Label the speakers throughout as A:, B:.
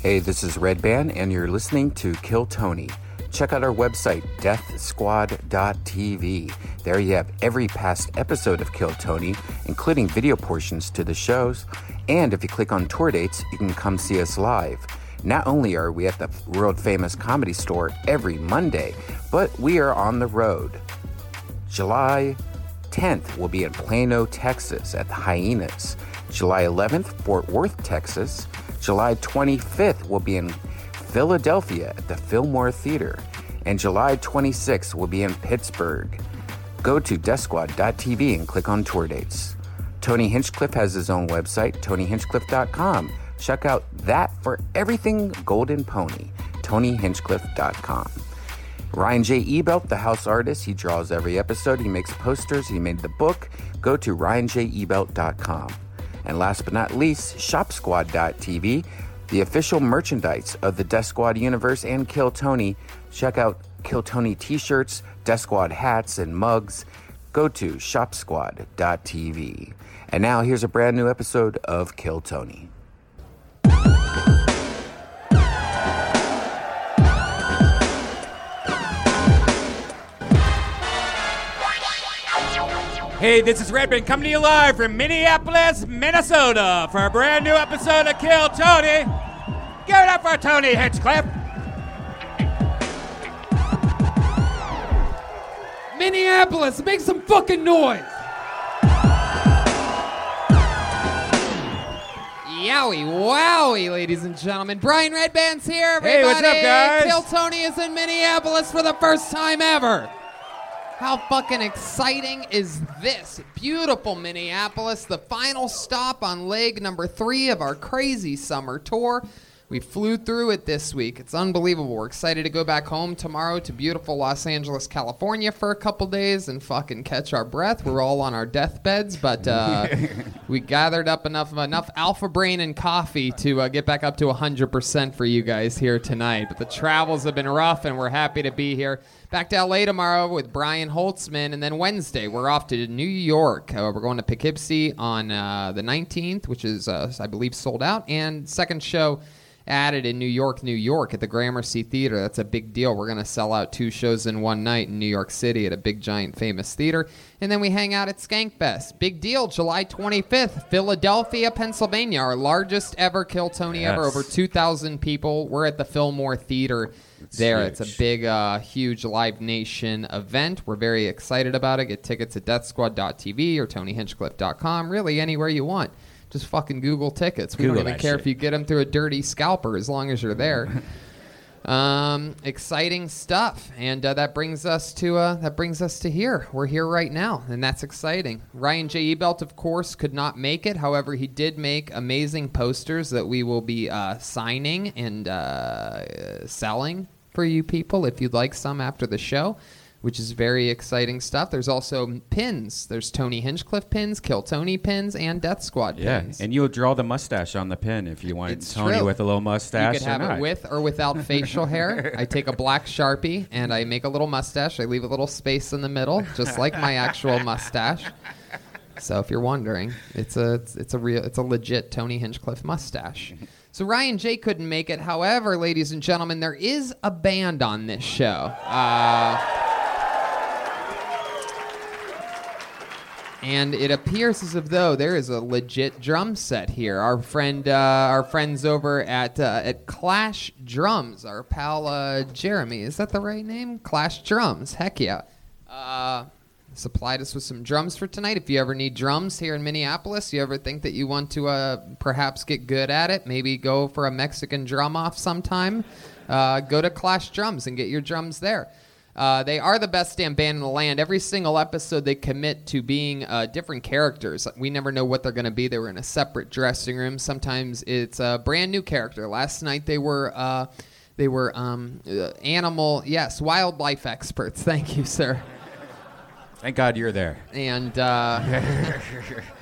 A: Hey, this is Red Band, and you're listening to Kill Tony. Check out our website, deathsquad.tv. There you have every past episode of Kill Tony, including video portions to the shows. And if you click on tour dates, you can come see us live. Not only are we at the world famous comedy store every Monday, but we are on the road. July 10th will be in Plano, Texas at the Hyenas. July 11th, Fort Worth, Texas. July 25th will be in Philadelphia at the Fillmore Theater. And July 26th will be in Pittsburgh. Go to desquad.tv and click on tour dates. Tony Hinchcliffe has his own website, tonyhinchcliffe.com. Check out that for everything Golden Pony, tonyhinchcliffe.com. Ryan J. Ebelt, the house artist, he draws every episode, he makes posters, he made the book. Go to ryanjebelt.com. And last but not least, shopsquad.tv, the official merchandise of the Death Squad universe and Kill Tony. Check out Kill Tony t shirts, Death Squad hats, and mugs. Go to shopsquad.tv. And now here's a brand new episode of Kill Tony.
B: Hey, this is Redman coming to you live from Minneapolis, Minnesota for a brand new episode of Kill Tony. Give it up for Tony Hinchcliffe.
C: Minneapolis, make some fucking noise. Yowie, wowie, ladies and gentlemen. Brian Redband's here. Everybody.
B: Hey, what's up, guys?
C: Kill Tony is in Minneapolis for the first time ever. How fucking exciting is this? Beautiful Minneapolis, the final stop on leg number three of our crazy summer tour. We flew through it this week. It's unbelievable. We're excited to go back home tomorrow to beautiful Los Angeles, California for a couple days and fucking catch our breath. We're all on our deathbeds, but uh, we gathered up enough enough alpha brain and coffee to uh, get back up to 100% for you guys here tonight. But the travels have been rough, and we're happy to be here. Back to LA tomorrow with Brian Holtzman, and then Wednesday we're off to New York. Uh, we're going to Poughkeepsie on uh, the 19th, which is uh, I believe sold out, and second show added in New York, New York at the Gramercy Theater. That's a big deal. We're going to sell out two shows in one night in New York City at a big, giant, famous theater. And then we hang out at Skankfest. Big deal, July 25th, Philadelphia, Pennsylvania, our largest ever Kill Tony ever,
B: Yes.
C: over 2,000 people. We're at the Fillmore Theater there. It's a big, uh, huge Live Nation event. We're very excited about it. Get tickets at deathsquad.tv or tonyhinchcliffe.com, really anywhere you want. Just fucking Google tickets. We
B: Google
C: don't even
B: that
C: care
B: shit.
C: if you get them through a dirty scalper as long as you're there. um, exciting stuff, and uh, that brings us to uh, that brings us to here. We're here right now, and that's exciting. Ryan J. Ebelt, of course, could not make it. However, he did make amazing posters that we will be uh, signing and uh, selling for you people if you'd like some after the show. Which is very exciting stuff. There's also pins. There's Tony Hinchcliffe pins, Kill Tony pins, and Death Squad
D: Yeah,
C: pins.
D: and you'll draw the mustache on the pin if you want
C: It's
D: Tony
C: true.
D: with a little mustache
C: You could
D: or
C: have
D: not.
C: it with or without facial hair. I take a black sharpie and I make a little mustache. I leave a little space in the middle, just like my actual mustache. So if you're wondering, it's a it's, it's a real it's a legit Tony Hinchcliffe mustache. So Ryan J couldn't make it. However, ladies and gentlemen, there is a band on this show. Uh, and it appears as if though there is a legit drum set here. Our friend, uh, our friends over at uh, at Clash Drums, our pal uh, Jeremy, is that the right name? Clash Drums, heck yeah. Uh, supplied us with some drums for tonight. If you ever need drums here in Minneapolis, you ever think that you want to uh, perhaps get good at it, maybe go for a Mexican drum off sometime. Uh, go to Clash Drums and get your drums there. Uh, they are the best damn band in the land. Every single episode, they commit to being uh, different characters. We never know what they're going to be. They were in a separate dressing room. Sometimes it's a brand new character. Last night they were uh, they were um, uh, animal yes wildlife experts. Thank you, sir
D: Thank God you're there.
C: and uh,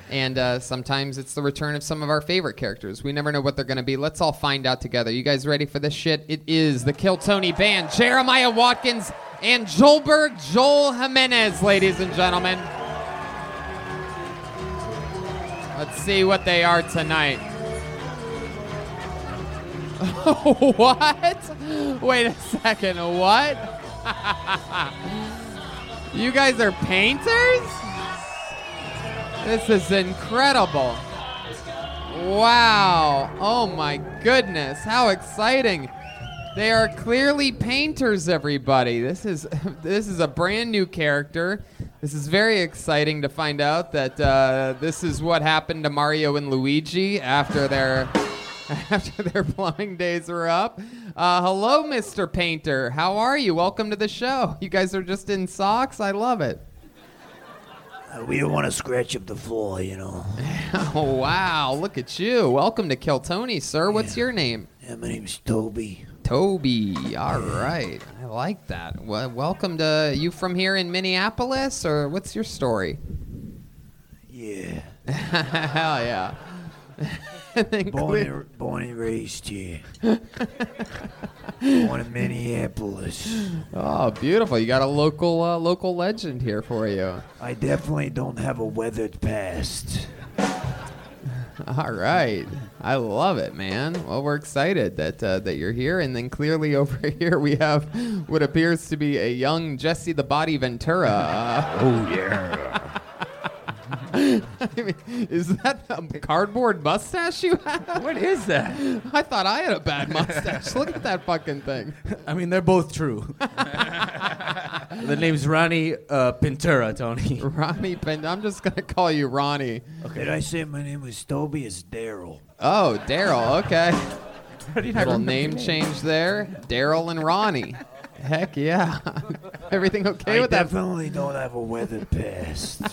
C: and uh, sometimes it's the return of some of our favorite characters. We never know what they're going to be. Let's all find out together. You guys ready for this shit? It is the Kill Tony Band, Jeremiah Watkins and Joelberg Joel Jimenez, ladies and gentlemen. Let's see what they are tonight. what? Wait a second. What? you guys are painters? This is incredible. Wow. Oh my goodness. How exciting. They are clearly painters everybody. This is this is a brand new character. This is very exciting to find out that uh, this is what happened to Mario and Luigi after their after their plumbing days were up. Uh, hello Mr. Painter. How are you? Welcome to the show. You guys are just in socks. I love it.
E: Uh, we don't want to scratch up the floor, you know.
C: Oh wow, look at you. Welcome to Kill Tony, sir. What's your name?
E: Yeah, my name's Toby.
C: Toby. All right. I like that. Well, welcome to you from here in Minneapolis, or what's your story?
E: Yeah,
C: Hell yeah. And then
E: born
C: clear-
E: and, born and raised here. born in Minneapolis.
C: oh, beautiful. You got a local uh, local legend here for you.
E: I definitely don't have a weathered past.
C: All right. I love it, man. Well, we're excited that uh, that you're here. And then clearly over here we have what appears to be a young Jesse the Body Ventura.
E: Oh yeah.
C: I mean, is that a cardboard mustache you have?
D: What is that?
C: I thought I had a bad mustache. Look at that fucking thing.
F: I mean, they're both true. the name's Ronnie uh, Pintura, Tony.
C: Ronnie Pen. I'm just gonna call you Ronnie.
E: Did I say my name was Toby? It's Daryl.
C: Oh, Daryl. Okay. Little name change there. Daryl and Ronnie. Heck yeah. Everything okay
E: I
C: with that?
E: definitely don't have a weathered past.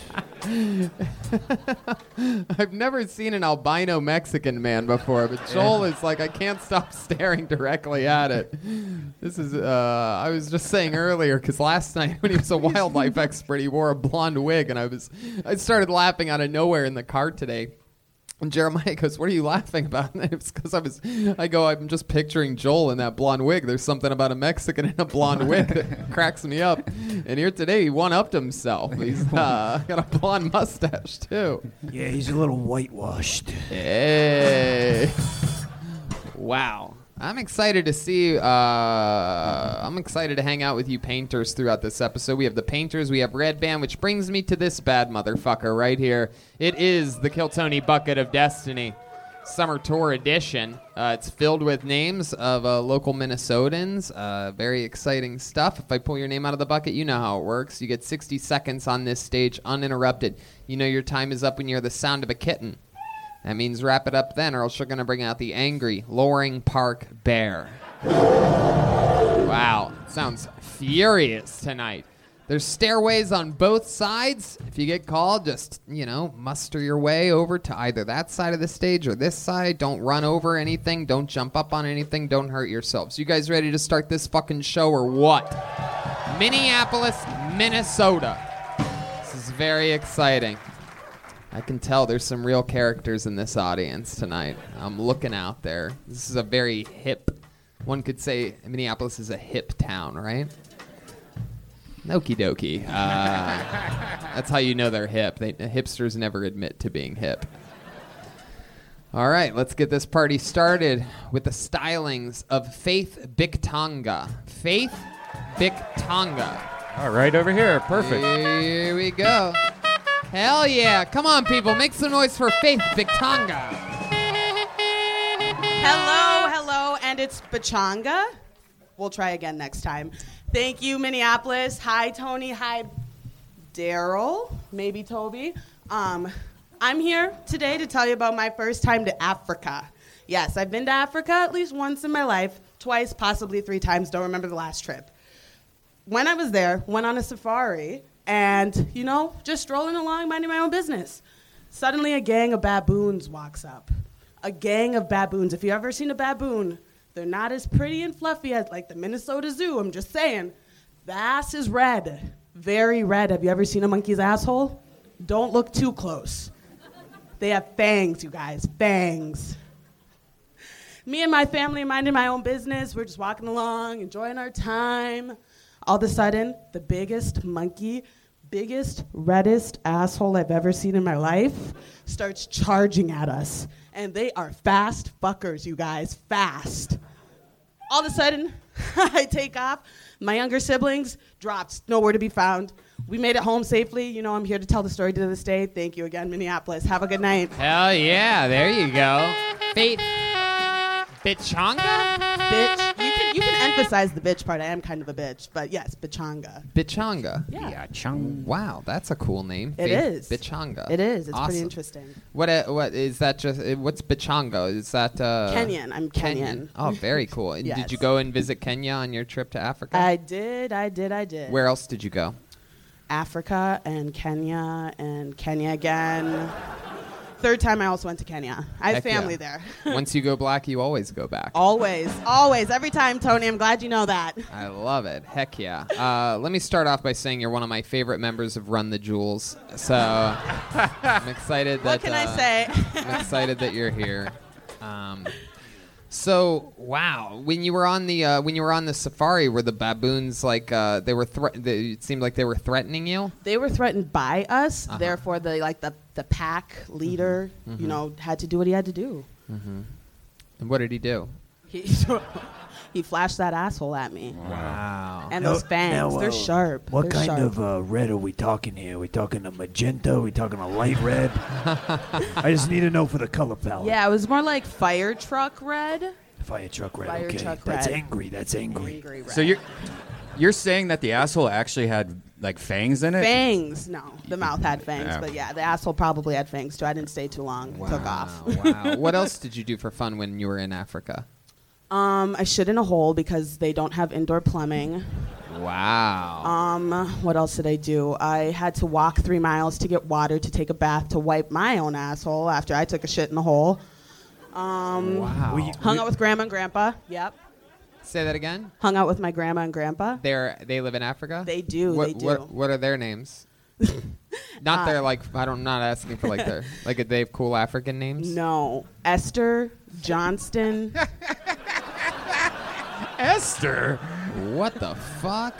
C: I've never seen an albino Mexican man before, but Joel is like, I can't stop staring directly at it. This is, uh, I was just saying earlier, because last night when he was a wildlife expert, he wore a blonde wig, and I was, I started laughing out of nowhere in the car today. And Jeremiah goes, "What are you laughing about?" And it's because I was, I go, I'm just picturing Joel in that blonde wig. There's something about a Mexican in a blonde wig that cracks me up. And here today, he one upped himself. He's uh, got a blonde mustache too.
E: yeah, he's a little whitewashed.
C: Hey. wow. I'm excited to see. Uh, I'm excited to hang out with you painters throughout this episode. We have the painters, we have Red Band, which brings me to this bad motherfucker right here. It is the Kiltony Bucket of Destiny Summer Tour Edition. Uh, it's filled with names of uh, local Minnesotans. Uh, very exciting stuff. If I pull your name out of the bucket, you know how it works. You get 60 seconds on this stage uninterrupted. You know your time is up when you're the sound of a kitten. That means wrap it up then, or else you're going to bring out the angry Loring Park Bear. Wow, sounds furious tonight. There's stairways on both sides. If you get called, just, you know, muster your way over to either that side of the stage or this side. Don't run over anything. Don't jump up on anything. Don't hurt yourselves. You guys ready to start this fucking show or what? Minneapolis, Minnesota. This is very exciting. I can tell there's some real characters in this audience tonight. I'm looking out there. This is a very hip. One could say Minneapolis is a hip town, right? Okie dokie. Uh, that's how you know they're hip. They, hipsters never admit to being hip. All right, let's get this party started with the stylings of Faith Bictonga. Faith Bictonga.
D: All right, over here. Perfect.
C: Here we go. Hell yeah. Come on, people. Make some noise for Faith Victanga.
G: Hello, hello, and it's Bachanga. We'll try again next time. Thank you, Minneapolis. Hi, Tony. Hi, Daryl. Maybe Toby. Um, I'm here today to tell you about my first time to Africa. Yes, I've been to Africa at least once in my life, twice, possibly three times. Don't remember the last trip when I was there, went on a safari and, you know, just strolling along, minding my own business. Suddenly, a gang of baboons walks up. A gang of baboons. If you've ever seen a baboon, they're not as pretty and fluffy as like the Minnesota Zoo. I'm just saying. The ass is red, very red. Have you ever seen a monkey's asshole? Don't look too close. They have fangs, you guys, fangs me and my family minding my own business. We're just walking along, enjoying our time. All of a sudden, the biggest monkey, biggest, reddest asshole I've ever seen in my life starts charging at us. and they are fast fuckers, you guys, fast. All of a sudden, I take off. My younger siblings dropped, nowhere to be found. We made it home safely. You know, I'm here to tell the story to this day. Thank you again, Minneapolis. Have a good night.
C: Hell yeah, there you go. Faith. Bichanga?
G: Bitch. You can, you can emphasize the bitch part. I am kind of a bitch, but yes, Bichanga.
C: Bichanga.
G: Yeah.
A: Chung.
C: Wow, that's a cool name.
G: It is.
C: Bichanga.
G: It is. It's pretty
C: Awesome.
G: interesting.
C: What? Uh, what is that? Just uh, what's Bichanga? Is that uh,
G: Kenyan. I'm Kenyan.
C: Oh, very cool. And Did you
G: Yes.
C: go and visit Kenya on your trip to Africa?
G: I did, I did, I did.
C: Where else did you go?
G: Africa and Kenya and Kenya again. Third time I also went to Kenya. I have
C: Heck yeah.
G: family there.
C: Once you go black, you always go back.
G: always, always, every time, Tony. I'm glad you know that.
C: I love it. Heck yeah. Uh, let me start off by saying you're one of my favorite members of Run the Jewels. So I'm excited that.
G: What can I
C: uh,
G: say?
C: I'm excited that you're here. Um, so wow, when you were on the uh, when you were on the safari, were the baboons like uh, they were? Thre- they, it seemed like they were threatening you.
G: they were threatened by us. Therefore, the like the the pack leader, you know, had to do what he had to do.
C: Mm-hmm. And what did he do?
G: He he flashed that asshole at me
C: Wow.
G: and
E: Now-
G: those fangs.
E: now,
G: They're
E: uh,
G: sharp.
E: What
G: They're
E: kind
G: sharp.
E: of uh, red are we talking here? we talking a magenta? we talking a light red? I just need to know for the color palette.
G: Yeah, it was more like fire truck red.
E: Fire truck red.
G: Fire
E: okay.
G: truck
E: that's
G: red.
E: angry. That's angry.
G: Angry red.
D: So you're you're saying that the asshole actually had like fangs in it?
G: fangs. No, the mouth had fangs,
D: Yeah.
G: but yeah, the asshole probably had fangs too. I didn't stay too long. Took off.
C: Oh, wow. What else did you do for fun when you were in Africa?
G: Um, I shit in a hole because they don't have indoor plumbing.
C: Wow.
G: Um, what else did I do? I had to walk three miles to get water to take a bath to wipe my own asshole after I took a shit in the hole. Um,
C: wow.
E: Were you-
G: Hung out with grandma and grandpa. Yep.
C: Say that again.
G: Hung out with my grandma and grandpa.
C: They're they live in Africa.
G: They do,
C: What
G: they do. Uh,
C: What, what are their names? not their like. I don't. Not asking for like their like. They have cool African names.
G: No, Esther Johnston.
D: Esther.
C: What the fuck?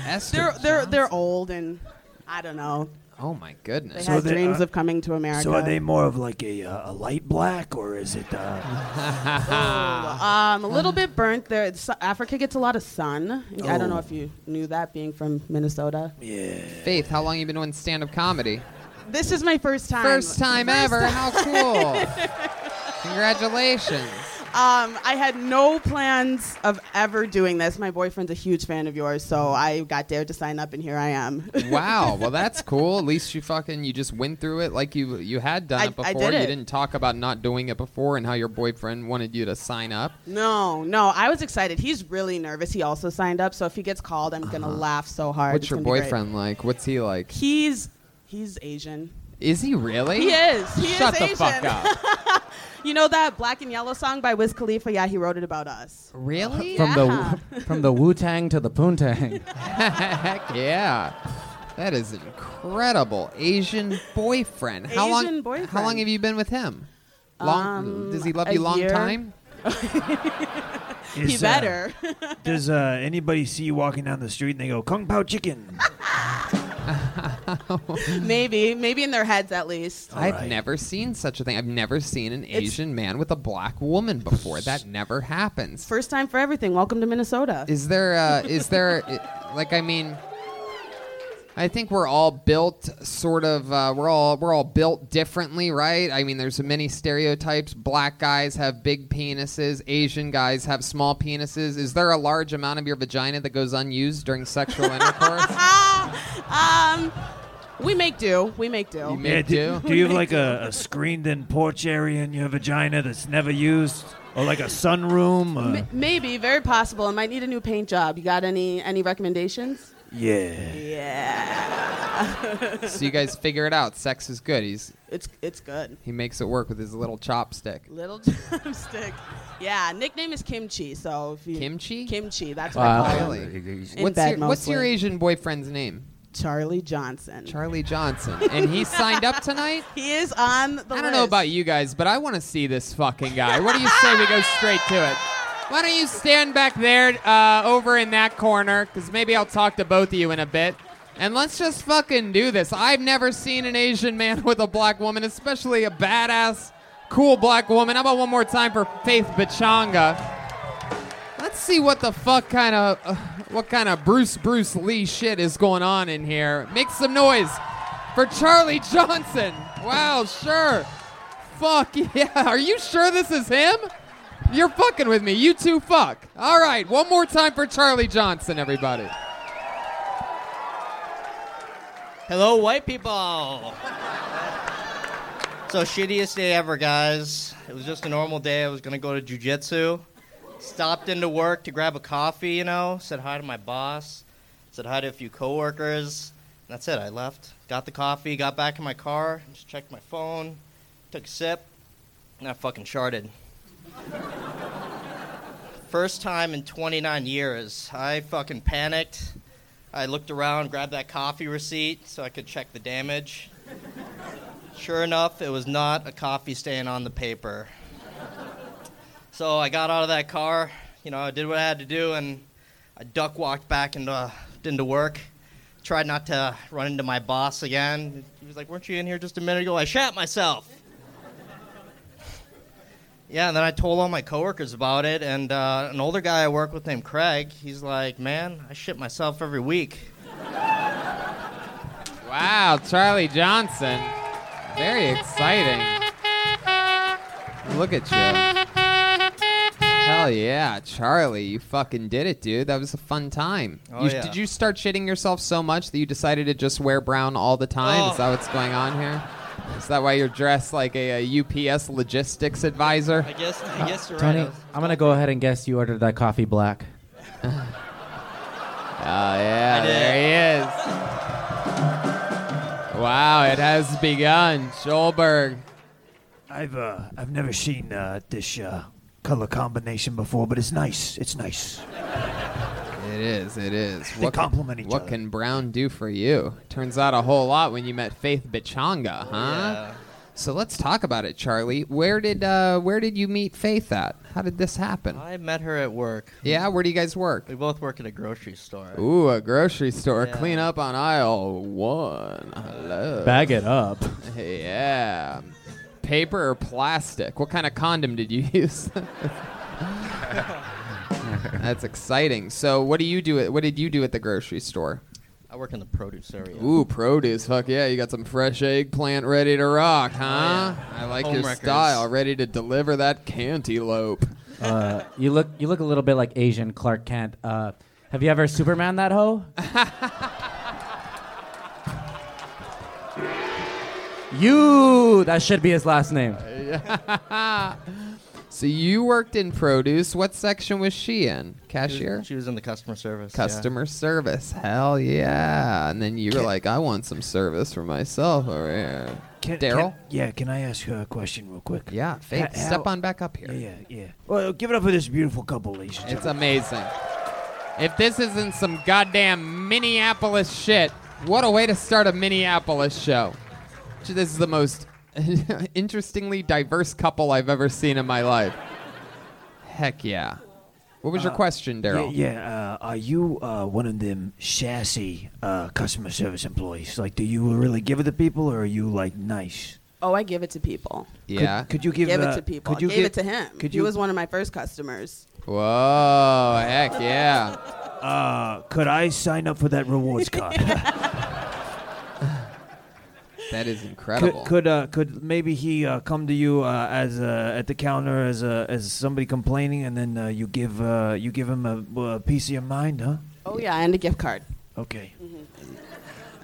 C: Esther.
G: they're they're
C: Johnson?
G: they're old and I don't know.
C: Oh my
G: They
C: goodness.
G: had
E: they-
G: dreams
E: uh,
G: of coming to America.
E: So are they more of like a, uh, a light black or is it? Uh,
G: Um, a little bit burnt there. It's- Africa gets a lot of sun. I don't know
E: Oh.
G: if you knew that, being from Minnesota.
E: yeah.
C: Faith, how long you been doing stand-up comedy?
G: This is my first time.
C: First time ever. How cool! Congratulations.
G: Um, I had no plans of ever doing this. My boyfriend's a huge fan of yours, so I got dared to sign up, and here I am.
C: Wow. Well, that's cool. At least you fucking you just went through it like you you had done
G: I-
C: it
G: I did
C: before. You
G: it.
C: didn't talk about not doing it before and how your boyfriend wanted you to sign up.
G: no, no, I was excited. He's really nervous. He also signed up, so if he gets called, I'm gonna laugh so hard.
C: Uh-huh. What's
G: It's
C: your
G: gonna be great.
C: boyfriend like? What's he like?
G: He's he's Asian.
C: Is he really?
G: He is. He
C: Shut
G: is
C: the
G: Asian.
C: fuck up.
G: You know that Black and Yellow song by Wiz Khalifa? Yeah, he wrote it about us.
C: Really?
F: From
G: Yeah.
F: the from the Wu Tang to the Poontang.
C: Heck yeah. That is incredible. Asian boyfriend. how long
G: Asian boyfriend.
C: how long have you been with him? Long
G: Um,
C: does he love
G: a
C: you long
G: year.
C: time?
G: He
E: Is, uh,
G: better.
E: does uh, anybody see you walking down the street and they go, Kung Pao Chicken?
G: maybe, maybe in their heads at least.
C: I've
E: Alright.
C: never seen such a thing. I've never seen an Asian man with a black woman before. That never happens.
G: First time for everything. Welcome to Minnesota.
C: Is there uh is there i- like I mean I think we're all built sort of uh, we're all we're all built differently, right? I mean there's many stereotypes. Black guys have big penises, Asian guys have small penises. Is there a large amount of your vagina that goes unused during sexual intercourse?
G: we make do. We make do.
C: They
E: do,
C: do.
E: do you have like a, a screened-in porch area in your vagina that's never used, or like a sunroom? Uh, Or,
G: M- maybe, very possible. I might need a new paint job. You got any any recommendations?
E: yeah.
G: Yeah,
C: so you guys figure it out. Sex is good. He's
G: it's it's good.
C: he makes it work with his little chopstick.
G: Little chopstick. Yeah, nickname is Kimchi. So if you
C: Kimchi?
G: Kimchi. That's what I
D: Wow.
G: call him.
C: Really?
G: In
C: what's
G: bed
C: your, what's your
G: mostly.
C: Asian boyfriend's name?
G: Charlie Johnson.
C: Charlie Johnson. And he signed up tonight?
G: he is on the.
C: I don't know about you guys, but I want to see this fucking guy. What do you say we go straight to it? Why don't you stand back there uh, over in that corner? Because maybe I'll talk to both of you in a bit. And let's just fucking do this. I've never seen an Asian man with a black woman, especially a badass cool black woman. How about one more time for Faith Bachanga? Let's see what the fuck kind of uh, what kind of Bruce Bruce Lee shit is going on in here. Make some noise for Charlie Johnson. Wow, sure. Fuck yeah. Are you sure this is him? You're fucking with me. You two fuck. All right, one more time for Charlie Johnson, everybody.
H: Hello, white people. so shittiest day ever, guys. It was just a normal day. I was gonna go to jujitsu. Stopped into work to grab a coffee. You know, said hi to my boss. Said hi to a few coworkers. That's it. I left. Got the coffee. Got back in my car. Just checked my phone. Took a sip. And I fucking sharded. First time in 29 years. I fucking panicked. I looked around, grabbed that coffee receipt so I could check the damage. Sure enough, it was not a coffee stain on the paper. So I got out of that car, you know, I did what I had to do, and I duck walked back into, into work. Tried not to run into my boss again. He was like, Weren't you in here just a minute ago? I shat myself. Yeah, and then I told all my coworkers about it, and uh, an older guy I work with named Craig, he's like, "Man, I shit myself every week."
C: Wow, Charlie Johnson. Very exciting. Look at you. Hell yeah, Charlie, you fucking did it, dude. That was a fun time.
H: Oh,
C: you,
H: yeah.
C: Did you start shitting yourself so much that you decided to just wear brown all the time?
H: Oh.
C: Is that what's going on here? Is that why you're dressed like a, a UPS logistics advisor?
H: I guess, I guess you're
F: Tony,
H: right. I was-
F: I'm gonna go ahead and guess you ordered that coffee black.
C: Oh yeah,
H: I did.
C: there he is. Wow, it has begun. Schulberg.
E: I've uh, I've never seen uh, this uh, color combination before, but it's nice. It's nice.
C: It is, it is.
E: They complement each
C: What
E: other.
C: can Brown do for you? Turns out a whole lot when you met Faith Bichanga, huh?
H: yeah.
C: So let's talk about it, Charlie. Where did uh, where did you meet Faith at? How did this happen?
H: I met her at work.
C: yeah, where do you guys work?
H: We both work at a grocery store.
C: Ooh, a grocery store.
H: Yeah.
C: Clean up on aisle one. Hello.
F: Bag it up.
C: Yeah. Paper or plastic? What kind of condom did you use? That's exciting. So, what do you do? At, what did you do at the grocery store?
H: I work in the produce area.
C: Ooh, produce. Fuck yeah, you got some fresh eggplant ready to rock, huh? I like
H: Home
C: your
H: wreckers.
C: style. Ready to deliver that cantaloupe.
I: Uh, you look you look a little bit like Asian Clark Kent. Uh, have you ever Superman that hoe? you that should be his last name.
C: So you worked in produce. What section was she in?
H: She
C: Cashier.
H: was, she was in the customer service. yeah.
C: Customer service. Hell yeah. And then you were like, I want some service for myself over here.
E: Can-
C: Daryl?
E: can- Yeah, can I ask her a question real quick?
C: Yeah, Faith,
E: How-
C: step
E: how-
C: on back up here.
E: Yeah, yeah, yeah. Well, give it up for this beautiful couple, ladies and
C: It's
E: gentlemen.
C: amazing. If this isn't some goddamn Minneapolis shit, what a way to start a Minneapolis show. Gee, This is the most interestingly diverse couple I've ever seen in my life. Heck yeah. What was your question,
E: Uh, Yeah,
C: Daryl?
E: yeah. Uh, are you uh, one of them sassy uh, customer service employees? Like, do you really give it to people, or are you like nice?
G: Oh, I give it to people.
E: Could-
C: Yeah.
E: Could, you give,
G: Give it
E: uh,
G: to people.
E: Could you
G: I gave
E: give
G: it to him.
E: Could
G: he
E: you?
G: was one of my first customers.
C: Whoa, heck yeah.
E: uh, could I sign up for that rewards card?
C: That is incredible.
E: could could, uh, could maybe he uh, come to you uh, as uh, at the counter as uh, as somebody complaining, and then uh, you give uh, you give him a, a piece of your mind, huh?
G: Oh yeah, and a gift card.
E: Okay.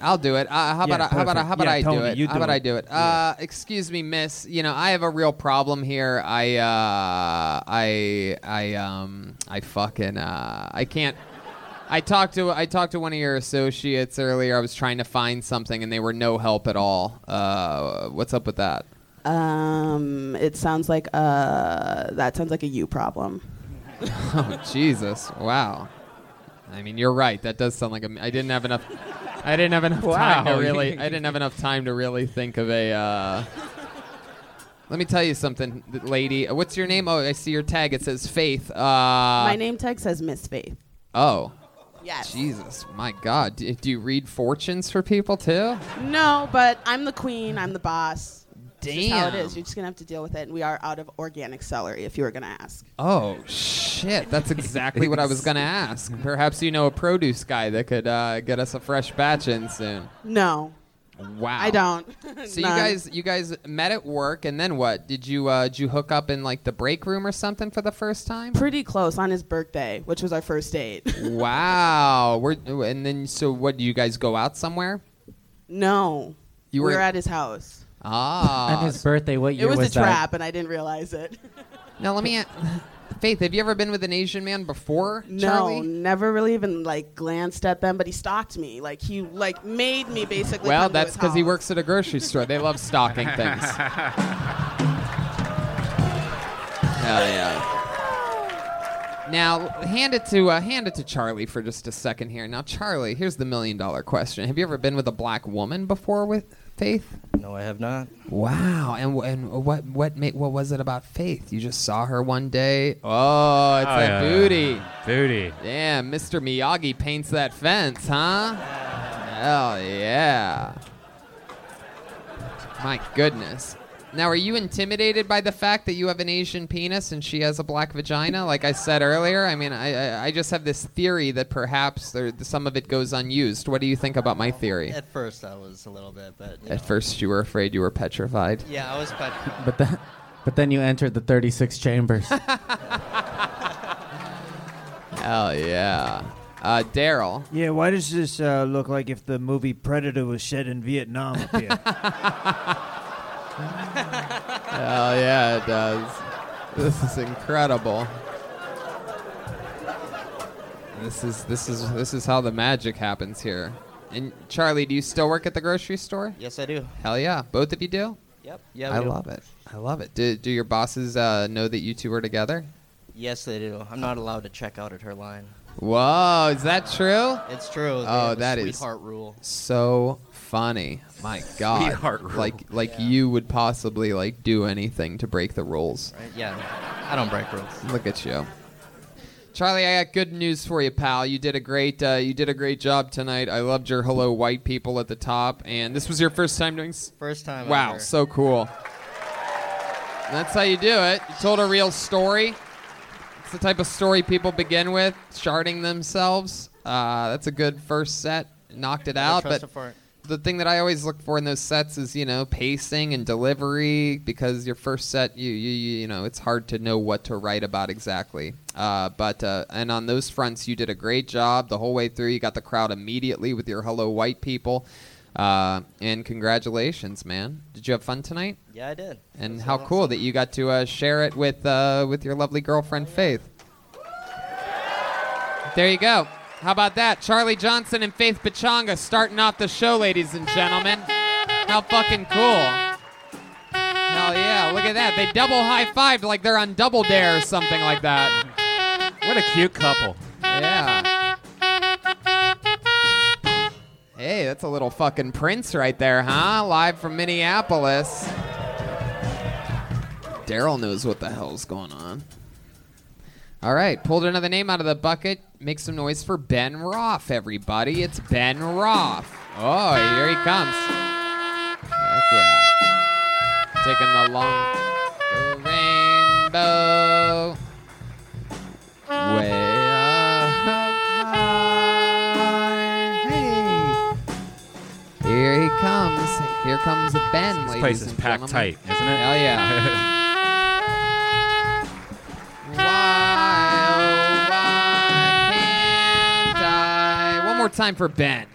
C: I'll do it. Uh, how
E: Yeah,
C: about I- how about I- how
E: perfect.
C: about
E: Yeah,
C: I do
E: Tony,
C: it?
E: you
C: how
E: do
C: about
E: it.
C: I do it? Uh, excuse me, miss. You know, I have a real problem here. I uh, I I um I fucking uh, I can't. I talked to I talked to one of your associates earlier. I was trying to find something, and they were no help at all. Uh, what's up with that?
G: Um, it sounds like uh, that sounds like a you problem.
C: Oh Jesus! Wow. I mean, you're right. That does sound like a. I didn't have enough. I didn't have enough time to really. I didn't have enough time to really think of a. Uh, let me tell you something, th- lady. Uh, What's your name? Oh, I see your tag. It says Faith. Uh,
G: my name tag says Miss Faith.
C: Oh,
G: Yes.
C: Jesus, my God. Do, do you read fortunes for people too?
G: No, but I'm the queen. I'm the boss. It's just how it
C: Damn.
G: is. You're just gonna have to deal with it. And we are out of organic celery. If you were gonna ask.
C: Oh shit! That's exactly what I was gonna ask. Perhaps you know a produce guy that could uh, get us a fresh batch in soon.
G: No,
C: Wow.
G: I don't.
C: So
G: None.
C: you guys, you guys met at work, and then what? Did you uh, did you hook up in like the break room or something for the first time?
G: pretty close on his birthday, which was our first date.
C: wow. We're, and then so what? Do you guys go out somewhere?
G: No,
C: You
G: we
C: were-
G: were at his house.
C: Ah.
I: and his birthday, what year
G: It was,
I: was
G: a
I: that?
G: trap, and I didn't realize it.
C: now let me. a- Faith, have you ever been with an Asian man before,
G: No,
C: Charlie?
G: never really even like glanced at them, but he stalked me. Like he like made me basically.
C: Well,
G: come to
C: that's
G: his
C: because he
G: house.
C: works at a grocery store. They love stocking things. Hell yeah. Now, hand it to uh, hand it to Charlie for just a second here. Now, Charlie, here's the million dollar question: Have you ever been with a black woman before with Faith?
H: No, I have not.
C: Wow. And wh- and what what ma- what was it about Faith? You just saw her one day. Oh, it's that
B: yeah.
C: booty.
B: Booty.
C: Yeah, Mr. Miyagi paints that fence, huh? Hell yeah. My goodness. Now, are you intimidated by the fact that you have an Asian penis and she has a black vagina? Like I said earlier, I mean, I, I, I just have this theory that perhaps there, some of it goes unused. What do you think about my theory?
H: At first, I was a little bit, but you know.
C: At first, you were afraid you were petrified.
H: yeah, I was. petrified.
I: But then, but then you entered the 36 chambers.
C: Hell yeah. Uh, Daryl.
E: Yeah, why does this uh, look like if the movie Predator was set in Vietnam up here?
C: Hell yeah, it does. This is incredible. This is this is this is how the magic happens here. And Charlie, do you still work at the grocery store?
H: yes, I do.
C: Hell yeah, both of you do.
H: Yep. Yeah, we
C: I
H: do.
C: love it. I love it. Do do your bosses uh, know that you two are together?
H: Yes, they do. I'm not allowed to check out at her line.
C: Whoa, is that true?
H: It's true. They
C: Oh,
H: have a
C: that is-
H: sweetheart rule.
C: So funny. My God.
D: Sweetheart rule.
C: Like like
H: Yeah.
C: you would possibly like do anything to break the rules.
H: Right? Yeah, I don't break rules.
C: Look at you, Charlie. I got good news for you, pal. You did a great, uh, you did a great job tonight. I loved your "Hello, White People" at the top, and this was your first time doing. S-
H: First time.
C: wow,
H: ever.
C: so cool. And that's how you do it. You told a real story. It's the type of story people begin with, sharding themselves. Uh, that's a good first set. Knocked it
H: I
C: out,
H: trust
C: but
H: her for it.
C: the thing that I always look for in those sets is you know pacing and delivery because your first set you you you you know it's hard to know what to write about exactly. Uh, but uh, and on those fronts you did a great job the whole way through. You got the crowd immediately with your hello white people, uh, and congratulations, man. Did you have fun tonight?
H: yeah, I did.
C: And
H: That's
C: how
H: awesome.
C: cool that you got to uh, share it with uh, with your lovely girlfriend
H: Oh,
C: Faith. There you go. How about that? Charlie Johnson and Faith Pachanga starting off the show, ladies and gentlemen. How fucking cool. Hell yeah, look at that. They double high fived like they're on Double Dare or something like that.
B: What a cute couple.
C: Yeah. Hey, that's a little fucking Prince right there, huh? Live from Minneapolis. Daryl knows what the hell's going on. All right, pulled another name out of the bucket. Make some noise for Ben Roth, everybody. It's Ben Roth. Oh, here he comes. Heck yeah. Taking the long rainbow way up high. Here he comes. Here comes Ben, this ladies
B: Place is
C: and
B: packed
C: gentlemen.
B: tight, isn't it?
C: Hell Oh, yeah. why, oh, why can't I? One more time for Ben.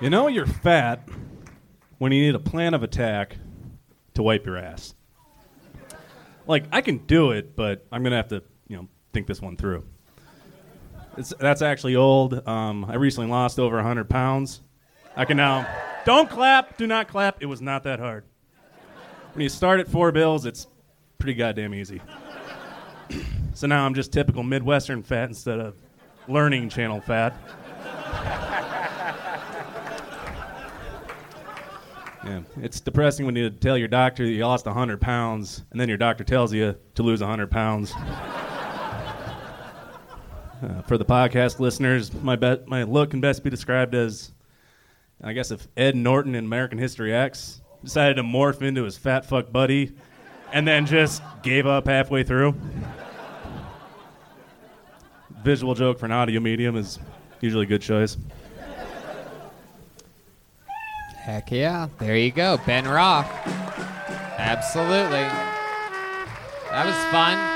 J: You know you're fat when you need a plan of attack to wipe your ass. Like I can do it, but I'm gonna have to, you know, think this one through. It's, that's actually old. Um, I recently lost over 100 pounds. I can now. Don't clap. Do not clap. It was not that hard. When you start at four bills, it's pretty goddamn easy. so now I'm just typical Midwestern fat instead of learning channel fat. Yeah, it's depressing when you tell your doctor that you lost 100 pounds, and then your doctor tells you to lose 100 pounds. Uh, for the podcast listeners, my, be- my look can best be described as And I guess if Ed Norton in American History X decided to morph into his fat fuck buddy and then just gave up halfway through. Visual joke for an audio medium is usually a good choice.
C: Heck yeah. There you go. Ben Roth. Absolutely. That was fun.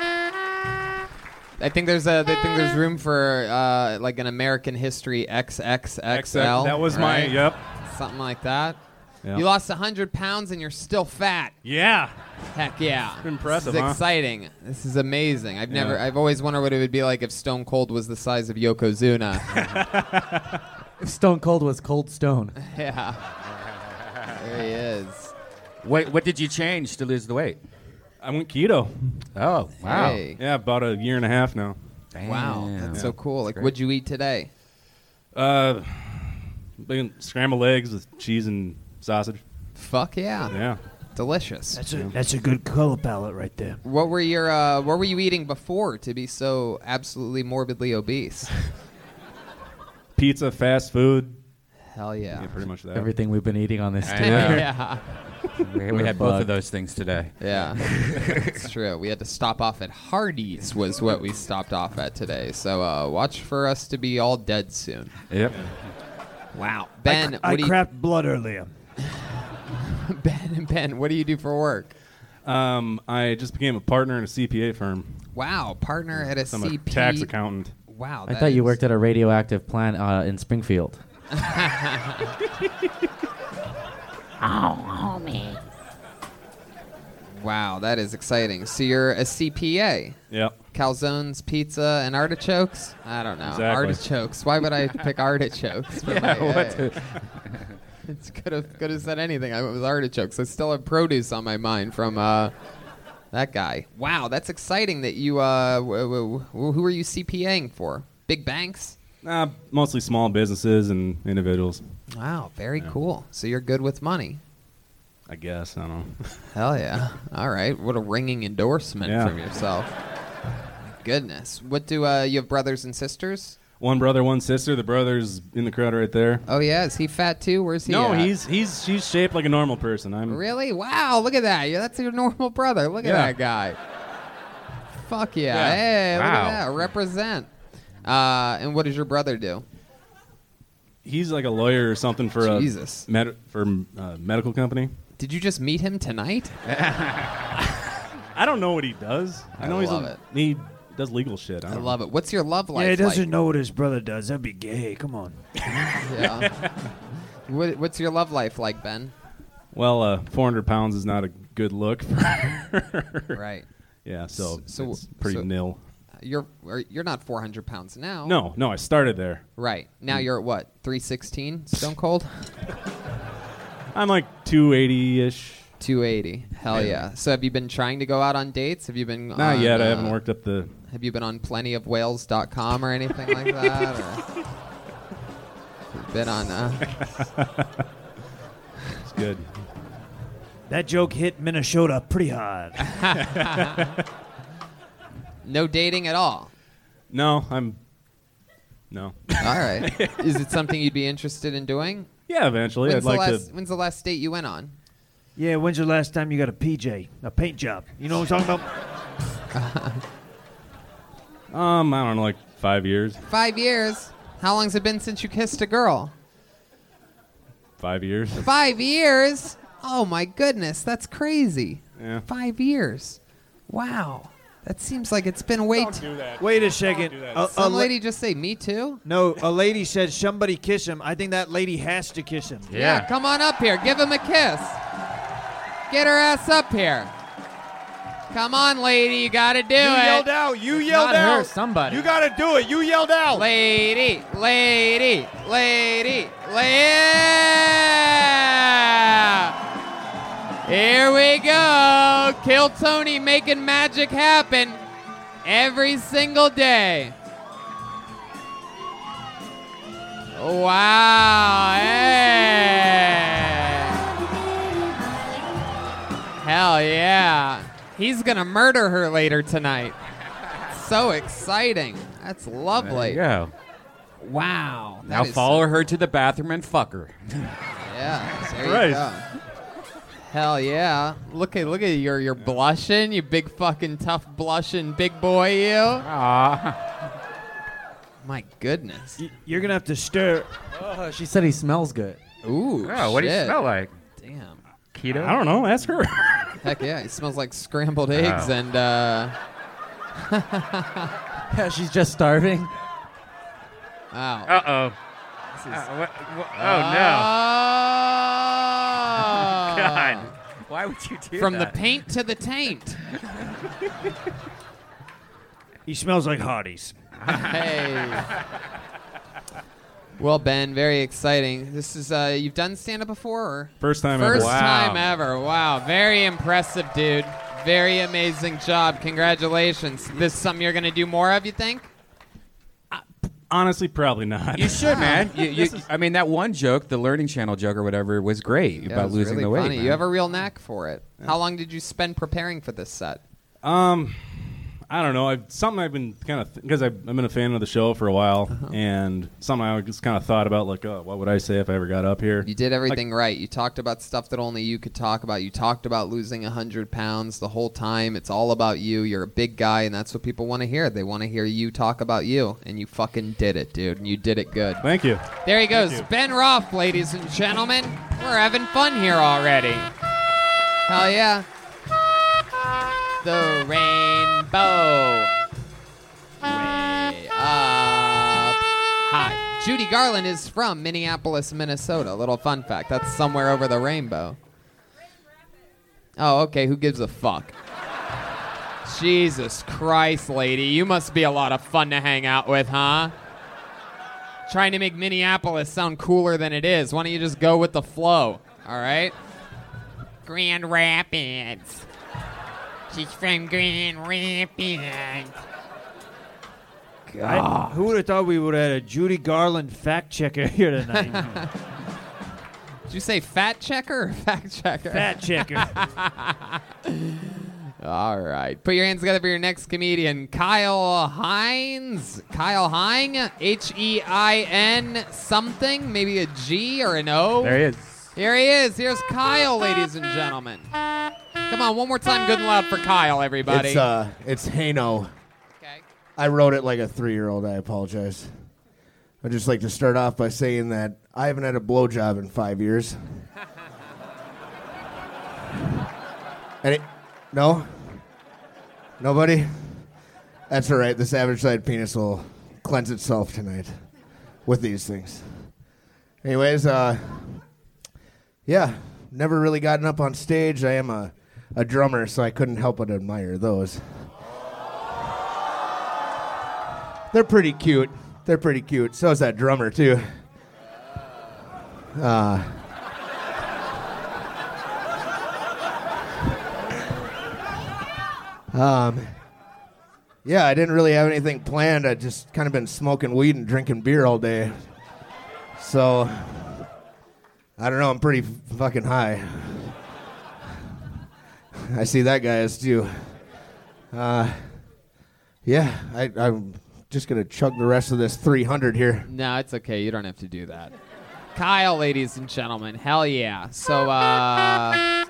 C: I think there's a. I think there's room for uh, like an American History XXXL.
J: That was my-
C: right?
J: yep.
C: Something like that.
J: Yeah.
C: You lost 100 pounds and you're still fat.
J: Yeah.
C: Heck yeah.
J: Impressive,
C: This is
J: huh?
C: exciting. This is amazing. I've never.
J: Yeah.
C: I've always wondered what it would be like if Stone Cold was the size of Yokozuna.
I: If Stone Cold was Cold Stone.
C: yeah. There he is.
D: What What did you change to lose the weight?
J: I went keto.
D: Oh wow!
C: Hey.
J: Yeah, about a year and a half now.
C: Wow, that's
J: Yeah.
C: so cool. Like, what'd you eat today?
J: Uh, big scrambled eggs with cheese and sausage.
C: Fuck yeah.
J: Yeah.
C: Delicious. That's
E: a, that's a good color palette right there.
C: What were your uh, What were you eating before to be so absolutely morbidly obese?
J: Pizza, fast food. Uh,
C: Hell yeah.
J: Yeah, pretty much that.
I: Everything we've been eating on this
D: I
I: tour.
D: know.
C: Yeah.
D: We, we
I: We're
D: had both
I: fucked.
D: of those things today.
C: Yeah, it's true. We had to stop off at Hardee's was what we stopped off at today. So uh, watch for us to be all dead soon.
D: Yep.
C: Wow, Ben.
E: I,
C: what
E: I
C: do you,
E: crapped blood earlier.
C: Ben, Ben, what do you do for work?
J: Um, I just became a partner in a CPA firm.
C: Wow, partner at a
J: I'm a
C: CP.
J: tax accountant.
C: Wow,
I: I
C: that
I: thought you
C: is-
I: worked at a radioactive plant uh, in Springfield.
C: Wow, that is exciting. So you're a CPA.
J: Yep.
C: Calzones, pizza, and artichokes? I don't know.
J: Exactly.
C: Artichokes. Why would I pick artichokes? For my
D: what
C: A? It's could have could have said anything. I it was artichokes. I still have produce on my mind from uh, that guy. Wow, that's exciting. That you uh, w- w- who are you CPAing for? Big banks.
J: Uh, mostly small businesses and individuals.
C: Wow, very cool. So you're good with money.
J: I guess I don't know.
C: Hell yeah! All right, what a ringing endorsement
J: Yeah.
C: from yourself. Goodness, what do uh, you have? Brothers and sisters?
J: One brother, one sister. The brother's in the crowd right there.
C: Oh yeah, is he fat too? Where's he?
J: No,
C: at?
J: he's he's she's shaped like a normal person. I'm
C: Really? Wow, look at that. Yeah, That's your normal brother. Look at
J: Hmm. Yeah.
C: that guy. Fuck yeah.
J: Yeah.
C: Hey, look
D: Wow.
C: at that. Represent. Uh, and what does your brother do?
J: he's like a lawyer or something for
C: Jesus.
J: a med- for uh, medical company.
C: Did you just meet him tonight?
J: I don't know what he does. I,
C: I
J: know he's
C: love
J: a, he does legal shit. I,
C: I
J: don't
C: love it. What's your love life
E: Yeah, he doesn't
C: like?
E: know what his brother does. That'd be gay. Come on.
C: Yeah. what, what's your love life like, Ben?
J: know. Well, uh, 400 pounds is not a good look. For
C: Right.
J: yeah, so,
C: S- so-
J: it's pretty
C: so-
J: nil.
C: You're or you're not 400 pounds now.
J: No, no, I started there.
C: Right. Now you're at what? 316? Stone Cold?
J: I'm like 280 ish.
C: 280. Hell yeah. So have you been trying to go out on dates? Have you been
J: Not
C: on,
J: yet. I
C: uh,
J: haven't worked up the.
C: Have you been on plentyofwhales.com or anything like that? Or been on. Uh,
J: It's good.
E: That joke hit Minnesota pretty hard.
C: no dating at all.
J: No, I'm. No.
C: All right. Is it something you'd be interested in doing?
J: yeah, eventually
C: When's,
J: I'd
C: the
J: like
C: last,
J: to.
C: when's the last date you went on?
E: yeah, when's the last time you got a PJ, a paint job? You know what I'm talking about?
J: Um, I don't know, like five years,
C: Five years. How long's it been since you kissed a girl?
J: five years.
C: Five years? Oh my goodness, that's crazy.
J: Yeah.
C: Five years. Wow. That seems like it's been way too.
J: that.
E: Wait a second.
J: do that.
E: A- a
C: Some
E: la-
C: lady just say, me too?
E: no, a lady said somebody kiss him. I think that lady has to kiss him.
C: Yeah, come on up here. Give him a kiss. Get her ass up here. Come on, lady. You got to do
F: You
C: it.
F: yelled out. You yelled
I: Not her,
F: out.
I: somebody.
F: You gotta do it. You yelled out.
C: Lady, lady, lady, lady. Here we go. Kill Tony making magic happen every single day. Wow. Hey. Hell yeah. He's going to murder her later tonight. So exciting. That's
D: There
C: lovely.
D: you go.
C: Wow.
B: Now follow her to the bathroom and fuck her.
C: Yeah, there
B: Christ.
C: you go. Hell yeah! Look at look at you. you're you're blushing, you big fucking tough blushing big boy, you.
E: Ah.
C: My goodness.
E: You're gonna have to stir.
I: Oh, she said he smells good.
C: Ooh.
E: Oh, what do you
C: shit.
E: smell like?
C: Damn.
E: Keto?
J: I don't know. Ask her.
C: Heck yeah, he smells like scrambled eggs
I: Oh.
C: and uh
I: Yeah, she's just starving.
C: wow.
K: Uh-oh. Uh, what- what- oh,
C: Oh.
K: no. God. Why would you do
C: From
K: that?
C: the paint to the taint.
E: He smells like Hardee's.
C: hey. Well, Ben, very exciting. This is uh you've done stand up before or
J: First time
C: First
J: ever.
C: time ever. Wow. Very impressive, dude. Very amazing job. Congratulations. This is something you're going to do more of, you think?
J: Honestly, probably not.
B: You should, man. You, you,
C: This
B: I mean, that one joke, the Learning Channel joke or whatever, was great
C: Yeah, it
B: about
C: was
B: losing
C: really
B: the weight.
C: funny.
B: man.
C: You have a real knack for it. How long did you spend preparing for this set?
J: Um, I don't know. I've, something I've been kind of because I've, I've been a fan of the show for a while,
C: Uh-huh.
J: and something I just kind of thought about, like, oh, what would I say if I ever got up here?
C: You did everything right. You talked about stuff that only you could talk about. You talked about losing 100 pounds the whole time. It's all about you. You're a big guy, and that's what people want to hear. They want to hear you talk about you, and you fucking did it, dude. And you did it good.
J: Thank you.
C: There he
J: Thank
C: goes.
J: you.
C: Ben Roth, ladies and gentlemen. We're having fun here already. Hell yeah. The rainbow. Way up high. Judy Garland is from Minneapolis, Minnesota. Little fun fact. That's somewhere over the rainbow. Oh, okay. Who gives a fuck? Jesus Christ, lady. You must be a lot of fun to hang out with, huh? Trying to make Minneapolis sound cooler than it is. Why don't you just go with the flow? All right? Grand Rapids. She's from Grand Rapids.
E: I- who would have thought we would have had a Judy Garland fact checker here tonight?
C: Did you say fat checker or fact checker?
E: Fat checker.
C: All right. Put your hands together for your next comedian, Kyle Hines. Kyle Hine, H E I N something, maybe a G or an O.
K: There he is.
C: Here he is. Here's Kyle, ladies and gentlemen. Come on, one more time, good and loud for Kyle, everybody.
L: It's uh, it's Hano. Okay. I wrote it like a three-year-old. I apologize. I'd just like to start off by saying that I haven't had a blowjob in five years. And it, no, nobody. That's all right. The savage side penis will cleanse itself tonight with these things. Anyways, uh, yeah, never really gotten up on stage. I am a, a drummer, so I couldn't help but admire those. They're pretty cute. They're pretty cute. So is that drummer too. Uh, um, yeah, I didn't really have anything planned. I just kind of been smoking weed and drinking beer all day. So I don't know. I'm pretty f- fucking high. I see that guy as too. Uh, yeah, I, I'm just gonna chug the rest of this 300 here.
C: No, it's okay. You don't have to do that. Kyle, ladies and gentlemen. Hell yeah. So, uh,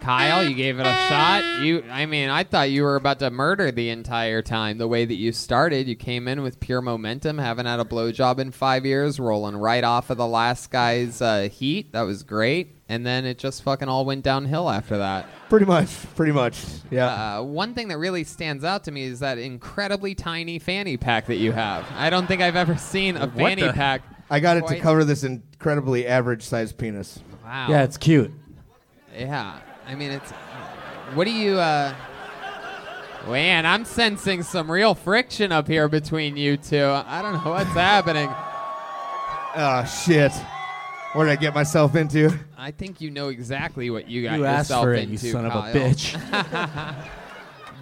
C: Kyle, you gave it a shot. You, I mean, I thought you were about to murder the entire time. The way that you started, you came in with pure momentum, haven't had a blowjob in five years, rolling right off of the last guy's uh, heat. That was great. And then it just fucking all went downhill after that.
L: Pretty much, pretty much. Yeah.
C: Uh, one thing that really stands out to me is that incredibly tiny fanny pack that you have. I don't think I've ever seen a fanny pack.
L: I got it to
C: quite-
L: cover this incredibly average-sized penis.
C: Wow.
I: Yeah, it's cute.
C: Yeah, I mean it's. What do you? uh Man, I'm sensing some real friction up here between you two. I don't know what's happening.
L: Oh shit! What did I get myself into?
C: I think you know exactly what you got
L: You asked
C: yourself
L: for it,
C: into,
L: you son of a
C: Kyle.
L: bitch.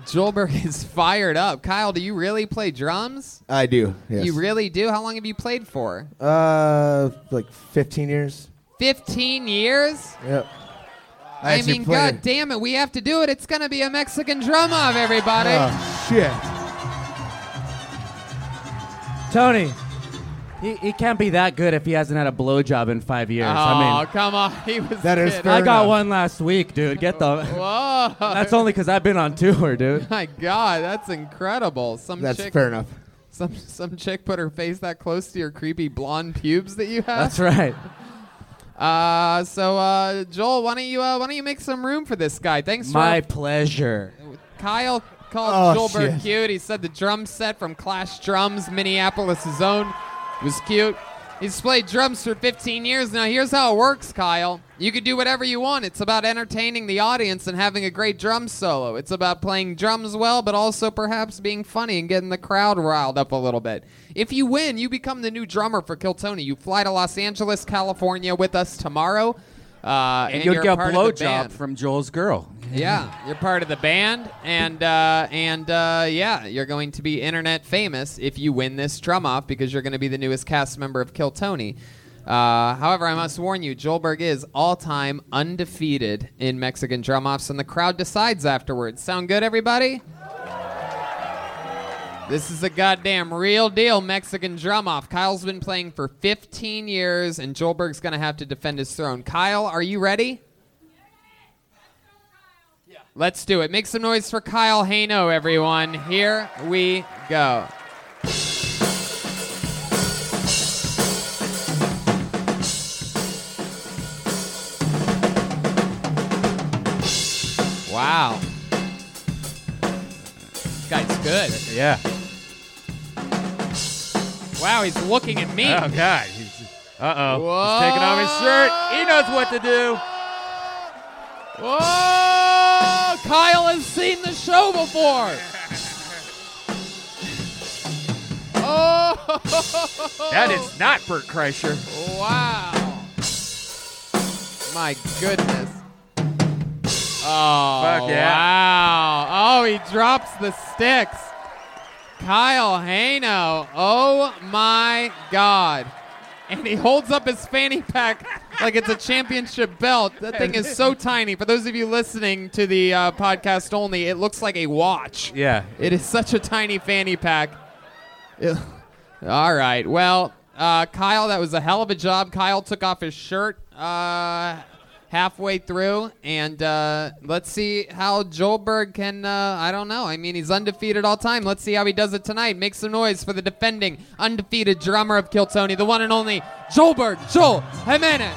C: Joelberg is fired up. Kyle, do you really play drums?
L: I do. Yes.
C: You really do? How long have you played for?
L: uh, like 15 years.
C: 15 years?
L: Yep.
C: I,
L: actually
C: mean,
L: played-
C: god damn it, we have to do it. It's going to be a Mexican drum off,
L: Ah,
C: everybody.
L: Oh shit!
I: Tony, He, he can't be that good if he hasn't had a blowjob in five years.
C: oh,
I: I mean,
C: come on. He was
I: That is
C: kidding.
I: I got one last week, dude. Get the.
C: Whoa.
I: That's only because I've been on tour, dude.
C: My God, that's incredible. Some
I: That's
C: chick,
I: fair enough.
C: Some some chick put her face that close to your creepy blonde pubes that you have.
I: That's right.
C: Uh, so uh, Joel, why don't you uh, why don't you make some room for this guy? Thanks.
I: My
C: for
I: pleasure.
C: Kyle
I: Oh,
C: called Joel Berg
I: shit.
C: cute. He said the drum set from Clash Drums, Minneapolis' own, was cute. He's played drums for 15 years now. Here's how it works, Kyle. You can do whatever you want. It's about entertaining the audience and having a great drum solo. It's about playing drums well, but also perhaps being funny and getting the crowd riled up a little bit. If you win, you become the new drummer for Kiltony. You fly to Los Angeles, California with us tomorrow. Uh,
D: And you'll
C: you're
D: get a
C: part of the band.
D: blowjob from Joel's girl.
C: Yeah, you're part of the band, and uh, and uh, yeah, you're going to be internet famous if you win this drum off because you're going to be the newest cast member of Kill Tony. Uh, however, I must warn you, Joelberg is all time undefeated in Mexican drum offs, and the crowd decides afterwards. Sound good, everybody? This is a goddamn real deal Mexican drum off. Kyle's been playing for 15 years, and Joelberg's going to have to defend his throne. Kyle, are you ready? Let's do it. Make some noise for Kyle Hano, everyone. Here we go. Wow. This guy's good.
K: Yeah.
C: Wow, he's looking at me.
K: Oh God. He's, uh oh. He's taking off his
C: shirt.
K: He knows what to do.
C: Whoa! Kyle has seen the show before. Oh!
K: That is not Bert Kreischer.
C: Wow. My goodness. Oh,
K: Fuck yeah.
C: wow. Oh, he drops the sticks. Kyle Hano. Oh, my God. And he holds up his fanny pack like it's a championship belt. That thing is so tiny. For those of you listening to the uh, podcast only, it looks like a watch.
K: Yeah.
C: It is such a tiny fanny pack. Ew. All right. Well, uh, Kyle, that was a hell of a job. Kyle took off his shirt uh, halfway through, and uh, let's see how Joelberg can. Uh, I don't know. I mean, he's undefeated all time. Let's see how he does it tonight. Make some noise for the defending undefeated drummer of Kill Tony, the one and only Joelberg Joel Jimenez.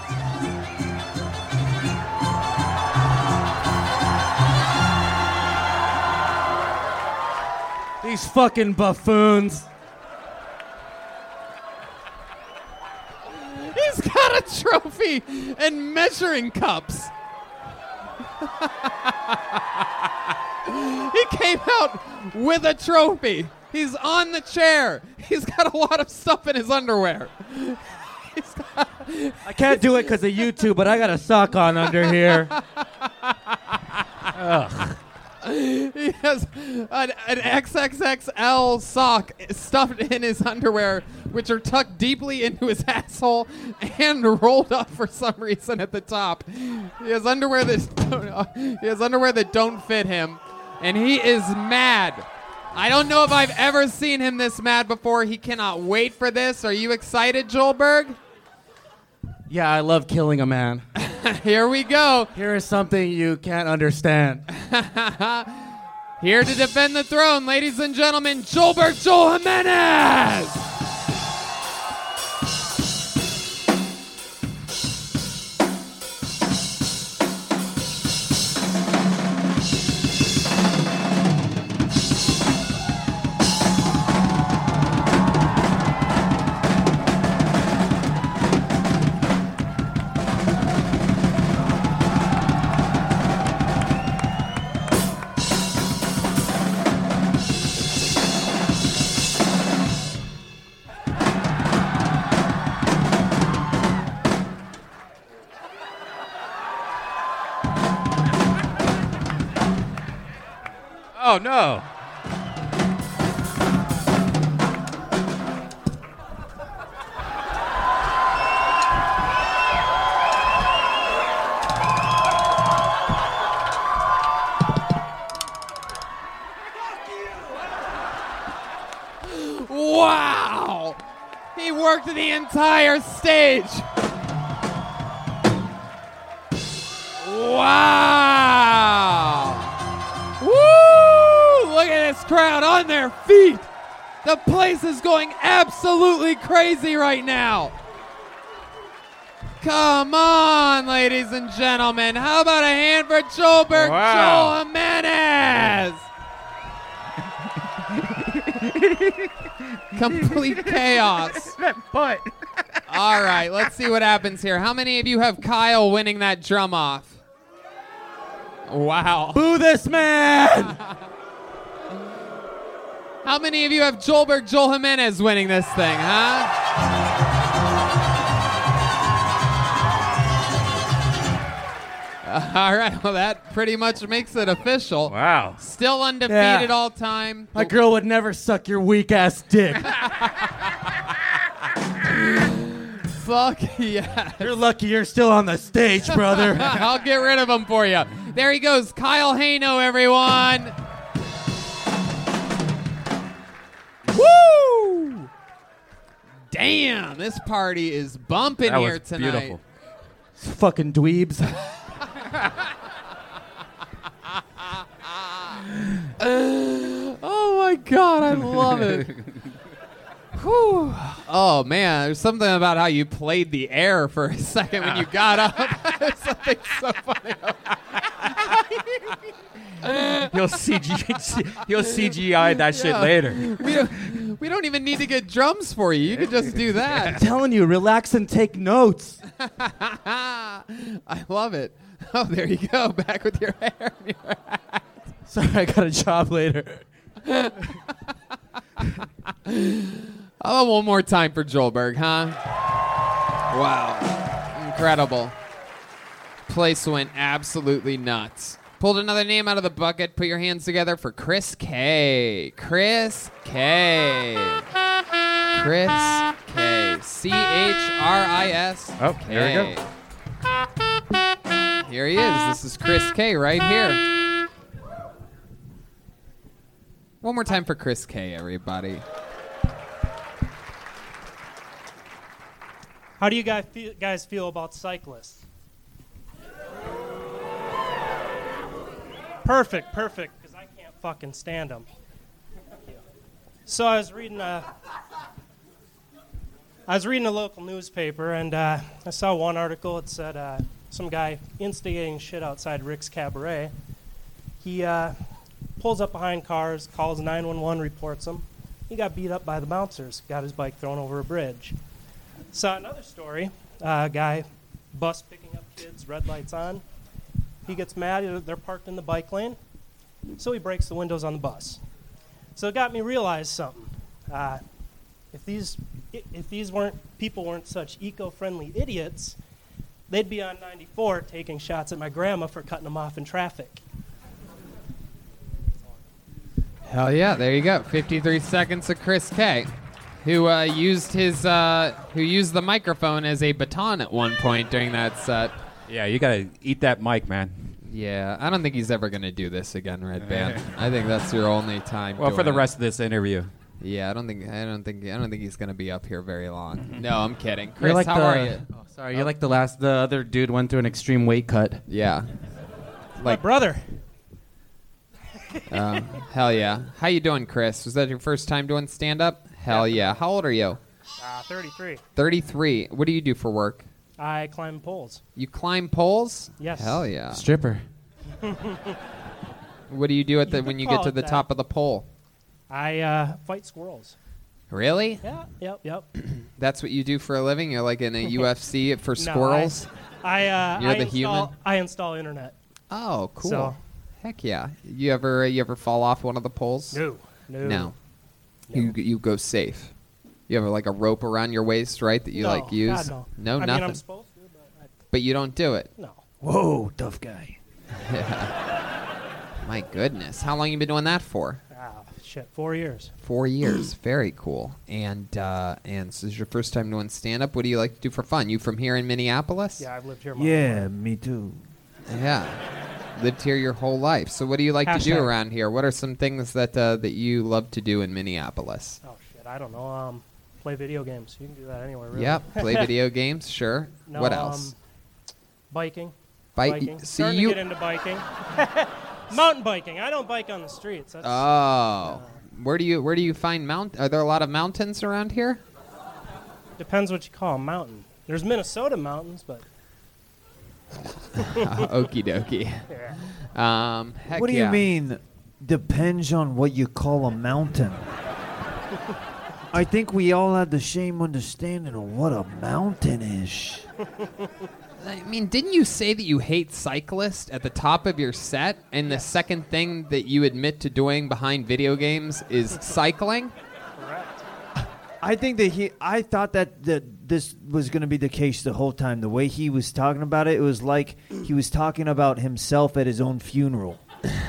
I: These fucking buffoons.
C: He's got a trophy and measuring cups. he came out with a trophy. He's on the chair. He's got a lot of stuff in his underwear.
I: I can't do it because of you two, but I got a sock on under here. Ugh.
C: He has an, an XXXL sock stuffed in his underwear, which are tucked deeply into his asshole and rolled up for some reason at the top. He has underwear that don't, uh, he has underwear that don't fit him, and he is mad. I don't know if I've ever seen him this mad before. He cannot wait for this. Are you excited, Joelberg?
I: Yeah, I love killing a man.
C: Here we go.
I: Here is something you can't understand.
C: Here to defend the throne, ladies and gentlemen, Joelberg Joel Jimenez.
K: Oh no.
C: Wow! He worked the entire stage. Wow. Woo! Look at this crowd on their feet. The place is going absolutely crazy right now. Come on, ladies and gentlemen. How about a hand for Joelbert
K: Wow.
C: Joel Jimenez? Complete chaos.
K: that butt.
C: All right, let's see what happens here. How many of you have Kyle winning that drum off? Wow. Boo this man! How many of you have Joelberg Joel Jimenez winning this thing, huh? All right, well, that pretty much makes it official. Wow. Still undefeated
F: Yeah.
C: all time.
F: My girl would never suck your weak ass dick.
C: Fuck yeah.
F: you're lucky you're still on the stage, brother.
C: I'll get rid of him for you. There he goes, Kyle Hano, everyone. Woo! Damn, this party is bumping
F: That was
C: here tonight.
F: beautiful. Fucking dweebs.
C: oh my god, I love it. Whew. Oh man, there's something about how you played the air for a second when you got up. there's something so funny. about-
K: He'll CG, he'll CGI that shit
C: Yeah.
K: later.
C: We don't, we don't even need to get drums for you. You can just do
F: I'm
C: that.
F: telling you, relax and take notes.
C: I love it. Oh, there you go. Back with your hair. in your hat.
F: Sorry, I got a job later.
C: How about one more time for Joelberg, huh? Wow. Incredible. Place went absolutely nuts. Pulled another name out of the bucket. Put your hands together for Chris K. Chris K. Chris K. C H R I S.
K: Oh, there we go.
C: Here he is. This is Chris K right here. One more time for Chris K, everybody.
M: How do you guys feel, guys feel about cyclists? Perfect, perfect, because I can't fucking stand them. So I was reading a, I was reading a local newspaper, and uh, I saw one article. It said uh, some guy instigating shit outside Rick's Cabaret. He uh, pulls up behind cars, calls 911, reports them. He got beat up by the bouncers, got his bike thrown over a bridge. Saw another story. Uh, guy, bus picking up kids, red lights on. He gets mad. They're parked in the bike lane, so he breaks the windows on the bus. So it got me realize something. Uh, if these i- if these weren't people weren't such eco-friendly idiots, they'd be on 94 taking shots at my grandma for cutting them off in traffic.
C: Hell yeah! There you go. 53 seconds of Chris K, who uh, used his uh, who used the microphone as a baton at one point during that set.
K: Yeah, you gotta eat that mic, man.
C: Yeah, I don't think he's ever gonna do this again, Red Band. I think that's your only time.
K: Well, for
C: doing
K: the
C: it.
K: rest of this interview.
C: Yeah, I don't think I don't think I don't think he's gonna be up here very
K: Mm-hmm.
C: long. No, I'm kidding.
I: You're
C: Chris,
I: like
C: how
I: the-
C: are you?
I: Oh, sorry, you're like the last. The other dude went through an extreme weight cut.
C: Yeah.
M: my brother.
C: Um, hell yeah! How you doing, Chris? Was that your first time doing stand up? Hell yeah! How old are you?
M: Uh, 33.
C: 33. What do you do for work?
M: I climb poles.
C: You climb poles?
M: Yes.
C: Hell yeah.
I: Stripper.
C: What do you do at the
M: could
C: when you
M: call
C: get to
M: it
C: the
M: that.
C: top of the pole?
M: I uh, fight squirrels.
C: Really?
M: Yeah. Yep. Yep.
C: That's what you do for a living? You're like in a UFC for
M: No, I-
C: squirrels?
M: I, uh,
C: You're
M: I
C: the
M: install,
C: human?
M: I install internet.
C: Oh, cool.
M: So-
C: Heck yeah. You ever you ever fall off one of the poles?
M: No, no.
C: You you go safe. You have like a rope around your waist, right? That you
M: No,
C: like use?
M: God,
C: No,
M: no. I mean, I'm
C: nothing.
M: supposed
C: to, but, you don't do it.
M: No.
E: Whoa, tough guy.
C: My goodness, how long you been doing that for?
M: Ah, shit. Four years.
C: Four years. Very cool. And uh, and so this is your first time doing stand up. What do you like to do for fun? You from here in Minneapolis?
M: Yeah, I've lived here. My
E: Yeah, me too.
C: Yeah. Lived here your whole life. So what do you like to do
M: Hashtag.
C: around here? What are some things that uh, that you love to do in Minneapolis?
M: Oh shit. I don't know. Um, play video games. You can do that anywhere, really.
C: Yep. Play video games. Sure.
M: No,
C: what else?
M: um, biking.
C: Bike-
M: Biking.
C: see,
M: Starting
C: you-
M: to get into biking. Mountain biking. I don't bike on the streets. That's, uh,
C: oh, where do you where do you find mount? Are there a lot of mountains around here?
M: Depends what you call a mountain. There's Minnesota mountains, but
C: Okie dokie. Um, heck
E: what do
C: yeah.
E: you mean? Depends on what you call a mountain. I think we all have the same understanding of what a mountain is.
C: I mean, didn't you say that you hate cyclists at the top of your set, and the second thing that you admit to doing behind video games is cycling?
E: I think that he. I thought that that this was going to be the case the whole time. The way he was talking about it, it was like he was talking about himself at his own funeral.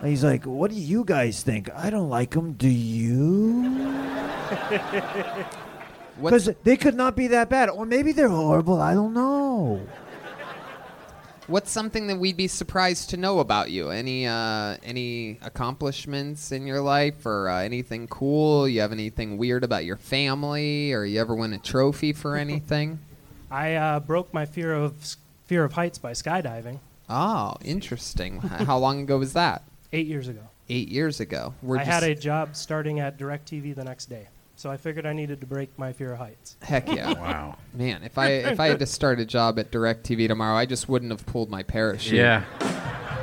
E: And He's like, "What do you guys think? I don't like him. Do you?" Because they could not be that bad, or maybe they're horrible. I don't know.
C: What's something that we'd be surprised to know about you? Any uh, any accomplishments in your life, or uh, anything cool? You have anything weird about your family, or you ever win a trophy for anything?
M: I uh, broke my fear of fear of heights by skydiving
C: oh, interesting. H- How long ago was that?
M: eight years ago.
C: Eight years ago. We're
M: I had
C: just-
M: a job starting at DirecTV the next day, so I figured I needed to break my fear of heights.
C: Heck yeah! man. If I if I had to start a job at Directv tomorrow, I just wouldn't have pulled my parachute.
K: Yeah.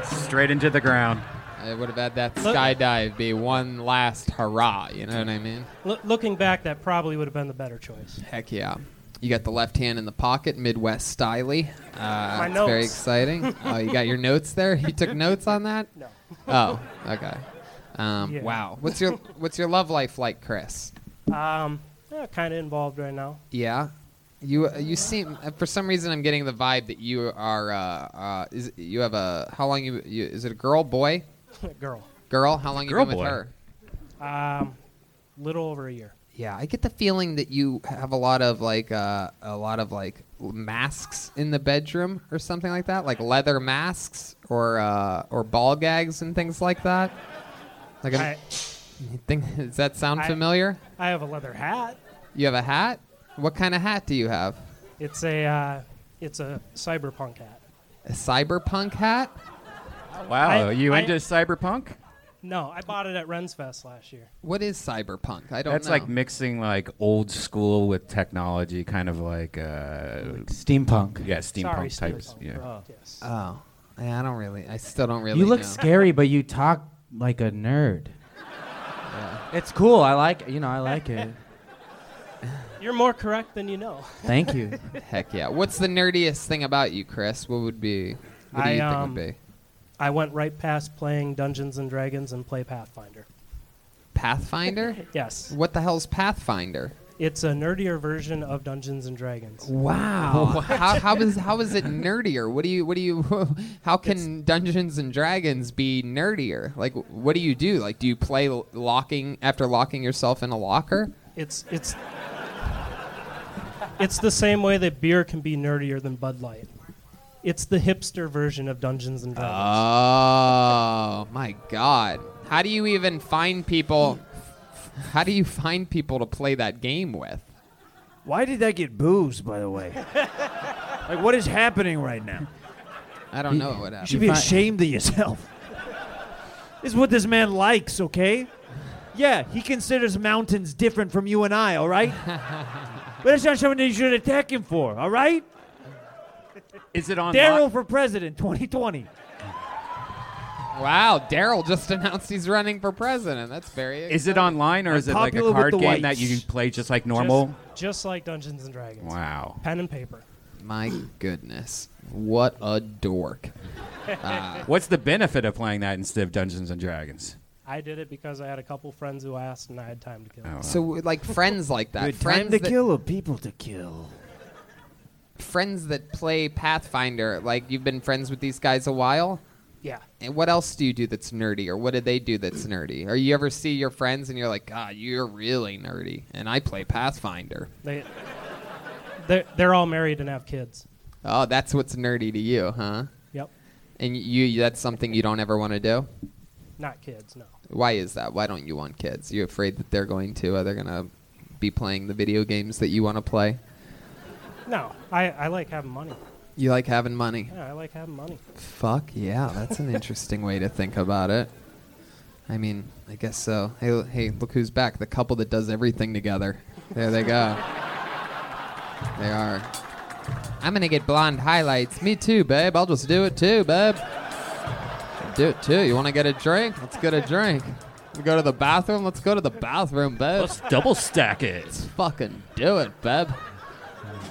K: Straight into the ground.
C: I would have had that
M: Look-
C: skydive be one last hurrah. You know what I mean?
M: Loo- looking back, that probably would have been the better choice.
C: Heck yeah! You got the left hand in the pocket, Midwest styly. Uh,
M: My
C: it's very
M: notes.
C: exciting. oh, you got your notes there. You took notes on that? No. Oh, okay. Um,
M: Yeah.
C: Wow. What's your What's your love life like, Chris?
M: Um, yeah, kind of involved right now.
C: Yeah. You uh, you seem for some reason I'm getting the vibe that you are uh, uh is you have a how long you, you is it a girl boy
M: Girl.
C: girl how long
M: Girl
C: you been
M: boy.
C: with her
M: Um, little over a year.
C: yeah I get the feeling that you have a lot of like uh, a lot of like masks in the bedroom or something like that like leather masks or uh, or ball gags and things like that like a,
M: I-
C: you think does that sound
M: I-
C: familiar
M: I have a leather hat.
C: you have a hat what kind of hat do you have
M: It's a uh, it's a cyberpunk hat.
C: a cyberpunk hat
K: Wow,
M: I-
K: you
M: I-
K: into cyberpunk?
M: No, I bought it at Ren's Fest last year.
C: What is cyberpunk? I don't
K: That's
C: know.
K: like mixing like old school with technology, kind of like uh,
I: steampunk.
K: Yeah, steampunk
I: Sorry,
K: types.
I: steampunk.
K: Yeah.
M: Oh,
C: Oh, yeah, I don't really. I still don't really.
I: you look
C: know.
I: scary, but you talk like a nerd. It's cool. I like you know I like it.
M: You're more correct than you know.
I: Thank you.
C: Heck yeah! What's the nerdiest thing about you, Chris? What would be? What do
M: I,
C: you
M: um,
C: think would be?
M: I went right past playing Dungeons and Dragons and play Pathfinder.
C: Pathfinder?
M: yes.
C: What the hell's Pathfinder?
M: It's a nerdier version of Dungeons and Dragons.
C: Wow. how, how is how is it nerdier? What do you what do you how can Dungeons and Dragons be nerdier? Like what do you do? Like do you play l- locking after locking yourself in a locker?
M: It's it's it's the same way that beer can be nerdier than Bud Light. It's the hipster version of Dungeons and Dragons.
C: Oh my god. How do you even find people How do you find people to play that game with?
E: Why did that get booze, by the way? like, what is happening right now?
C: I don't know what
E: You
C: happened.
E: should be ashamed of yourself. this is what this man likes, okay? Yeah, he considers mountains different from you and I, all right? but that's not something that you should attack him for, all right?
K: Is it on?
E: Daryl for president, 2020.
C: Wow, Daryl just announced he's running for president. That's very.
K: Is it online or is it like a card game that you can play just like normal?
M: Just, just like Dungeons and Dragons.
K: Wow.
M: Pen and paper.
C: My goodness, what a dork! Uh,
K: What's the benefit of playing that instead of Dungeons and Dragons?
M: I did it because I had a couple friends who asked and I had time to kill.
C: Oh, So like friends like that,
E: Good
C: friends
E: time to
C: that,
E: kill or people to kill?
C: friends that play Pathfinder. Like you've been friends with these guys a while.
M: Yeah.
C: And what else do you do that's nerdy, or what do they do that's nerdy? Or you ever see your friends and you're like, God, you're really nerdy, and I play Pathfinder.
M: They they're, they're all married and have kids.
C: Oh, that's what's nerdy to you, huh?
M: Yep.
C: And you—that's something you don't ever want to do.
M: Not kids, no.
C: Why is that? Why don't you want kids? You afraid that they're going to? Are they gonna be playing the video games that you want to play?
M: No, I, I like having money.
C: You like having money.
M: Yeah, I like having money.
C: Fuck yeah, that's an interesting way to think about it. I mean, I guess so. Hey, l- hey, look who's back. The couple that does everything together. There they go. they are. I'm going to get blonde highlights. Me too, babe. I'll just do it too, babe. Do it too. You want to get a drink? Let's get a drink. We go to the bathroom? Let's go to the bathroom, babe. Let's
N: double stack it.
C: Let's fucking do it, babe.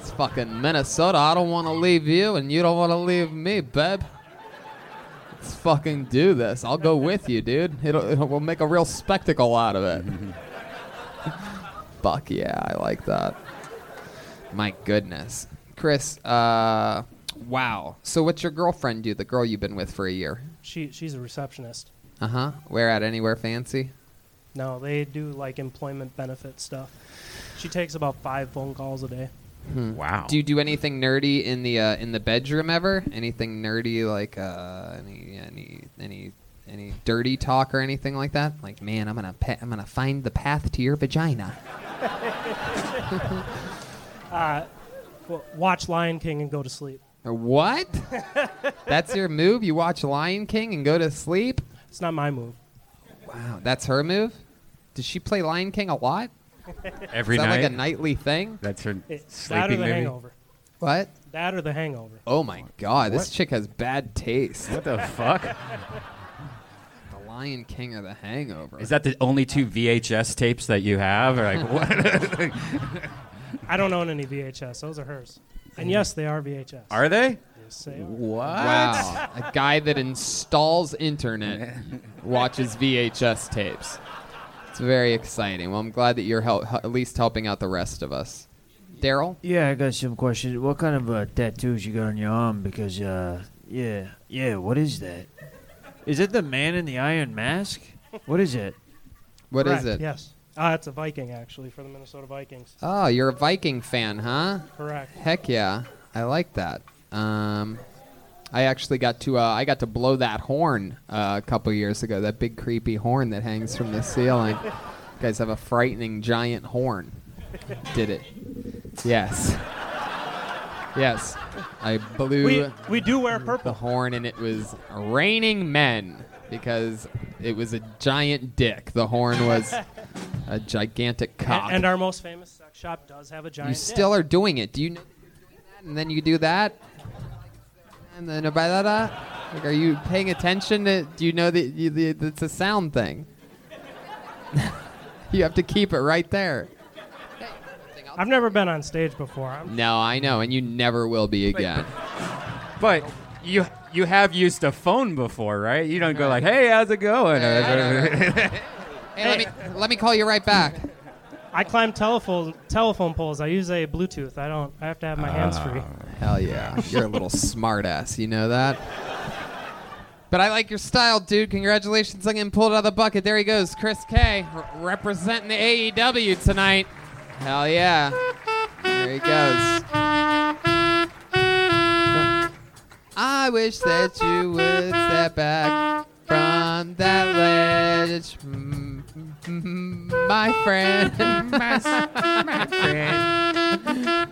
C: It's fucking Minnesota. I don't want to leave you, and you don't want to leave me, babe. Let's fucking do this. I'll go with you, dude. It'll, it'll we'll make a real spectacle out of it. Fuck yeah, I like that. My goodness, Chris. Uh, wow. So, what's your girlfriend do? The girl you've been with for a year.
M: She she's a receptionist.
C: Uh huh. Where at? Anywhere fancy?
M: No, they do like employment benefit stuff. She takes about five phone calls a day.
C: Wow. Hmm. Do you do anything nerdy in the uh, in the bedroom ever? Anything nerdy like uh, any any any any dirty talk or anything like that? Like, man, I'm gonna pa- I'm gonna find the path to your vagina.
M: Uh, w- watch Lion King and go to sleep.
C: Or What? that's your move? You watch Lion King and go to sleep?
M: It's not my move.
C: Wow, that's her move. Does she play Lion King a lot?
M: Every
C: Is that like
M: night?
C: a nightly thing? That's her
M: It- that or the Hangover.
C: What?
M: That or the Hangover.
C: Oh my god, this
M: What?
C: chick has bad taste.
M: What the fuck?
C: The Lion King or The Hangover?
N: Is that the only two VHS tapes that you have? Or like what?
M: I don't own any VHS. Those are hers. And yes, they are VHS.
N: Are they?
M: Yes, they are.
N: What?
C: Wow, a guy that installs internet watches VHS tapes. It's very exciting. Well, I'm glad that you're hel- at least helping out the rest of us. Daryl?
E: Yeah, I got some questions. What kind of uh, tattoos you got on your arm? Because, uh, yeah, yeah, what is that? Is it the man in the iron mask? What is it?
C: What is
M: Correct,
C: it?
M: Yes. Uh, it's a Viking, actually, for the Minnesota Vikings.
C: Oh, you're a Viking fan, huh?
M: Correct.
C: Heck yeah, I like that. Um, I actually got to uh, I got to blow that horn uh, a couple years ago. That big creepy horn that hangs from the ceiling. you guys have a frightening giant horn. Did it? Yes. Yes, I blew.
M: We- we do wear purple.
C: The horn, and it was raining men because it was a giant dick. The horn was a gigantic
M: A-
C: cock.
M: And, our most famous sex shop does have a giant.
C: You still are doing it. Do you know that you're doing that? And then you do that. And then by that, uh, like, are you paying attention? To, do you know that you, the, it's a sound thing? you have to keep it right there.
M: dick. I've never been on stage before. I'm,
C: No, I know, and you never will be again.
N: But you you have used a phone before, right? You don't go like, "Hey, how's it going?"
C: Hey, let me let me call you right back.
M: I climb telephone telephone poles. I use a Bluetooth. I don't. I have to have my hands free.
C: Ah, Oh, Hell yeah, you're a little smartass. You know that. But I like your style, dude. Congratulations on getting pulled out of the bucket. There he goes, Chris K, r- representing the AEW tonight. Hell yeah. There he goes. I wish that you would step back from that ledge, m- m- my friend.
O: My- my friend.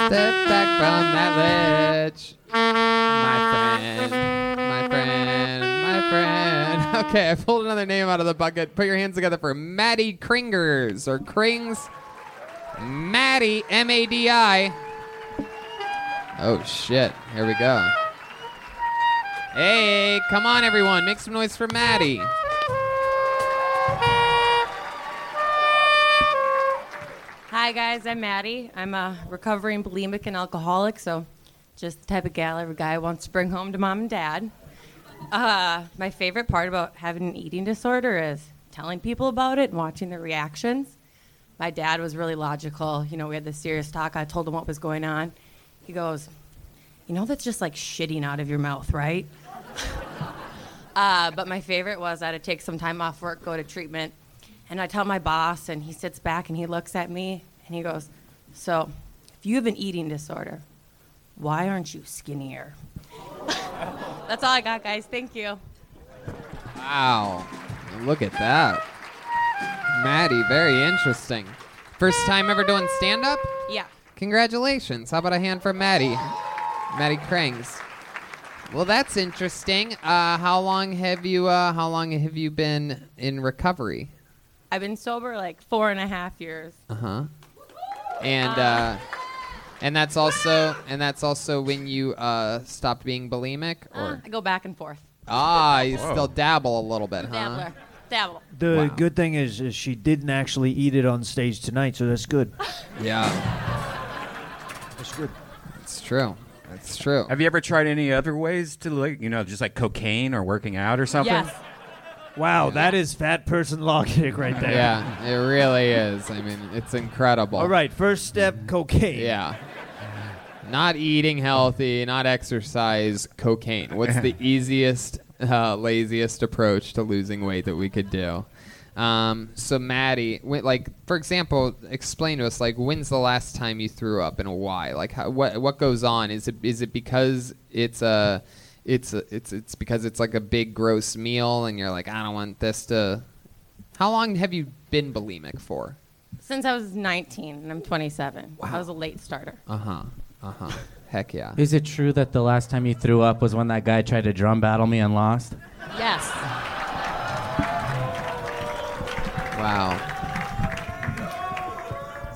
C: Step back from that ledge, my friend, my friend, my friend. Okay, I pulled another name out of the bucket. Put your hands together for Maddie Kringers or Krings. Maddie, M A D I. Oh shit! Here we go. Hey, come on, everyone! Make some noise for Maddie.
P: Hi guys, I'm Maddie. I'm a recovering bulimic and alcoholic, so just the type of gal every guy wants to bring home to mom and dad. Uh, my favorite part about having an eating disorder is telling people about it and watching their reactions. My dad was really logical. You know, we had this serious talk. I told him what was going on. He goes, You know, that's just like shitting out of your mouth, right? Uh, but my favorite was I had to take some time off work, go to treatment, and I tell my boss, and he sits back and he looks at me and he goes, So, if you have an eating disorder, why aren't you skinnier? That's all I got, guys. Thank you.
C: Wow. Look at that. Maddie, very interesting. First time ever doing stand up?
P: Yeah.
C: Congratulations. How about a hand for Maddie? Maddie Krangs. Well, that's interesting. Uh, how long have you uh, How long have you been in recovery?
P: I've been sober like four and a half years.
C: Uh huh. And uh, and that's also and that's also when you uh, stopped being bulimic,
P: Uh,
C: or
P: I go back and forth.
C: ah, you
P: Whoa.
C: still dabble a little bit, huh?
P: Dabbler. Dabble.
E: The
C: Wow.
E: good thing is, is she didn't actually eat it on stage tonight, so that's good.
C: Yeah.
E: That's good.
C: It's true. That's true.
N: Have you ever tried any other ways to like, you know, just like cocaine or working out or something?
P: Yes.
E: Wow, that is fat person law kick right there.
C: Yeah, it really is. I mean, it's incredible.
E: All right, first step, cocaine.
C: Yeah. Not eating healthy, not exercise, cocaine. What's the easiest, uh, laziest approach to losing weight that we could do? Um, so, Maddie, when, like for example, explain to us like when's the last time you threw up and why? Like how, what what goes on? Is it is it because it's a it's a, it's it's because it's like a big gross meal and you're like I don't want this to. How long have you been bulimic for?
P: Since I was 19 and I'm 27, I was a late starter.
C: Uh huh. Uh huh. Heck yeah.
I: Is it true that the last time you threw up was when that guy tried to drum battle me and lost?
P: Yes.
C: Wow.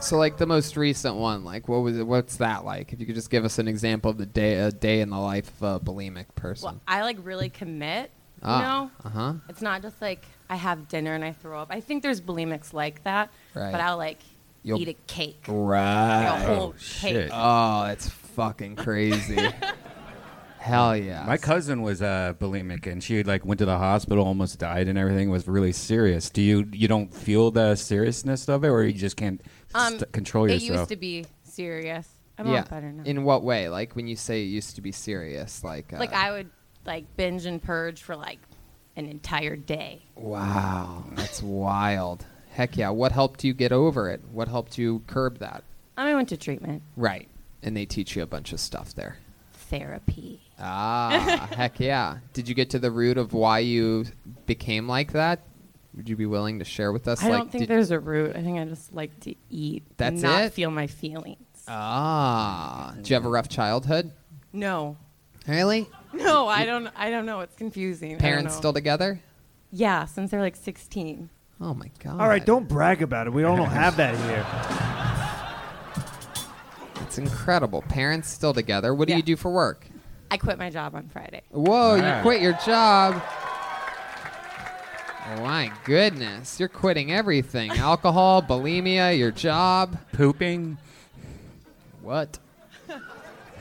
C: So like the most recent one, like what was it, what's that like? If you could just give us an example of the day a day in the life of a bulimic person.
P: I like really commit. You
C: Ah,
P: know?
C: uh-huh.
P: It's not just like I have dinner and I throw up. I think there's bulimics like that,
C: Right.
P: but I'll like
C: You'll-
P: eat a cake.
C: Right.
P: Like a whole cake.
C: Oh, that's fucking crazy. Hell yeah.
K: My cousin was uh, bulimic, and she like went to the hospital, almost died, and everything was really serious. Do you you don't feel the seriousness of it, or you just can't st- control
P: Um, It used
K: yourself?
P: to be serious. I'm
C: yeah.
P: all better now.
C: In what way? Like when you say it used to be serious, like uh,
P: like I would like binge and purge for like an entire day.
C: wow, that's wild. Heck yeah. What helped you get over it? What helped you curb that?
P: I went to treatment,
C: Right. And they teach you a bunch of stuff there.
P: therapy.
C: Ah, heck yeah. Did you get to the root of why you became like that? Would you be willing to share with us?
P: I
C: like,
P: don't think
C: did-
P: there's a root. I think I just like to eat. and
C: That's
P: not
C: it?
P: feel my feelings.
C: Ah, did you have a rough childhood?
P: No.
C: Really?
P: No, I don't. I don't know. It's confusing. I don't
C: Parents
P: know.
C: still together?
P: Yeah, since they're like 16.
C: Oh my god.
E: All right, don't brag about it. We don't have that here.
C: It's incredible. Parents still together. What do you do for work?
P: I quit my job on Friday.
C: Whoa,
P: Wow.
C: you quit your job. Oh my goodness. You're quitting everything alcohol, bulimia, your job, pooping. What?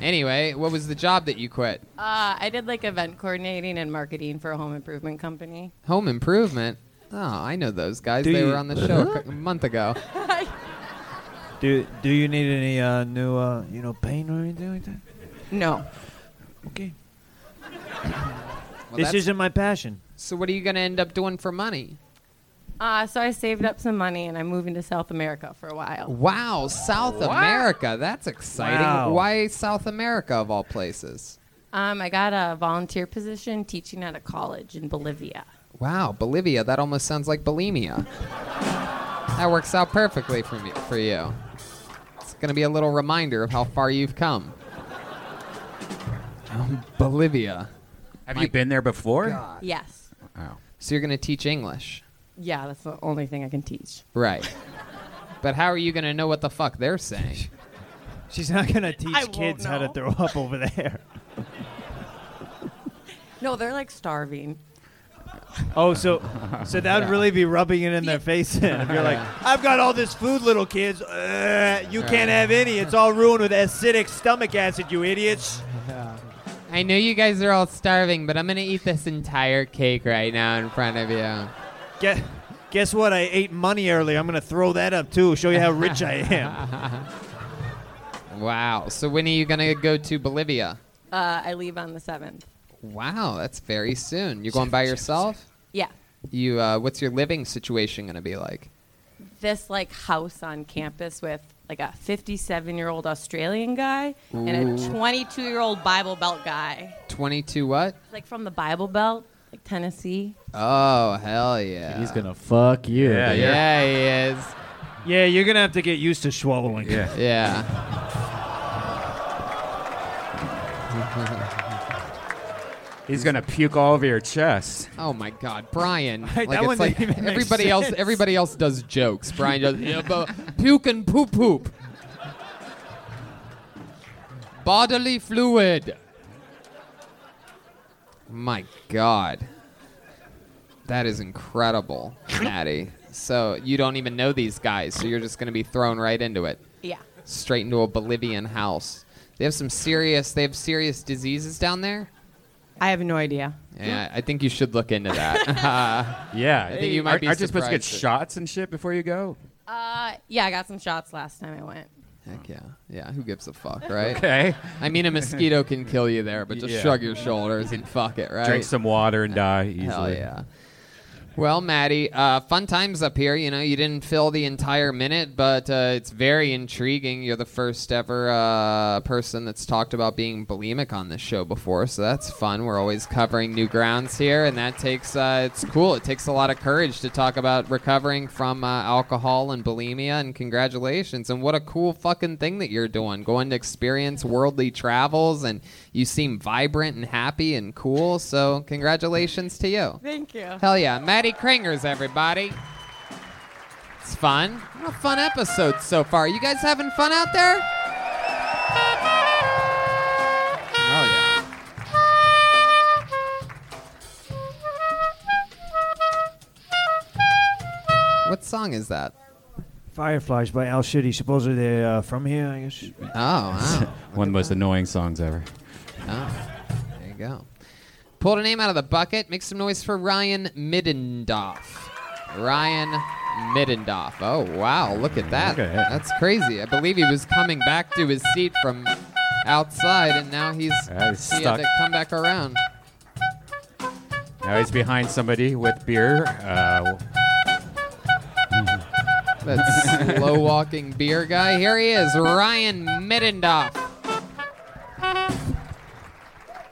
C: Anyway, what was the job that you quit?
P: Uh, I did like event coordinating and marketing for a home improvement company.
C: Home Improvement. Oh, I know those guys.
E: Do
C: they
E: you-
C: were on the show a cou- a month ago.
E: Do Do you need any uh, new, uh, you know, pain or anything like that?
P: No.
E: Okay.
C: Well,
E: this
C: that's-
E: isn't my passion.
C: So what are you going to end up doing for money?
P: Uh, so I saved up some money and I'm moving to South America for a while.
C: Wow, South
P: What?
C: America. That's exciting.
P: Wow.
C: Why South America of all places?
P: Um, I got a volunteer position teaching at a college in Bolivia.
C: Wow, Bolivia. That almost sounds like bulimia. that works out perfectly for me, for you. It's going to be a little reminder of how far you've come. Um, Bolivia.
N: Have you been there before?
P: Yes.
C: So you're going to teach English.
P: Yeah, that's the only thing I can teach.
C: Right. but how are you going to know what the fuck they're saying?
E: She's not gonna teach
P: won't
E: kids how to throw up over there.
P: No, they're like starving.
E: Oh, so so that would
P: Yeah.
E: really be rubbing it in their face. If you're like,
P: Yeah.
E: I've got all this food, little kids. Uh, you can't
C: Yeah.
E: have any. It's all ruined with acidic stomach acid, you idiots.
C: I know you guys are all starving, but I'm going to eat this entire cake right now in front of you.
E: Guess, guess what? I ate money earlier. I'm gonna throw that up too. Show you how rich I am.
C: Wow. So when are you going to go to Bolivia?
P: Uh, I leave on the 7th.
C: Wow, that's very soon. You're going by yourself?
P: Yeah.
C: You uh, what's your living situation going to be like?
P: This like house on campus with like a 57 year old Australian guy and
C: Ooh.
P: a 22 year old Bible Belt guy.
C: 22 what?
P: Like from the Bible Belt, like Tennessee.
C: Oh, hell yeah.
I: He's gonna fuck you.
C: Yeah,
I: dude.
C: yeah, he is.
E: Yeah, you're gonna have to get used to swallowing.
D: Yeah.
C: Yeah.
N: He's gonna puke all over your chest.
C: Oh my God, Brian!
N: Right, that
C: like
N: one
C: it's like
N: didn't even make
C: everybody else.
N: sense.
C: Everybody else does jokes. Brian does yeah, but puke and poop poop. Bodily fluid. My God, that is incredible, Maddie. So you don't even know these guys, so you're just going to be thrown right into it.
P: Yeah.
C: Straight into a Bolivian house. They have some serious. They have serious diseases down there.
P: I have no idea.
C: Yeah, I think you should look into that. Uh,
N: Yeah.
C: I think you might
N: aren't,
C: be
N: aren't you supposed to get
C: surprised
N: shots and shit before you go?
P: Uh, yeah, I got some shots last time I went.
C: Heck yeah. Yeah, who gives a fuck, right?
N: Okay.
C: I mean, a mosquito can kill you there, but just
N: Yeah.
C: shrug your shoulders and fuck it, right?
N: Drink some water and die easily.
C: Hell yeah. Well, Maddie, uh, fun times up here. You know, you didn't fill the entire minute, but uh, it's very intriguing. You're the first ever uh, person that's talked about being bulimic on this show before, so that's fun. We're always covering new grounds here, and that takes uh, it's cool. It takes a lot of courage to talk about recovering from uh, alcohol and bulimia. And congratulations! And what a cool fucking thing that you're doing, going to experience worldly travels, and you seem vibrant and happy and cool. So congratulations to you.
P: Thank you.
C: Hell yeah. Maddie Kringer's everybody. It's fun. What a fun episode so far. You guys having fun out there? Oh yeah. What song is that?
E: Fireflies by Al Shitty. Supposedly they're uh, from here, I guess.
C: Oh, wow.
K: One of the most annoying songs ever.
C: Oh, there you go. Pulled a name out of the bucket. Make some noise for Ryan Middendorf. Ryan Middendorf. Oh, wow. Look at that.
O: Look at that.
C: That's crazy. I believe he was coming back to his seat from outside, and now he's,
N: Yeah, he's
C: he had to
N: stuck.
C: come back around.
N: Now he's behind somebody with beer. Uh,
C: That slow walking beer guy. Here he is, Ryan Middendorf.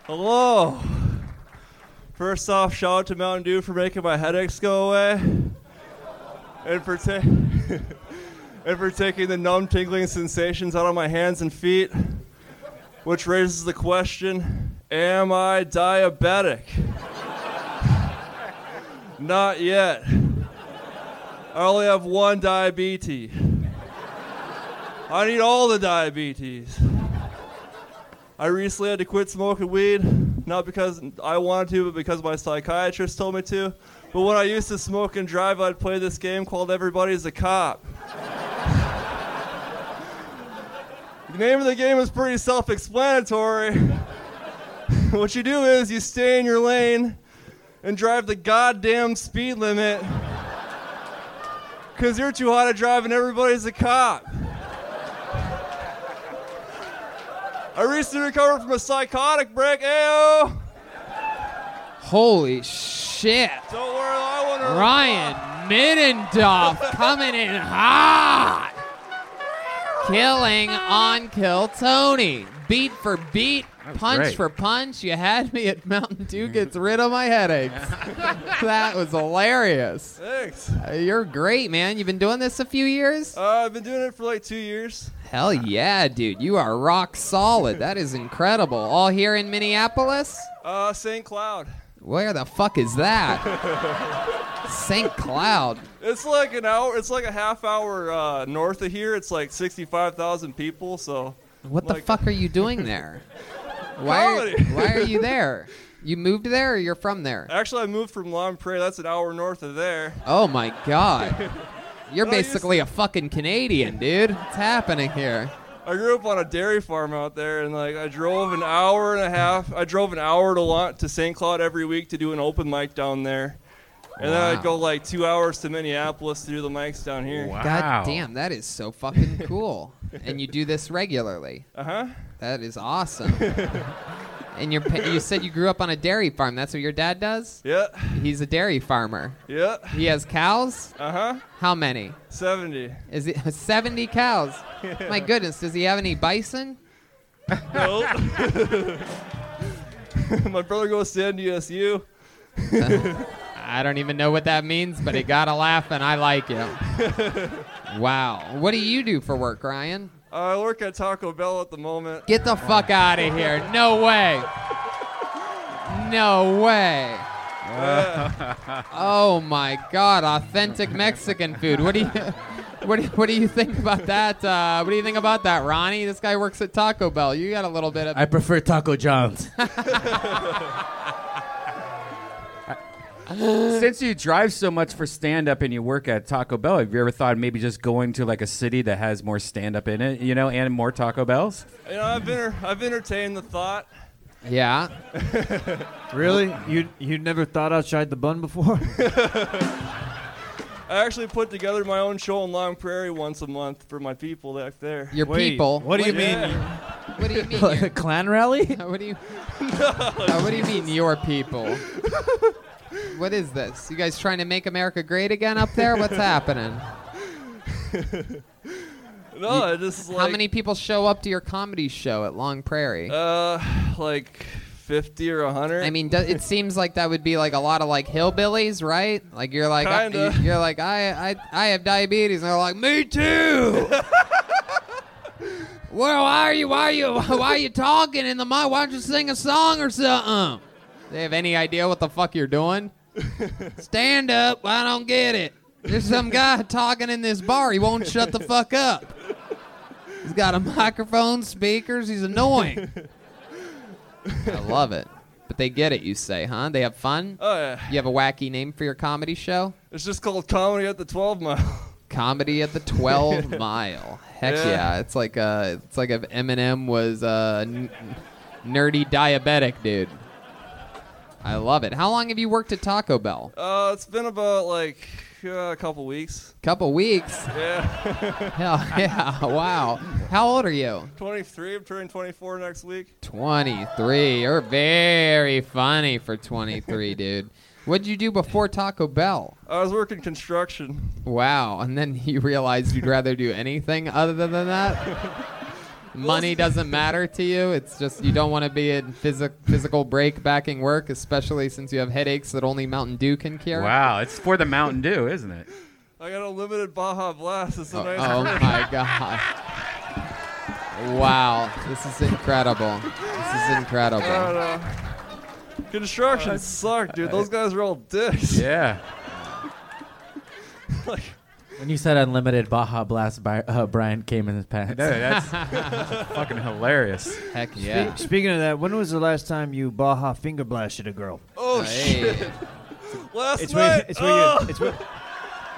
Q: Hello. First off, shout out to Mountain Dew for making my headaches go away, and for ta- and for taking the numb, tingling sensations out of my hands and feet, which raises the question: Am I diabetic? Not yet. I only have one diabetes. I need all the diabetes. I recently had to quit smoking weed, not because I wanted to, but because my psychiatrist told me to. But when I used to smoke and drive, I'd play this game called Everybody's a Cop. the name of the game is pretty self explanatory. what you do is you stay in your lane and drive the goddamn speed limit because you're too hot at driving, everybody's a cop. I recently recovered from a psychotic break. Ayo!
C: Holy shit.
Q: Don't worry, I want to.
C: Ryan Middendorf coming in hot. Killing on Kill Tony. Beat for beat, punch
O: great.
C: for punch. You had me at Mountain Dew gets rid of my headaches. that was hilarious.
Q: Thanks.
C: Uh, you're great, man. You've been doing this a few years?
Q: Uh, I've been doing it for like two years.
C: Hell yeah, dude. You are rock solid. That is incredible. All here in Minneapolis?
Q: Uh, St. Cloud.
C: Where the fuck is that? St. Cloud.
Q: It's like an hour. It's like a half hour uh, north of here. It's like sixty-five thousand people. So
C: What the fuck are you doing there? Why are,
Q: Comedy.
C: why are you there? You moved there or you're from there?
Q: actually, I moved from Long Prairie. That's an hour north of there.
C: Oh my god. You're
Q: No, you s-
C: basically a fucking Canadian, dude. What's happening here?
Q: I grew up on a dairy farm out there, and like I drove an hour and a half. I drove an hour to Lon- to St. Cloud every week to do an open mic down there, and then I'd
C: Wow.
Q: go like two hours to Minneapolis to do the mics down here.
C: God damn, that is so fucking cool. and you do this regularly.
Q: Uh huh.
C: That is awesome. and your pa- you said you grew up on a dairy farm. That's what your dad does?
Q: Yeah.
C: He's a dairy farmer.
Q: Yeah.
C: He has cows?
Q: Uh huh.
C: How many?
Q: Seventy.
C: Is it 70 cows? My goodness, does he have any bison?
Q: Nope. My brother goes to NDSU.
C: I don't even know what that means, but it got a laugh, and I like it. Wow. What do you do for work, Ryan?
Q: I work at Taco Bell at the moment.
C: Get the fuck out of here. No way. No way. oh my God! Authentic Mexican food. What do you, what do you, what do you think about that? Uh, what do you think about that, Ronnie? This guy works at Taco Bell. You got a little bit of.
F: I prefer Taco John's.
N: Since you drive so much for stand up and you work at Taco Bell, have you ever thought maybe just going to like a city that has more stand up in it, you know, and more Taco Bells?
Q: You know, I've enter- I've entertained the thought.
C: Yeah.
E: really? You you never thought outside the bun before?
Q: I actually put together my own show in Long Prairie once a month for my people back there.
C: Your Wait, people?
E: what do you mean?
C: What do you mean?
F: A clan rally?
C: what do you? Uh, what do you mean, your people? What is this? You guys trying to make America great again up there? What's happening?
Q: No, I just
C: How
Q: like
C: many people show up to your comedy show at Long Prairie?
Q: Uh, like fifty or hundred.
C: I mean, do, it seems like that would be like a lot of like hillbillies, right? Like you're like I-
Q: Kinda.
C: you're like I I I have diabetes, and they're like me too. well, why are you why are you why are you talking in the mic? Why don't you sing a song or something? They have any idea what the fuck you're doing? Stand up. I don't get it. There's some guy talking in this bar. He won't shut the fuck up. He's got a microphone, speakers. He's annoying. I love it. But they get it, you say, huh? They have fun?
Q: Oh, yeah.
C: You have a wacky name for your comedy show?
Q: It's just called comedy at the twelve mile.
C: Comedy at the 12 Mile. Heck yeah.
Q: Yeah.
C: It's like uh it's like if Eminem was a n- nerdy diabetic dude. I love it. How long have you worked at Taco Bell?
Q: Uh, it's been about like uh, a couple weeks.
C: Couple weeks.
Q: Yeah.
C: Hell yeah. Wow. How old are you?
Q: 23. I'm turning 24 next week.
C: 23. You're very funny for 23, dude. What'd you do before Taco Bell?
Q: I was working construction.
C: Wow. And then you realized you'd rather do anything other than that? Money doesn't matter to you. It's just you don't want to be in physic- physical break backing work, especially since you have headaches that only Mountain Dew can cure.
N: Wow, it's for the Mountain Dew, isn't it?
Q: I got a limited Baja Blast. It's a nice.
C: Oh
Q: drink.
C: my god. Wow. This is incredible. This is incredible.
Q: I don't know. Construction
E: Uh,
Q: sucked, dude. Those guys are all dicks.
N: Yeah.
I: When you said unlimited Baja Blast, Bi- uh, Brian came in his pants.
N: No, that's fucking hilarious.
C: Heck
E: Spe- Speaking of that, when was the last time you Baja finger blasted a girl?
Q: Oh shit. Last
E: It's where-
Q: night.
E: it's where you-
Q: oh.
E: it's where-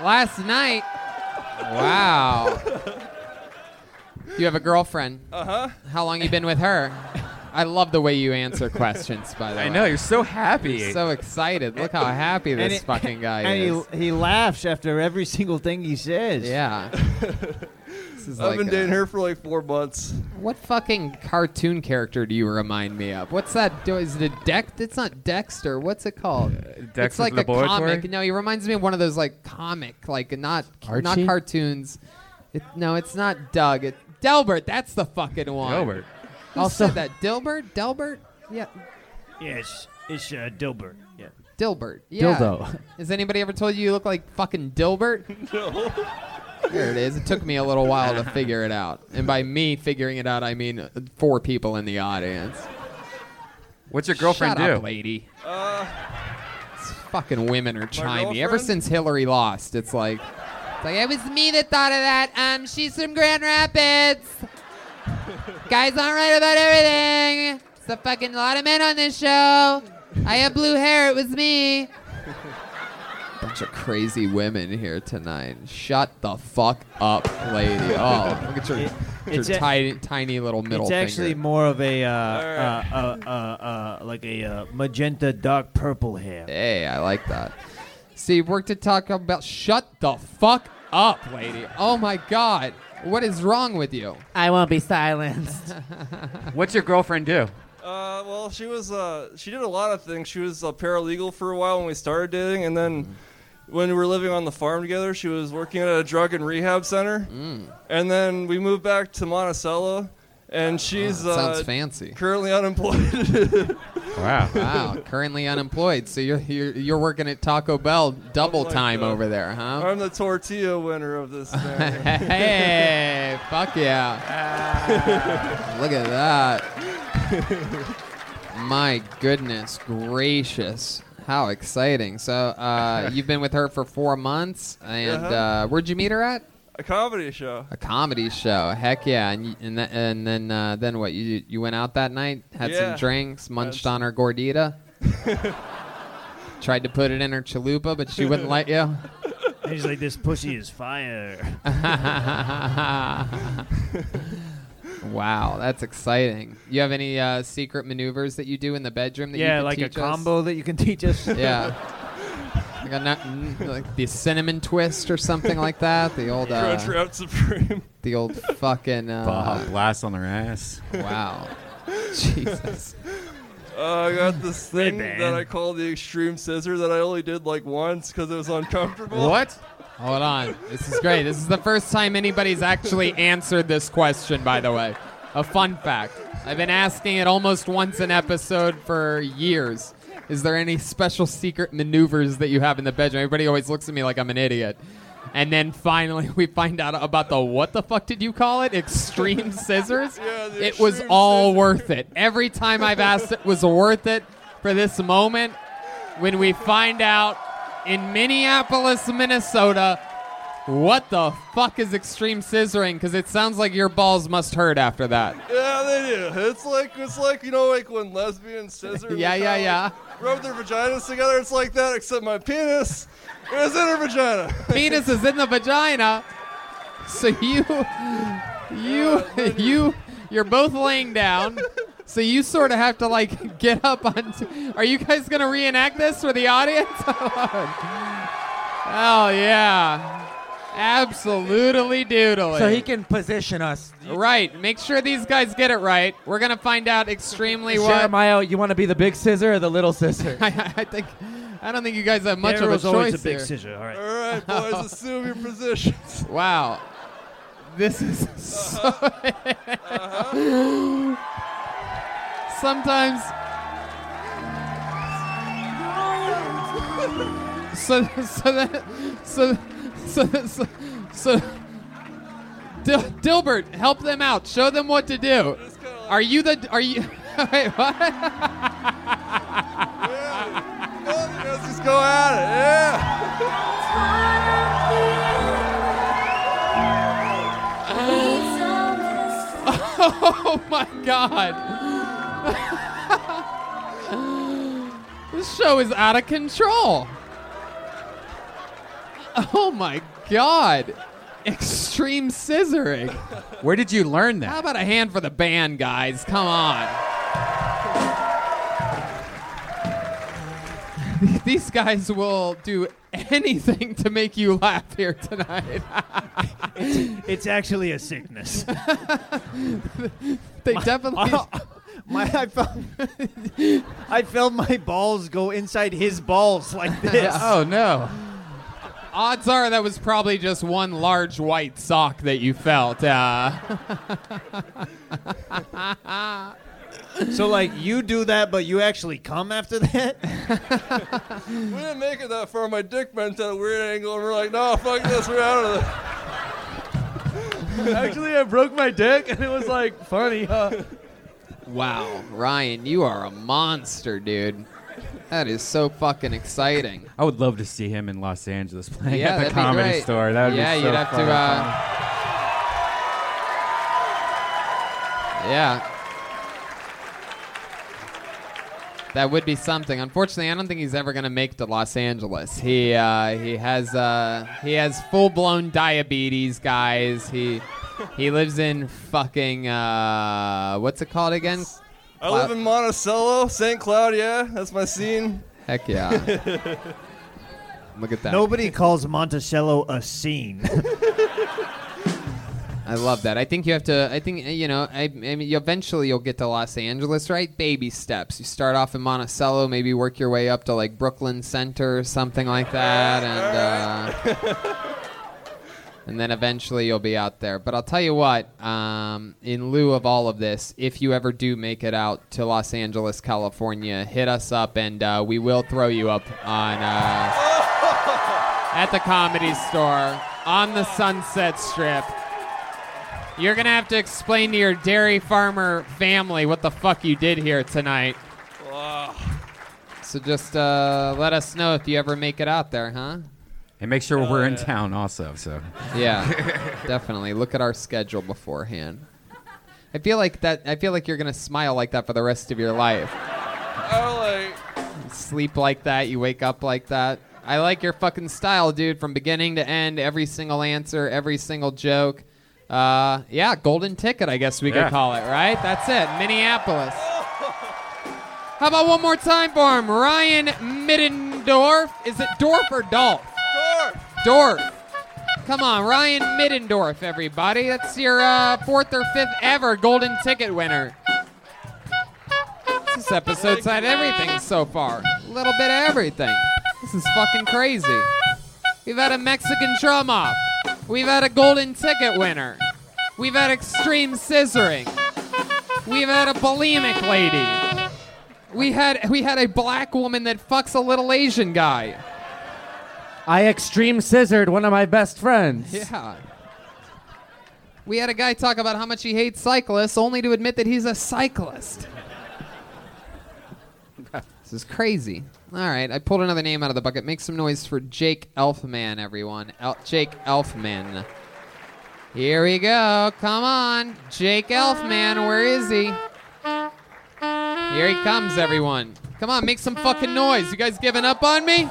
C: Last night. Wow. You have a girlfriend.
Q: Uh huh.
C: How long you been with her? I love the way you answer questions, by the way.
N: I know, you're so happy.
C: You're so excited. Look how happy
E: And
C: this
E: it-
C: fucking guy is.
E: and he, he laughs after every single thing he says.
C: Yeah. This is
Q: I've
C: like
Q: been
C: a-
Q: dating her for like four months.
C: What fucking cartoon character do you remind me of? What's that? do- Is it a Dex? It's not Dexter. What's it called? it's
N: Uh, Dexter's
C: like
N: Laboratory?
C: a comic. No, he reminds me of one of those like comic, like not not
N: Archie?
C: cartoons. It, no, it's not Doug. It, Delbert. That's the fucking one.
N: Delbert.
C: Who also,
E: Also-
C: said that Dilbert. Delbert. Yeah,
E: Yes, it's uh, Dilbert. Yeah.
C: Dilbert. Yeah.
E: Dildo.
C: Has anybody ever told you you look like fucking Dilbert? There it is. It took me a little while to figure it out. And by me figuring it out, I mean uh, four people in the audience.
N: What's your girlfriend
C: Shut
N: do?
C: up, lady.
Q: Uh,
C: Fucking women are chimey. Ever since Hillary lost, it's like, it's like it was me that thought of that. Um, she's from Grand Rapids. Guys aren't right about everything. It's a fucking lot of men on this show. I have blue hair. It was me. Bunch of crazy women here tonight. Shut the fuck up, lady. Oh, look at your,
E: It-
C: your
E: it's a-
C: tiny, tiny little middle
E: it's actually
C: finger.
E: more of a uh, uh, uh, uh, uh, like a uh, magenta dark purple hair.
C: Hey, I like that. See, you worked at Taco Bell. Shut the fuck up, lady. Oh my god. What is wrong with you?
I: I won't be silenced.
N: What's your girlfriend do?
Q: Uh, well, she was uh, she did a lot of things. She was a paralegal for a while when we started dating, and
C: Mm.
Q: then when we were living on the farm together, she was working at a drug and rehab center.
C: Mm.
Q: And then we moved back to Monticello, and she's
C: Ah, sounds
Q: uh,
C: fancy.
Q: Currently unemployed.
A: Wow.
C: wow. Currently unemployed. So you're, you're you're working at Taco Bell double
N: Oh
Q: like
C: time
Q: that.
C: over there, huh?
Q: I'm the tortilla winner of this thing.
C: hey, fuck yeah. Look at that. My goodness gracious. How exciting. So uh, you've been with her for four months. And
Q: Uh-huh.
C: uh, where'd you meet her at?
Q: A comedy show.
C: A comedy show. Heck yeah. And y- and, th- and then uh, then what? You you went out that night, had
Q: Yeah.
C: some drinks, munched
Q: That's-
C: on her gordita. Tried to put it in her chalupa, but she wouldn't let you.
E: And he's like, this pussy is fire.
C: wow, that's exciting. You have any uh, secret maneuvers that you do in the bedroom that you
E: Yeah,
C: could
E: like a
C: teach us?
E: combo that you can teach us?
C: yeah. Like, a nut- mm, like the cinnamon twist or something like that. The old uh,
Q: Crunch Wrap Supreme.
C: The old fucking uh,
Q: Baja
C: blast on their ass. Wow, Jesus.
Q: Uh, I got this thing
C: man.
Q: that I call the extreme scissor that I only did like once because it was uncomfortable.
C: What? Hold on. This is great. This is the first time anybody's actually answered this question, by the way. A fun fact. I've been asking it almost once an episode for years. Is there any special secret maneuvers that you have in the bedroom? Everybody always looks at me like I'm an idiot. And then finally, we find out about the what the fuck did you call it? Extreme scissors? it was all worth it. Every time I've asked it was worth it for this moment when we find out in Minneapolis, Minnesota, what the fuck is extreme scissoring? Because it sounds like your balls must hurt after that.
Q: Yeah, they do. It's like it's like you know, like when lesbians scissor.
C: Yeah,
Q: they
C: yeah,
Q: kinda,
C: yeah.
Q: like, Rub their vaginas together. It's like that, except my penis is in her vagina.
C: Penis is in the vagina. So you, you, you, you're both laying down. So you sort of have to like get up on. T- Are you guys gonna reenact this for the audience? Oh yeah, absolutely doodly.
O: So he can position us.
C: Right. Make sure these guys get it right. We're gonna find out extremely what.
O: Jeremiah, you want to be the big scissor or the little scissor?
C: I, I think I don't think you guys have much
O: Daryl's
C: of a choice
O: always a big
C: here.
O: scissor, all right.
Q: All right, boys, assume your positions.
C: Wow. This is so.
Q: Uh-huh.
C: Sometimes.
Q: Uh-huh.
C: So so that so so so. so Dil- Dilbert, help them out. Show them what to do. Are you the? Are you? Wait, what?
Q: Let's just go at it. Yeah.
C: Oh my god. this show is out of control. Oh my god. Extreme scissoring. Where did you learn that? How about a hand for the band, guys? Come on. These guys will do anything to make you laugh here tonight.
E: it's actually a sickness.
C: they definitely.
E: My, I, felt, I felt my balls go inside his balls like this.
C: Oh, no. Odds are that was probably just one large white sock that you felt. Uh, Ah.
E: So like you do that, but you actually come after that.
Q: We didn't make it that far. My dick bent at a weird angle, and we're like, no, fuck this, we're out of there.
M: Actually, I broke my dick, and it was like funny. Huh?
C: wow, Ryan, you are a monster, dude. That is so fucking exciting.
K: I would love to see him in Los Angeles playing
C: yeah,
K: at the
C: that'd be
K: comedy
C: great.
K: store. That would
C: yeah,
K: be so
C: you'd have
K: fun.
C: to. Uh, yeah. That would be something. Unfortunately, I don't think he's ever going to make to Los Angeles. He uh, he has uh, he has full blown diabetes, guys. He he lives in fucking uh, what's it called again?
Q: I live in Monticello, St. Cloud. Yeah, that's my scene.
C: Heck yeah! Look at that.
E: Nobody calls Monticello a scene.
C: I love that. I think you have to. I think uh, you know. I, I mean, you- eventually you'll get to Los Angeles, right? Baby steps. You start off in Monticello, maybe work your way up to like Brooklyn Center or something like that, and uh, and then eventually you'll be out there. But I'll tell you what, um, in lieu of all of this, if you ever do make it out to Los Angeles, California, hit us up and uh, we will throw you up on uh, at the comedy store on the Sunset Strip. You're gonna have to explain to your dairy farmer family what the fuck you did here tonight. So just uh, let us know if you ever make it out there, huh?
K: And make sure we're in town also. So
C: uh, Yeah, definitely. Look at our schedule beforehand. I feel like that. I feel like you're gonna smile like that for the rest of your life.
Q: I
C: Sleep like that. You wake up like that. I like your fucking style, dude. From beginning to end, every single answer, every single joke. Uh, yeah, golden ticket. I guess we
B: Yeah.
C: could call it. Right. That's it. Minneapolis. How about one more time for him, Ryan Middendorf? Is it Dorf or Dolph? Dorf. Dorf. Come on, Ryan Middendorf, everybody. That's your uh, fourth or fifth ever golden ticket winner. This episode's had everything so far. A little bit of everything. This is fucking crazy. We've had a Mexican drum off. We've had a golden ticket winner. We've had extreme scissoring. We've had a bulimic lady. We had we had a black woman that fucks a little Asian guy.
I: I extreme scissored one of my best friends.
C: Yeah. We had a guy talk about how much he hates cyclists, only to admit that he's a cyclist. this is crazy. All right, I pulled another name out of the bucket. Make some noise for Jake Elfman, everyone. El- Jake Elfman. Here we go. Come on. Jake Elfman, where is he? Here he comes, everyone. Come on, make some fucking noise. You guys giving up on me?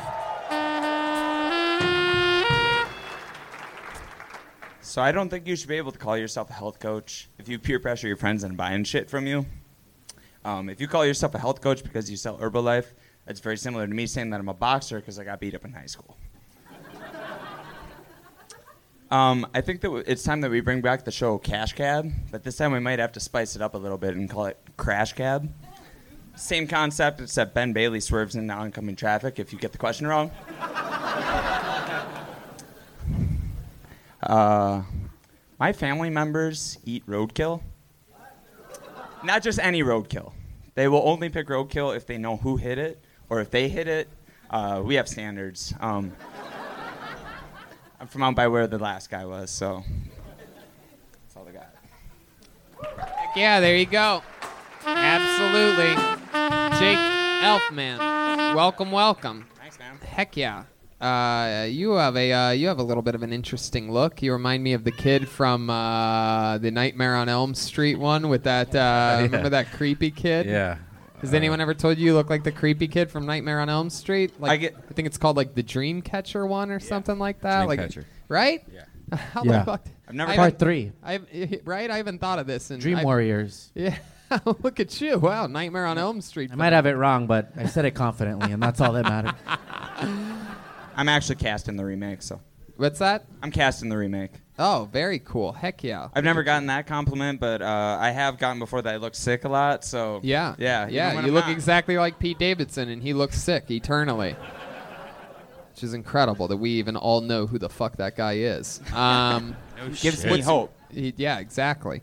R: So I don't think you should be able to call yourself a health coach if you peer pressure your friends and buying shit from you. Um, if you call yourself a health coach because you sell Herbalife, that's very similar to me saying that I'm a boxer because I got beat up in high school. Um, I think that w- it's time that we bring back the show Cash Cab, but this time we might have to spice it up a little bit and call it Crash Cab. Same concept, except Ben Bailey swerves into oncoming traffic if you get the question wrong. Uh, my family members eat roadkill. Not just any roadkill. They will only pick roadkill if they know who hit it or if they hit it. Uh, we have standards. Um, I'm from out by where the last guy was, so that's all I got.
C: Heck yeah, there you go. Absolutely. Jake Elfman. Welcome, welcome.
R: Thanks, man.
C: Heck yeah. Uh, you have a uh, you have a little bit of an interesting look. You remind me of the kid from uh, the Nightmare on Elm Street one with that. Uh, Remember that creepy kid?
K: Yeah.
C: Has anyone ever told you you look like the creepy kid from Nightmare on Elm Street? Like,
R: I get-
C: I think it's called like the Dreamcatcher one or something like that. Like,
R: Dreamcatcher.
C: right? Yeah. How
I: Yeah.
C: the fuck?
I: I've never-
C: I
I: Part
C: haven't-
I: three.
C: I've, right? I haven't thought of this. And
I: Dream
C: I've-
I: Warriors.
C: Yeah. Look at you. Wow. Nightmare on Elm Street.
I: I might have it wrong, but I said it confidently, and that's all that mattered.
R: I'm actually casting the remake, so.
C: What's that?
R: I'm casting the remake.
C: Oh, very cool. Heck yeah.
R: I've never gotten that compliment, but uh, I have gotten before that I look sick a lot, so.
C: Yeah.
R: Yeah. even
C: Yeah.
R: when
C: You
R: I'm
C: look
R: not.
C: exactly like Pete Davidson, and he looks sick eternally. Which is incredible that we even all know who the fuck that guy is. Um,
R: No Gives shit. me
C: what's-
R: hope.
C: he- yeah, exactly.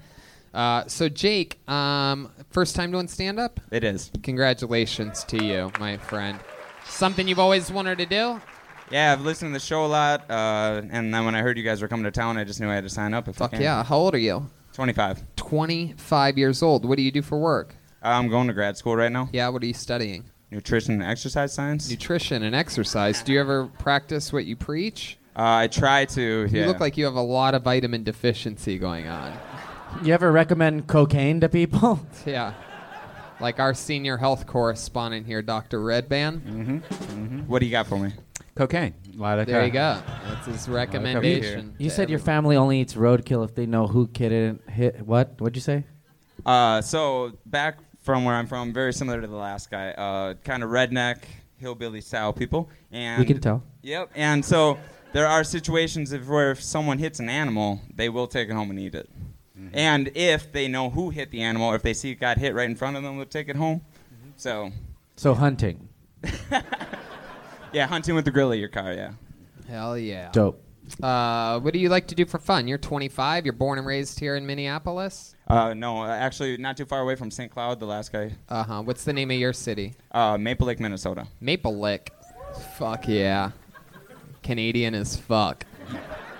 C: Uh, so, Jake, um, first time doing stand up?
R: It is.
C: Congratulations to you, my friend. Something you've always wanted to do?
R: Yeah, I've listened to the show a lot, uh, and then when I heard you guys were coming to town, I just knew I had to sign up. If
C: Fuck
R: I can.
C: yeah. How old are you?
R: 25.
C: 25 years old. What do you do for work?
R: I'm going to grad school right now.
C: Yeah, what are you studying?
R: Nutrition and exercise science.
C: Nutrition and exercise. Do you ever practice what you preach?
R: Uh, I try to. Yeah.
C: You look like you have a lot of vitamin deficiency going on.
I: You ever recommend cocaine to people?
C: Yeah. Like our senior health correspondent here, Dr. Redban. Mm-hmm.
R: What do you got for me?
K: Cocaine. Lot of
C: There you
K: coke.
C: go. That's his recommendation.
I: You said your family only eats roadkill if they know who kid it hit. What? What'd you say?
R: Uh, so back from where I'm from, very similar to the last guy. Uh, kind of redneck, hillbilly style people. And
I: We can tell.
R: Yep. And so there are situations if where if someone hits an animal, they will take it home and eat it. And if they know who hit the animal, or if they see it got hit right in front of them, they'll take it home. So
I: So hunting.
R: yeah, hunting with the grill of your car. Yeah.
C: Hell yeah.
I: Dope.
C: Uh, what do you like to do for fun? You're 25. You're born and raised here in Minneapolis.
R: Uh, no, uh, actually, not too far away from St. Cloud, the last guy.
C: Uh huh. What's the name of your city?
R: Uh, Maple Lake, Minnesota.
C: Maple Lick. Fuck yeah. Canadian as fuck.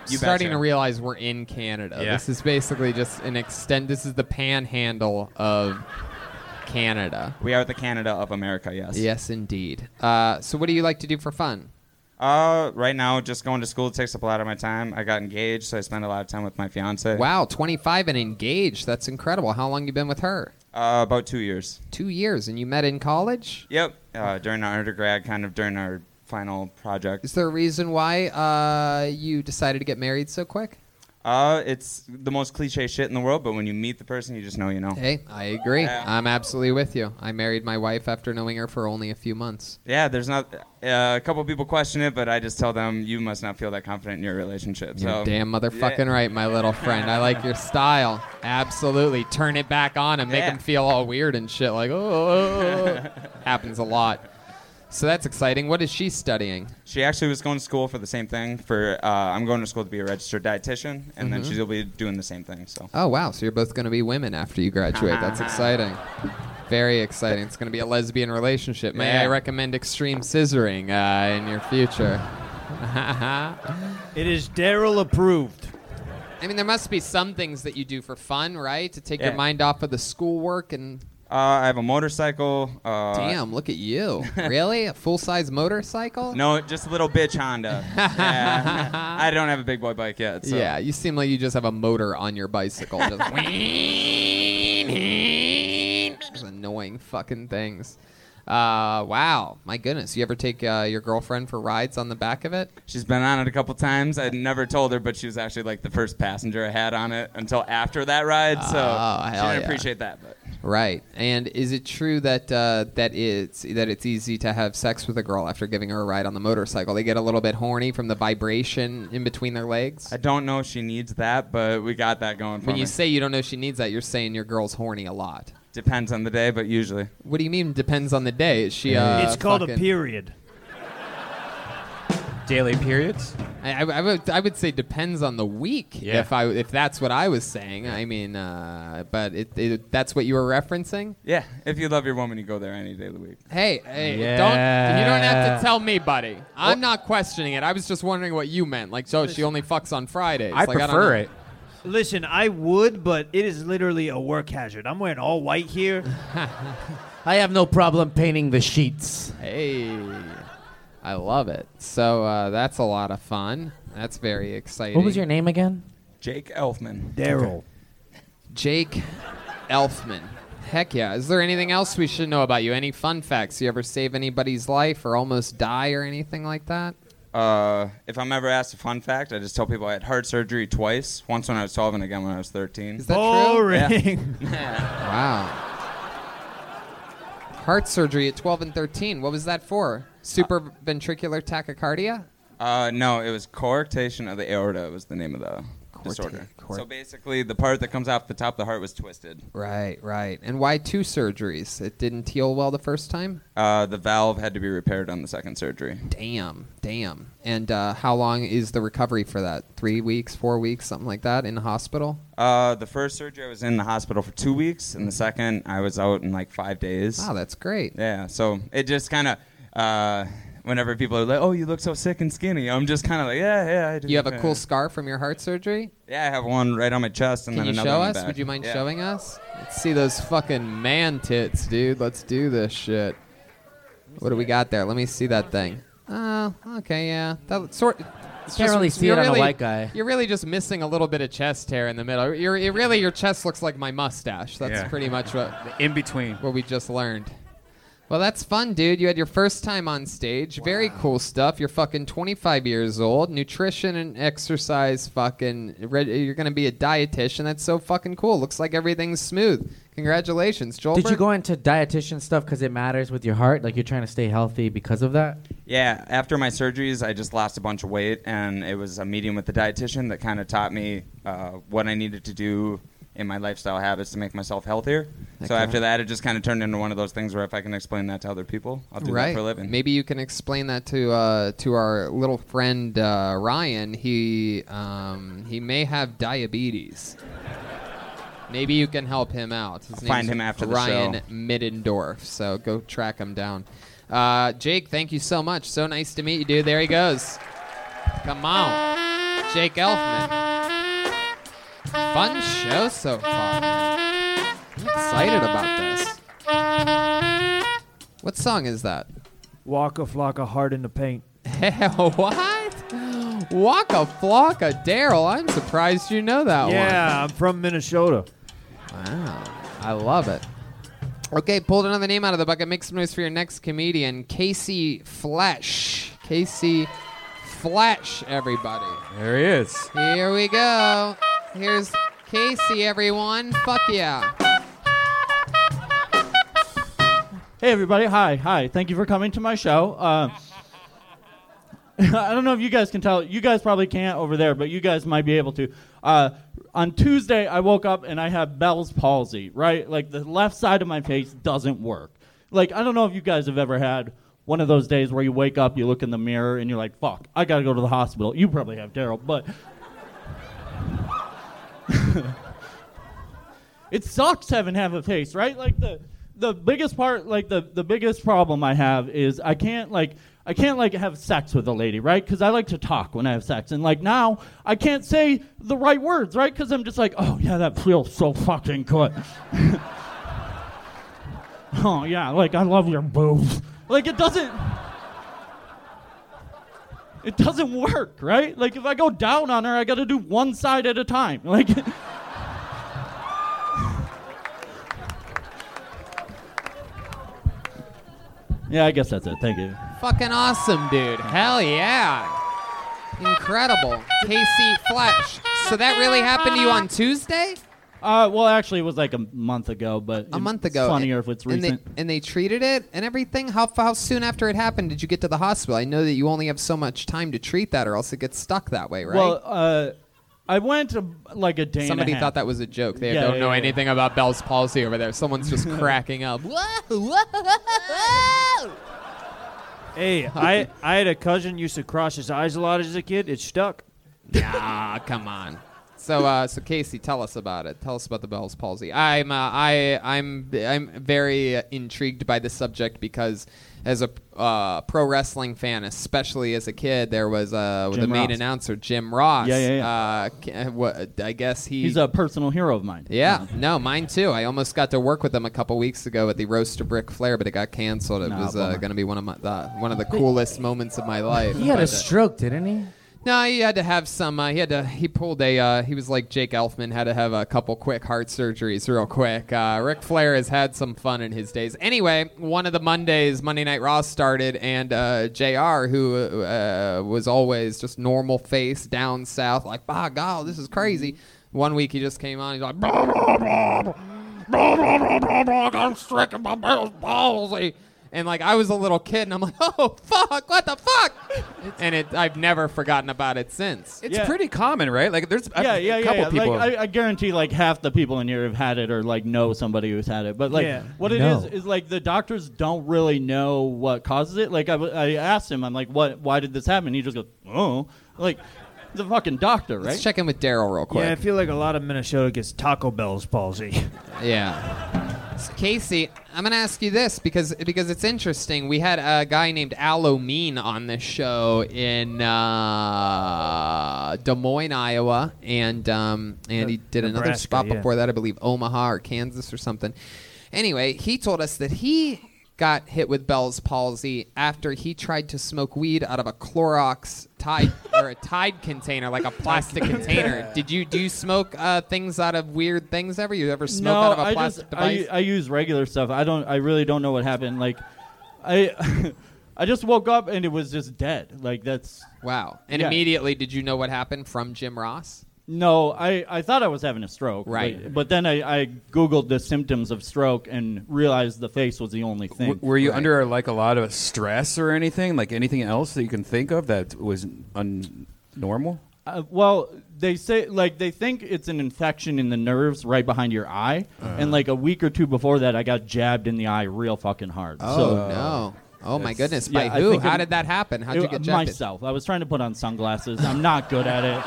R: You
C: Starting
R: betcha.
C: to realize we're in Canada.
R: Yeah.
C: This is basically just an extend. This is the panhandle of Canada.
R: We are the Canada of America, yes.
C: Yes, indeed. Uh, so, what do you like to do for fun?
R: Uh, right now, just going to school takes up a lot of my time. I got engaged, so I spend a lot of time with my fiance.
C: Wow, 25 and engaged. That's incredible. How long you been with her?
R: Uh, about two years.
C: Two years, and you met in college.
R: Yep. Uh, during our undergrad, kind of during our final project.
C: Is there a reason why uh, you decided to get married so quick?
R: Uh, it's the most cliche shit in the world, but when you meet the person, you just know you know.
C: Hey, I agree. I'm absolutely with you. I married my wife after knowing her for only a few months.
R: Yeah, there's not uh, a couple people question it, but I just tell them you must not feel that confident in your relationship.
C: You're
R: so
C: damn motherfucking
R: Yeah.
C: right, my little friend. I like your style. Absolutely. Turn it back on and make
R: Yeah.
C: them feel all weird and shit. Like, oh, happens a lot. So that's exciting. What is she studying?
R: She actually was going to school for the same thing. For uh, I'm going to school to be a registered dietitian, and then
C: Mhm.
R: she'll be doing the same thing. So
C: Oh wow! So you're both going to be women after you graduate. That's exciting. Very exciting. It's going to be a lesbian relationship. May I
E: Yeah.
C: recommend extreme scissoring uh, in your future?
E: It is Daryl approved.
C: I mean, there must be some things that you do for fun, right? To take your
R: Yeah.
C: mind off of the schoolwork and.
R: uh, I have a motorcycle. Uh,
C: Damn! Look at you. really, a full-size motorcycle?
R: No, just a little bitch Honda. Yeah. I don't have a big boy bike yet. So.
C: Yeah, you seem like you just have a motor on your bicycle. Just Those annoying fucking things. Uh, wow, my goodness. You ever take uh, your girlfriend for rides on the back of it?
R: She's been on it a couple times. I never told her, but she was actually like the first passenger I had on it until after that ride. So
C: Oh,
R: she
C: hell
R: didn't
C: yeah.
R: appreciate that. But
C: Right. And is it true that uh, that it's that it's easy to have sex with a girl after giving her a ride on the motorcycle? They get a little bit horny from the vibration in between their legs.
R: I don't know if she needs that, but we got that going for
C: When
R: me.
C: you say you don't know she needs that, you're saying your girl's horny a lot.
R: Depends on the day, but usually.
C: What do you mean depends on the day? Is she? Uh,
E: it's called a
C: fucking-
E: period.
R: Daily periods?
C: I, I, I would, I would say depends on the week.
R: Yeah.
C: If I if that's what I was saying, I mean, uh, but it, it, that's what you were referencing.
R: Yeah, if you love your woman, you go there any day of the week.
C: Hey, hey, don't
R: Yeah.
C: you don't have to tell me, buddy. I'm not questioning it. I was just wondering what you meant. Like, so she only fucks on Fridays. like, don't know.
E: Listen, I would, but it is literally a work hazard. I'm wearing all white here.
O: I have no problem painting the sheets.
C: Hey, I love it. So uh, that's a lot of fun. That's very exciting.
O: What was your name again?
R: Jake Elfman.
O: Daryl.
C: Jake Elfman. Heck yeah. Is there anything else we should know about you? Any fun facts? You ever save anybody's life or almost die or anything like that?
R: Uh, if I'm ever asked a fun fact, I just tell people I had heart surgery twice. Once when I was 12, and again when I was 13. Is
C: that true? Boring.
R: Yeah.
C: Wow. Heart surgery at 12 and 13. What was that for? Supraventricular tachycardia?
R: Uh, no, it was coarctation of the aorta was the name of the disorder. so basically, the part that comes off the top of the heart was twisted.
C: Right, right. And why two surgeries? It didn't heal well the first time?
R: Uh, the valve had to be repaired on the second surgery.
C: Damn, damn. And uh, how long is the recovery for that? Three weeks, four weeks, something like that in the hospital?
R: Uh, the first surgery, I was in the hospital for two weeks, and the second, I was out in like five days.
C: Wow, that's great.
R: Yeah, so it just kind of, uh, whenever people are like, "Oh, you look so sick and skinny," I'm just kind of like, "Yeah, yeah." I do.
C: You have a
R: yeah."
C: cool scar from your heart surgery?
R: Yeah, I have one right on my chest, and
C: Can you
R: then another.
C: show
R: on my
C: us?
R: back.
C: Would you mind
R: Yeah.
C: showing us? Let's see those fucking man tits, dude. Let's do this shit. What do we got there? Let me see that thing. Oh, okay, yeah. That sort. it's
O: Can't
C: just-
O: really see
C: you're
O: it on a white guy.
C: You're really just missing a little bit of chest hair in the middle. You're, you really, your chest looks like my mustache. That's
K: Yeah.
C: pretty much what in between what we just learned. Well, that's fun, dude. You had your first time on stage. Very cool stuff. You're fucking 25 years old. Nutrition and exercise, fucking. Re- you're gonna be a dietitian. That's so fucking cool. Looks like everything's smooth. Congratulations, Joel.
O: Did you go into dietitian stuff because it matters with your heart? Like you're trying to stay healthy because of that?
R: Yeah, after my surgeries, I just lost a bunch of weight, and it was a meeting with the dietitian that kind of taught me uh, what I needed to do in my lifestyle habits to make myself healthier. so
C: Okay.
R: after that, it just kind of turned into one of those things where if I can explain that to other people, I'll do that
C: right.
R: for a living.
C: Maybe you can explain that to uh, to our little friend uh, Ryan. He um, he may have diabetes. Maybe you can help him out. His
R: I'll find
C: name's
R: him after the
C: Ryan
R: show.
C: Middendorf. So go track him down. Uh, Jake, thank you so much. So nice to meet you, dude. There he goes. Come on, Jake Elfman. Fun show so far. I'm excited about this. What song is that?
E: Walk a flock of heart in the paint.
C: Hell, what? Waka Flocka Daryl. I'm surprised you know that one.
E: Yeah, I'm from Minnesota.
C: Wow. I love it. Okay, pulled another name out of the bucket. Make some noise for your next comedian, Casey Flesh. Casey Flesh, everybody.
K: There he is.
C: Here we go. Here's Casey, everyone. Fuck yeah.
S: Hey, everybody. Hi. Hi. Thank you for coming to my show. Uh, I don't know if you guys can tell. You guys probably can't over there, but you guys might be able to. Uh, on Tuesday, I woke up and I have Bell's palsy, right? Like the left side of my face doesn't work. Like, I don't know if you guys have ever had one of those days where you wake up, you look in the mirror, and you're like, fuck, I got to go to the hospital. You probably have, Daryl, but. it sucks having half a face, right? Like the the biggest part, like the the biggest problem I have is I can't like I can't like have sex with a lady, right? Because I like to talk when I have sex, and like now I can't say the right words, right? Because I'm just like, oh yeah, that feels so fucking good. oh yeah, like I love your boobs. Like it doesn't. It doesn't work, right? Like if I go down on her, I got to do one side at a time. Like. Yeah, I guess that's it. Thank you.
C: Fucking awesome, dude. Hell yeah. Incredible. Casey Flesh. So that really happened to you on Tuesday?
S: Uh, well, actually, it was like a month ago, but
C: A
S: it-
C: month
S: it's
C: ago.
S: Funnier
C: and-
S: if it's
C: and they-
S: recent.
C: And they, treated it and everything. How, f- how soon after it happened did you get to the hospital? I know that you only have so much time to treat that, or else it gets stuck that way, right?
S: Well, uh, I went uh, like a day. and a
C: Somebody
S: half.
C: thought that was a joke. They
S: Yeah,
C: don't
S: yeah,
C: know
S: yeah.
C: anything about Bell's palsy over there. Someone's just cracking up.
E: Hey, I I had a cousin used to cross his eyes a lot as a kid. It stuck.
C: Nah, come on. So, uh, so Casey, tell us about it. Tell us about the Bell's palsy. I'm, uh, I, I'm, I'm very uh, intrigued by this subject because, as a uh, pro wrestling fan, especially as a kid, there was uh, the
S: Jim
C: main
S: Ross.
C: announcer, Jim Ross.
S: Yeah, yeah,
C: yeah. Uh, ca- what, I guess he.
S: He's a personal hero of mine.
C: yeah, no, mine too. I almost got to work with him a couple weeks ago at the Roaster Brick Flair, but it got canceled. It
O: Nah,
C: was uh,
O: bummer.
C: going to be one of my the one of the coolest moments of my
S: Oh,
C: life.
O: He had a
C: But, uh,
O: stroke, didn't he?
C: no, he had to have some. Uh, he had to. He pulled a. Uh, he was like Jake Elfman, had to have a couple quick heart surgeries real quick. Uh, Ric Flair has had some fun in his days. Anyway, one of the Mondays, Monday Night Raw started, and uh, Jr., who uh, was always just normal face down south, like, "By God, this is crazy." One week he just came on. He's like, "Blah, blah, blah, blah, blah, blah, blah, blah, blah, "I'm stricken by Bell's palsy," eh. and like I was a little kid, and I'm like, "Oh fuck, what the fuck." and it I've never forgotten about it since.
S: It's Yeah. pretty
C: common, right? Like there's
S: yeah, yeah, yeah. yeah. Like, I, I guarantee, like half the people in here have had it or like know somebody who's had it. But like,
E: Yeah.
S: what it
E: No.
S: is is like the doctors don't really know what causes it. Like I, w- I asked him, I'm like, what? Why did this happen? He just goes, oh, like the fucking doctor, right?
C: check in with Daryl real
E: Yeah, I feel like a lot of Minnesota gets Taco Bell's palsy.
C: Yeah. So, Casey, I'm gonna ask you this because because it's interesting. We had a guy named Aloe Mean on this show in uh, Des Moines, Iowa, and um, and he did another
O: Nebraska,
C: spot
O: yeah.
C: before that, I believe Omaha or Kansas or something. Anyway, he told us that he got hit with Bell's palsy after he tried to smoke weed out of a Clorox Tide or a Tide container, like a plastic container. Did you do you smoke uh, things out of weird things ever? You ever smoke out of a
S: I
C: plastic
S: just,
C: device?
S: I, I use regular stuff. I don't. I really don't know what happened. Like, I, I just woke up and it was just dead. Like that's
C: wow. And immediately, did you know what happened from Jim Ross?
S: No, I, I thought I was having a stroke.
C: Right.
S: But, but then I, I Googled the symptoms of stroke and realized the face was the only thing.
K: W- were you under like a lot of stress or anything? Like anything else that you can think of that was un- normal?
S: Uh, well, they say like they think it's an infection in the nerves right behind your eye,
C: Uh.
S: and like a week or two before that, I got jabbed in the eye real fucking hard.
C: Oh,
S: so,
C: no. Oh, my
S: It's-
C: goodness.
S: yeah,
C: By
S: I
C: who?
S: think
C: How
S: it-
C: did that happen? How'd you
S: it-
C: get jabbed?
S: Myself. I was trying to put on sunglasses. I'm not good at it.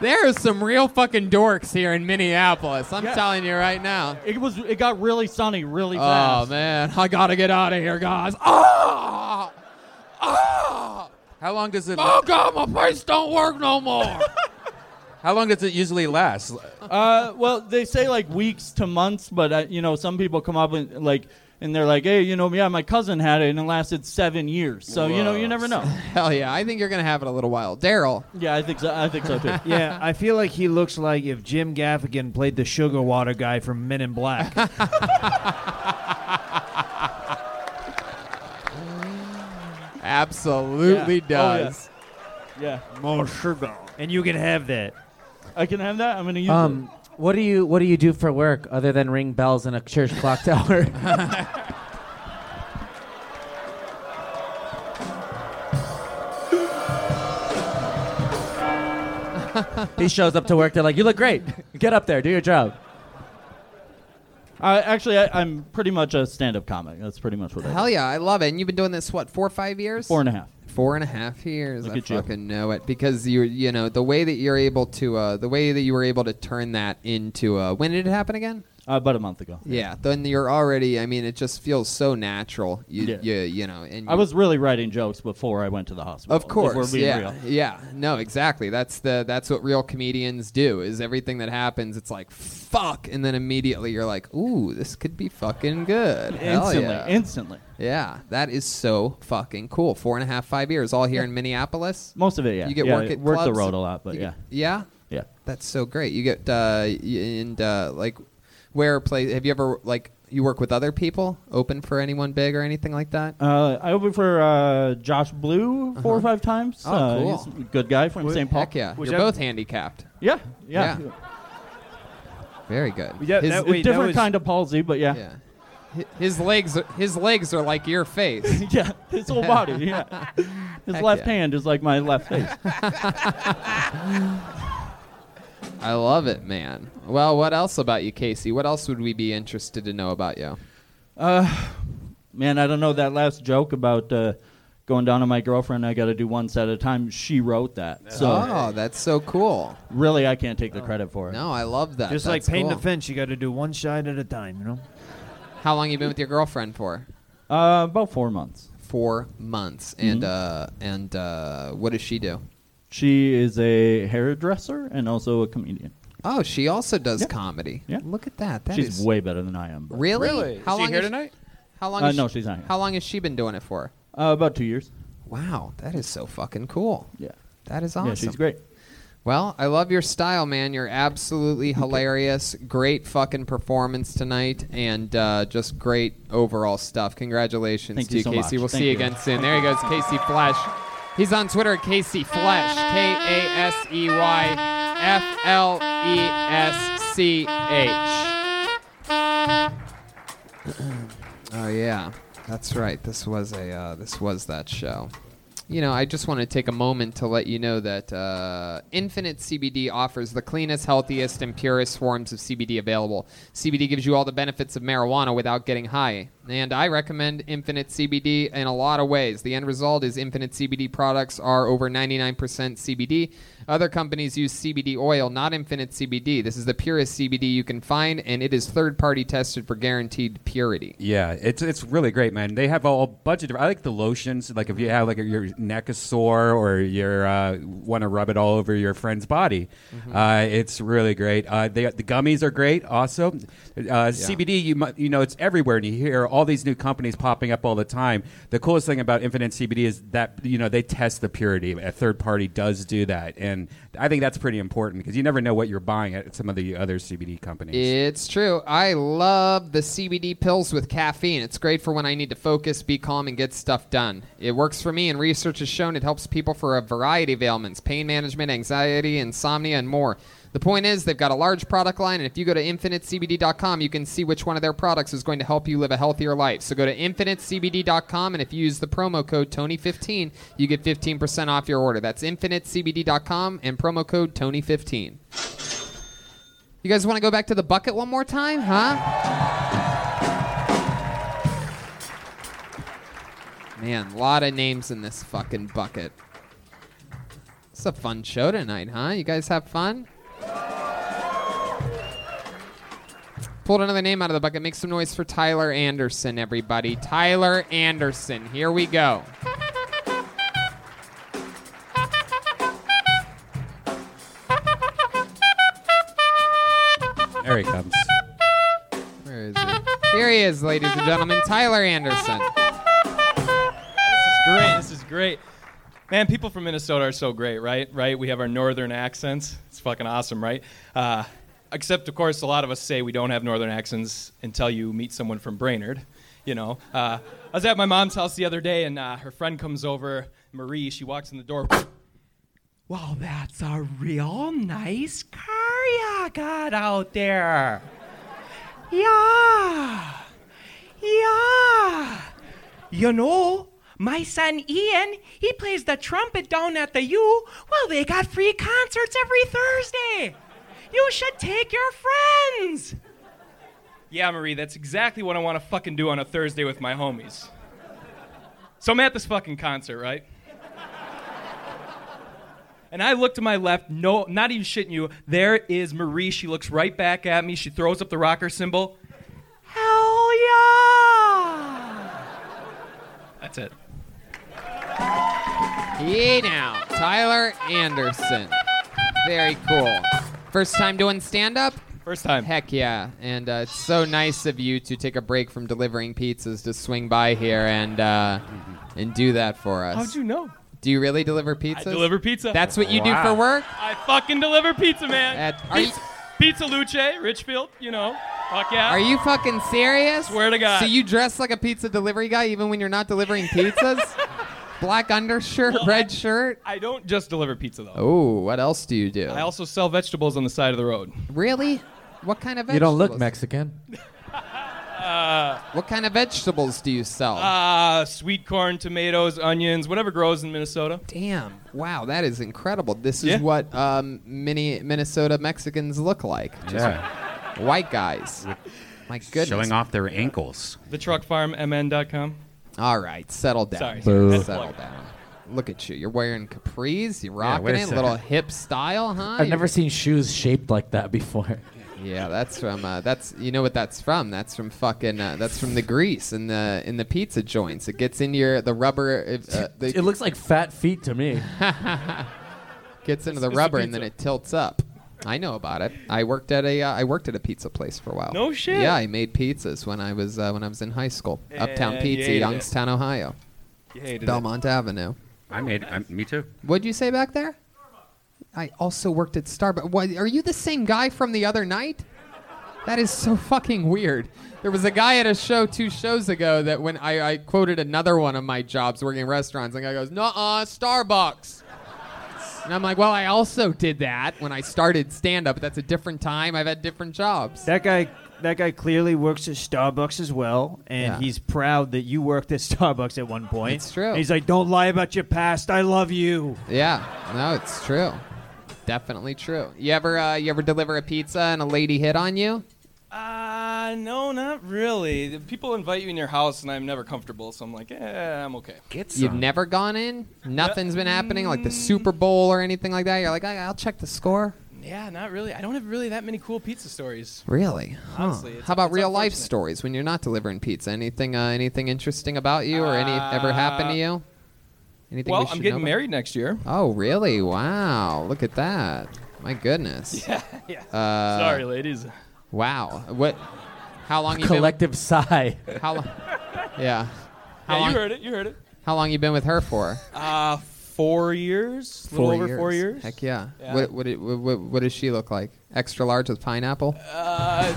C: There's some real fucking dorks here in Minneapolis. I'm
S: Yeah.
C: telling you right now.
S: It was. It got really sunny, really
C: oh,
S: fast.
C: man, I gotta get out of here, guys. Oh,
N: How long does it?
C: oh God, my face don't work no more.
N: How long does it usually last?
S: uh, well, they say like weeks to months, but uh, you know, some people come up and like, and they're like, hey, you know, yeah, my cousin had it and it lasted seven years. So you know, you never know.
C: Hell yeah, I think you're gonna have it a little while, Daryl.
S: Yeah, I think so. I think so too.
E: yeah, I feel like he looks like if Jim Gaffigan played the sugar water guy from Men in Black.
C: Absolutely
S: Yeah. Oh, yeah.
C: does.
S: Yeah.
E: More sugar. And you can have that.
S: I can have that. I'm gonna use
O: Um,
S: it.
O: what do you What do you do for work other than ring bells in a church clock tower? he shows up to work. They're like, "You look great. Get up there. Do your job."
S: I, Uh, actually, I, I'm pretty much a stand-up comic. That's pretty much what I. do.
C: Hell yeah, I love it. And you've been doing this what, four or five years?
S: Four and a half.
C: Four and a half years.
S: Look
C: I
S: at you.
C: fucking know it because you you know the way that you're able to uh, the way that you were able to turn that into uh, when did it happen again?
S: Uh, about a month ago.
C: Yeah, then you're already. I mean, it just feels so natural. You
S: Yeah.
C: you, you know, and
S: I
C: you-
S: was really writing jokes before I went to the hospital.
C: Of course,
S: if we're being
C: yeah,
S: real.
C: yeah. No, exactly. That's the that's what real comedians do. Is everything that happens, it's like fuck, and then immediately you're like, ooh, this could be fucking good. Hell
S: Instantly,
C: yeah.
S: instantly.
C: Yeah, that is so fucking cool. Four and a half, five years, all here in Minneapolis.
S: Most of it, yeah.
C: You get
S: Yeah,
C: work
S: I
C: at
S: worked the
C: clubs?
S: road a lot, but
C: You
S: yeah.
C: get- yeah,
S: Yeah.
C: That's so great. You get uh, y- and uh, like where play? Have you ever like you work with other people? Open for anyone big or anything like that?
S: Uh, I opened for uh, Josh Blue 4 or five times.
C: Uh-huh. Oh,
S: Uh,
C: cool.
S: he's a good guy from
C: Wh-
S: St. Paul.
C: Heck yeah.
S: Was
C: You're
S: that-
C: both handicapped.
S: Yeah, yeah.
C: Yeah. Very good.
S: Yeah, that- wait, that different was- kind of palsy, but yeah.
C: Hi- His legs, are- his legs are like your face.
S: yeah, his whole body. Yeah, his
C: Heck
S: left
C: yeah.
S: hand is like my left face.
C: I love it, man. Well, what else about you, Casey? What else would we be interested to know about you?
S: Uh, man, I don't know that last joke about uh, going down on my girlfriend. I got to do one set at a time. She wrote that. So
C: oh, that's so cool.
S: really, I can't take the credit for it.
C: No, I love that.
E: Just like
C: That's
E: painting
C: cool.
E: the fence, you got to do one side at a time, you know?
C: How long you been with your girlfriend for?
S: Uh, about four months. Mm-hmm.
C: Four months. And uh, and uh, what does she do?
S: She is a hairdresser and also a comedian.
C: Oh, she also does comedy.
S: Yeah.
C: Look at that. That is
S: She's way better than I am. but-
C: really. How long has- How long?
S: Uh,
C: has
S: no,
C: she-
S: she's not here.
C: How long has she been doing it for?
S: Uh, about two years.
C: Wow, that is so fucking cool.
S: Yeah.
C: That is awesome.
S: Yeah, she's great.
C: Well, I love your style, man. You're absolutely hilarious. Great fucking performance tonight, and uh, just great overall stuff. Congratulations
S: Thank
C: to
S: you
C: you,
S: so
C: Casey.
S: much.
C: We'll
S: Thank
C: see you
S: you.
C: again soon. There he goes, Casey Flesh. He's on Twitter at Casey Flesh, K A S E Y F L E S C H. Oh yeah, that's right. This was a uh, this was that show. You know, I just want to take a moment to let you know that uh, Infinite CBD offers the cleanest, healthiest, and purest forms of CBD available. CBD gives you all the benefits of marijuana without getting high, and I recommend Infinite CBD in a lot of ways. The end result is Infinite CBD products are over 99% CBD. Other companies use CBD oil, not Infinite CBD. This is the purest CBD you can find, and it is third-party tested for guaranteed purity.
K: Yeah, it's it's really great, man. They have all a bunch of. different- I like the lotions. Like if you have like your neck is sore or you uh, want to rub it all over your friend's body,
C: Mm-hmm.
K: uh, it's really great. Uh, they, the gummies are great. Also, uh, CBD you mu- you know it's everywhere, and you hear all these new companies popping up all the time. The coolest thing about Infinite CBD is that you know they test the purity. A third party does do that, and I think that's pretty important because you never know what you're buying at some of the other CBD companies.
C: It's true. I love the CBD pills with caffeine. It's great for when I need to focus, be calm, and get stuff done. It works for me, and research has shown it helps people for a variety of ailments pain management, anxiety, insomnia, and more. The point is, they've got a large product line, and if you go to infinitecbd.com, you can see which one of their products is going to help you live a healthier life. So go to infinitecbd.com, and if you use the promo code Tony15, you get 15% off your order. That's infinitecbd.com and promo code Tony15. You guys want to go back to the bucket one more time, huh? Man, a lot of names in this fucking bucket. It's a fun show tonight, huh? You guys have fun? Pulled another name out of the bucket. Make some noise for Tyler Anderson, everybody. Tyler Anderson. Here we go.
K: There he comes.
C: Where is he? Here he is, ladies and gentlemen. Tyler Anderson.
T: great. This is great. Man, people from Minnesota are so great, right? Right? We have our northern accents. It's fucking awesome, right? Uh, except, of course, a lot of us say we don't have northern accents until you meet someone from Brainerd. You know, uh, I was at my mom's house the other day, and uh, her friend comes over, Marie. She walks in the door.
U: Wow, that's a real nice car you got out there. Yeah. Yeah. You know, my son Ian, he plays the trumpet down at the U. Well, they got free concerts every Thursday. You should take your friends.
T: Yeah, Marie, that's exactly what I want to fucking do on a Thursday with my homies. So I'm at this fucking concert, right? And I look to my left, no, not even shitting you. There is Marie. She looks right back at me. She throws up the rocker symbol.
U: Hell yeah!
T: That's it.
C: Hey now, Tyler Anderson. Very cool. First time doing stand up?
T: First time.
C: Heck yeah. And uh, it's so nice of you to take a break from delivering pizzas to swing by here and uh, and do that for us.
T: How'd you know?
C: Do you really deliver pizzas?
T: deliver pizza.
C: That's what you do
T: Wow.
C: for work?
T: I fucking deliver pizza, man.
C: At- are you-
T: pizza, pizza Luce, Richfield, you know. Fuck yeah.
C: Are you fucking serious? Swear
T: to God.
C: So you dress like a pizza delivery guy even when you're not delivering pizzas? Black undershirt, red shirt?
T: I don't just deliver pizza, though.
C: Oh, what else do you do?
T: I also sell vegetables on the side of the road.
C: Really? What kind of vegetables?
T: You don't look
C: Mexican.
T: Uh,
C: what kind of vegetables do you sell?
T: Uh, sweet corn, tomatoes, onions, whatever grows in Minnesota.
C: Damn. Wow, that is incredible. This is what um, many Minnesota Mexicans look like. Just
K: Yeah.
C: White guys. My goodness.
K: Showing off their ankles.
T: The truckfarmmn.com.
C: All right, settle down.
T: Sorry,
K: Boo.
T: that's
C: Settle
T: plug.
C: down. Look at you. You're wearing capris. You're
I: Yeah,
C: rocking
I: wait a
C: it. Little
I: second.
C: hip style, huh?
I: I've never
C: You're-
I: seen shoes shaped like that before.
C: Yeah, that's from uh, that's you know what that's from. That's from fucking uh, that's from the grease in the in the pizza joints. It gets in your the rubber. if, Uh, the,
I: It looks like fat feet to me.
C: gets into the
I: It's a
C: rubber and then
I: pizza.
C: it tilts up. I know about it. I worked at a uh, I worked at a pizza place for a while.
T: No shit.
C: Yeah, I made pizzas when I was uh, when I was in high school.
K: Yeah,
C: Uptown
K: you
C: Pizza,
K: hated it.
C: Youngstown, Ohio.
K: You hated it.
C: Belmont Avenue.
K: I made. I, me too.
C: What'd you say back there? I also worked at Starbucks. Why, are you the same guy from the other night? That is so fucking weird. There was a guy at a show two shows ago that when I, I quoted another one of my jobs working in restaurants, and the guy goes, "Nuh-uh, Starbucks." And I'm like, well, I also did that when I started stand up, but that's a different time. I've had different jobs.
E: That guy, that guy clearly works at Starbucks as well, and
C: Yeah.
E: he's proud that you worked at Starbucks at one point.
C: It's true.
E: And he's like, "Don't lie about your past. I love you."
C: Yeah, no, it's true. Definitely true. You ever uh, you ever deliver a pizza and a lady hit on you?
T: Uh, no, not really. The People invite you in your house, and I'm never comfortable, so I'm like, eh, I'm okay.
C: You've never gone in? Nothing's been happening, like the Super Bowl or anything like that? You're like, I- I'll check the score?
T: Yeah, not really. I don't have really that many cool pizza stories.
C: Really? Huh.
T: Honestly, it's-
C: How about
T: it's
C: real life stories when you're not delivering pizza? Anything uh, anything interesting about you or any ever happened to
T: Uh,
C: you? Anything
T: well,
C: we
T: I'm
C: should know
T: getting
C: about?
T: married next year.
C: Oh, really? Wow. Look at that. My goodness.
T: Yeah, yeah.
C: Uh,
T: Sorry, ladies.
C: Wow. What? How long you
I: Collective
C: been?
I: sigh.
C: How long? Yeah. How
T: yeah,
C: long?
T: you heard it. You heard it.
C: How long you been with her for?
T: Uh, four years. A little over four years.
C: Heck yeah.
T: Yeah.
C: What, what, what, what, what does she look like? Extra large with pineapple?
T: Uh,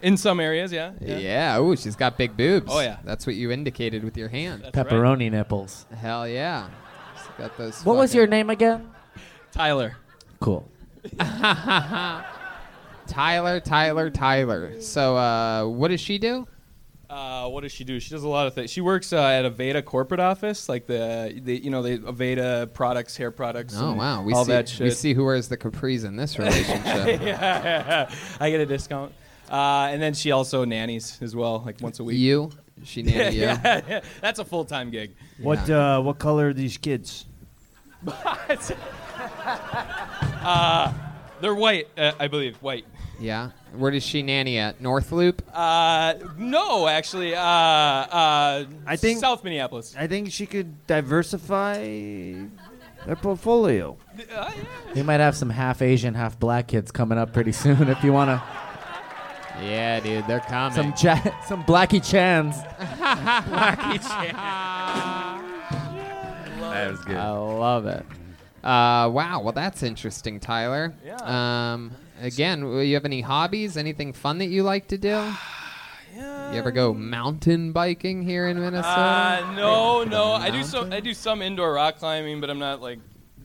T: in some areas, yeah.
C: Yeah. Ooh, she's got big boobs.
T: Oh, yeah.
C: That's what you indicated with your hand.
T: That's
I: Pepperoni nipples.
C: Hell yeah. She's got those.
I: What was
C: fucking-
I: your name again?
T: Tyler.
I: Cool.
C: Tyler, Tyler, Tyler. So, uh, what does she do?
T: Uh, what does she do? She does a lot of things. She works uh, at Aveda corporate office, like the, the you know the Aveda products, hair products.
C: Oh
T: and
C: wow, we
T: all
C: see
T: that shit.
C: we see who wears the capris in this relationship.
T: yeah, I get a discount. Uh, and then she also nannies as well, like once a week.
C: You? She nanny you?
T: yeah, yeah. that's a full time gig.
E: What uh, what color are these kids?
T: Uh, they're white, uh, I believe. White.
C: yeah. Where does she nanny at? North Loop.
T: Uh, no, actually, uh, uh, I think South Minneapolis.
E: I think she could diversify their portfolio.
I: We might have some half Asian, half black kids coming up pretty soon if you want to.
C: Yeah, dude, they're coming.
I: Some ja- some Blackie Chans.
C: that was good. I love it. Uh, wow. Well, that's interesting, Tyler. Yeah. Um, again, w- you have any hobbies? Anything fun that you like to do? You ever go mountain biking here in Minnesota?
T: Uh, no, no. I do some. I do some indoor rock climbing, but I'm not like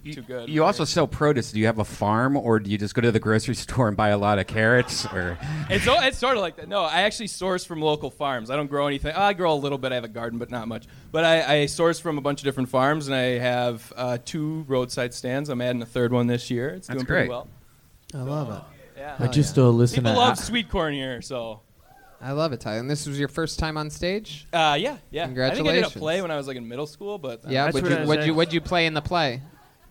T: too good.
K: You also sell produce. Do you have a farm, or do you just go to the grocery store and buy a lot of carrots? Or
T: It's o- it's sort of like that. No, I actually source from local farms. I don't grow anything. I grow a little bit. I have a garden, but not much. But I, I source from a bunch of different farms, and I have uh, two roadside stands. I'm adding a third one this year. It's
K: That's
T: doing
K: great.
T: pretty well.
I: I love it.
T: Yeah.
C: Oh,
I: I just still listen
T: People
I: to
T: love sweet corn here, so
C: I love it, Tyler. And this was your first time on stage.
T: uh, yeah, yeah. I think I
C: Congratulations.
T: did a play when I was like in middle school, but uh,
C: yeah. Would you would you would you play in the play?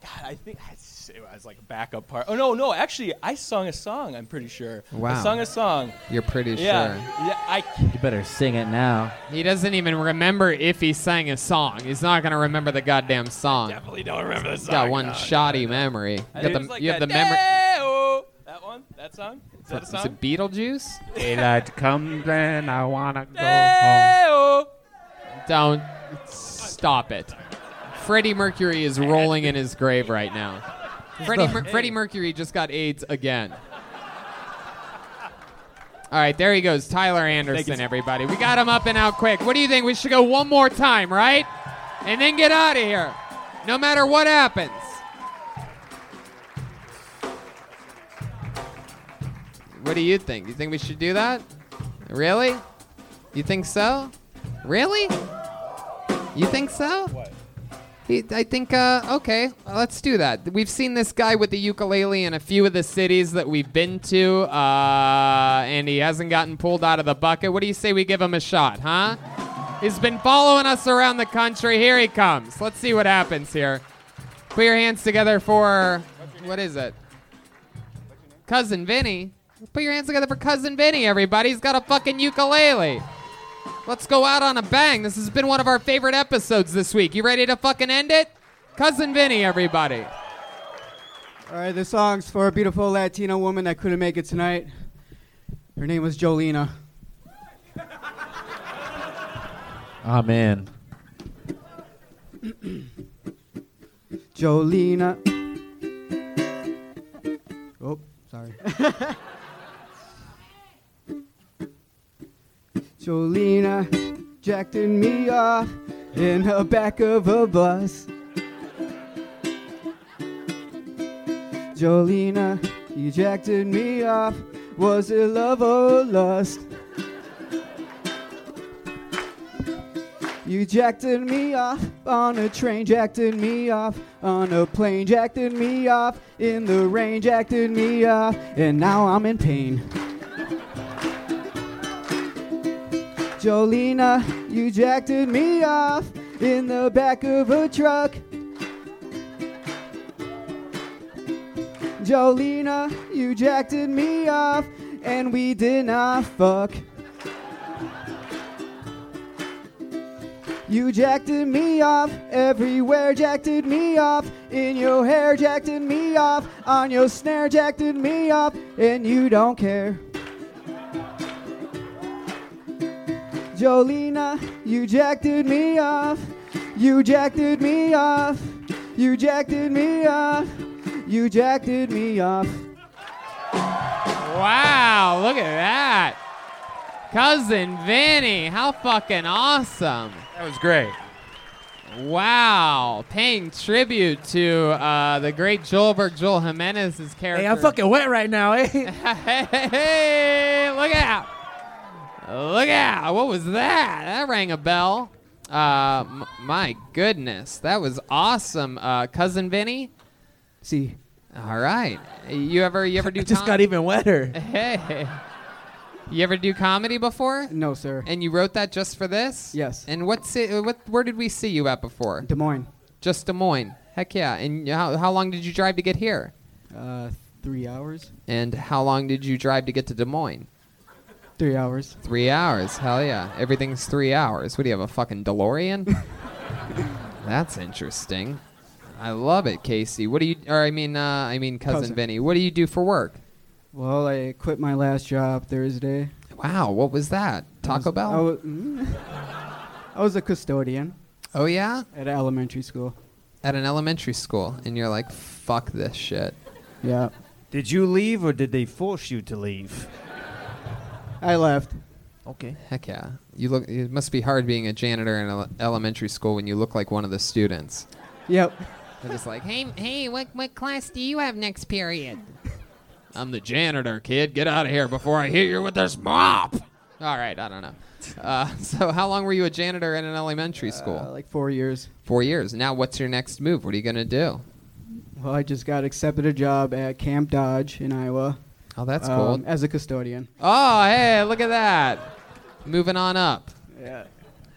T: God, I think I s- it was like a backup part. Oh no, no, actually, I sung a song. I'm pretty sure.
I: Wow.
T: I sung a song.
C: You're pretty
T: yeah,
C: sure.
T: Yeah, I
I: You better sing it now.
C: He doesn't even remember if he sang a song. He's not gonna remember the goddamn song.
T: definitely don't remember the
C: He's
T: song.
C: got one
T: no.
C: shoddy memory. You
T: I
C: got
T: think
C: the-
T: it was like
C: you have
T: that,
C: the memory.
T: "Day-oh." That one? That song? Is that a
C: Is
T: song?
C: it Beetlejuice?
K: Daylight comes and I wanna go
T: home.
C: Don't stop it. Freddie Mercury is rolling in his grave right now. Freddie, Mer- Freddie Mercury just got AIDS again. All right, there he goes, Tyler Anderson, everybody. We got him up and out quick. What do you think? We should go one more time, right? And then get out of here, no matter what happens. What do you think? You think we should do that? Really? You think so? Really? You think so? What? He, I think, uh, okay, well, let's do that. We've seen this guy with the ukulele in a few of the cities that we've been to, uh, and he hasn't gotten pulled out of the bucket. What do you say we give him a shot, huh? He's been following us around the country. Here he comes. Let's see what happens here. Put your hands together for, what is it? Cousin Vinny. Put your hands together for Cousin Vinny, everybody. He's got a fucking ukulele. Let's go out on a bang. This has been one of our favorite episodes this week. You ready to fucking end it? Cousin Vinny, everybody.
B: All right, this song's for a beautiful Latina woman that couldn't make it tonight. Her name was Jolena.
I: Oh, man.
B: Jolena. Oh, sorry. Jolena jacked me off in the back of a bus. Jolena, you jacked me off. Was it love or lust? You jacked me off on a train, jacked me off on a plane, jacked me off in the rain, jacked me off, and now I'm in pain. Jolena, you jacked me off in the back of a truck. Jolena, you jacked me off, and we did not fuck. You jacked me off everywhere, jacked me off in your hair, jacked me off on your snare, jacked me off, and you don't care. Jolena, you jacked me off, you jacked me off, you jacked me off, you jacked me off.
C: Wow, look at that. Cousin Vinny, how fucking awesome.
K: That was great.
C: Wow, paying tribute to uh, the great Joel Berg, Joel Jimenez's character.
F: Hey, I'm fucking wet right now, eh?
C: hey, hey, hey, look out! Look out! What was that? That rang a bell. Uh, m- my goodness, that was awesome, uh, cousin Vinny.
G: See.
C: All right, you ever you ever do?
F: Just got even wetter.
C: Hey, you ever do comedy before?
G: No, sir.
C: And you wrote that just for this?
G: Yes.
C: And what ci- uh, what where did we see you at before?
G: Des Moines.
C: Just Des Moines. Heck yeah! And how how long did you drive to get here?
G: Uh, three hours.
C: And how long did you drive to get to Des Moines?
G: Three hours.
C: Three hours. Hell yeah. Everything's three hours. What do you have, a fucking DeLorean? That's interesting. I love it, Casey. What do you, or I mean, uh, I mean, cousin,
G: Cousin.
C: Vinny. What do you do for work?
G: Well, I quit my last job Thursday.
C: Wow, what was that? Taco Bell?
G: I was, mm. I was a custodian.
C: Oh yeah.
G: At elementary school.
C: At an elementary school, and you're like, fuck this shit.
G: Yeah.
E: Did you leave or did they force you to leave?
G: I left.
E: Okay.
C: Heck yeah. You look. It must be hard being a janitor in an elementary school when you look like one of the students.
G: Yep.
C: They're just like, hey, hey, what, what class do you have next period? I'm the janitor, kid. Get out of here before I hit you with this mop. All right, I don't know. Uh, so, how long were you a janitor in an elementary school?
G: Uh, like four years.
C: Four years. Now, what's your next move? What are you gonna do?
G: Well, I just got accepted a job at Camp Dodge in Iowa.
C: Oh, that's
G: um,
C: cool.
G: As a custodian.
C: Oh, hey, look at that. Moving on up.
G: Yeah.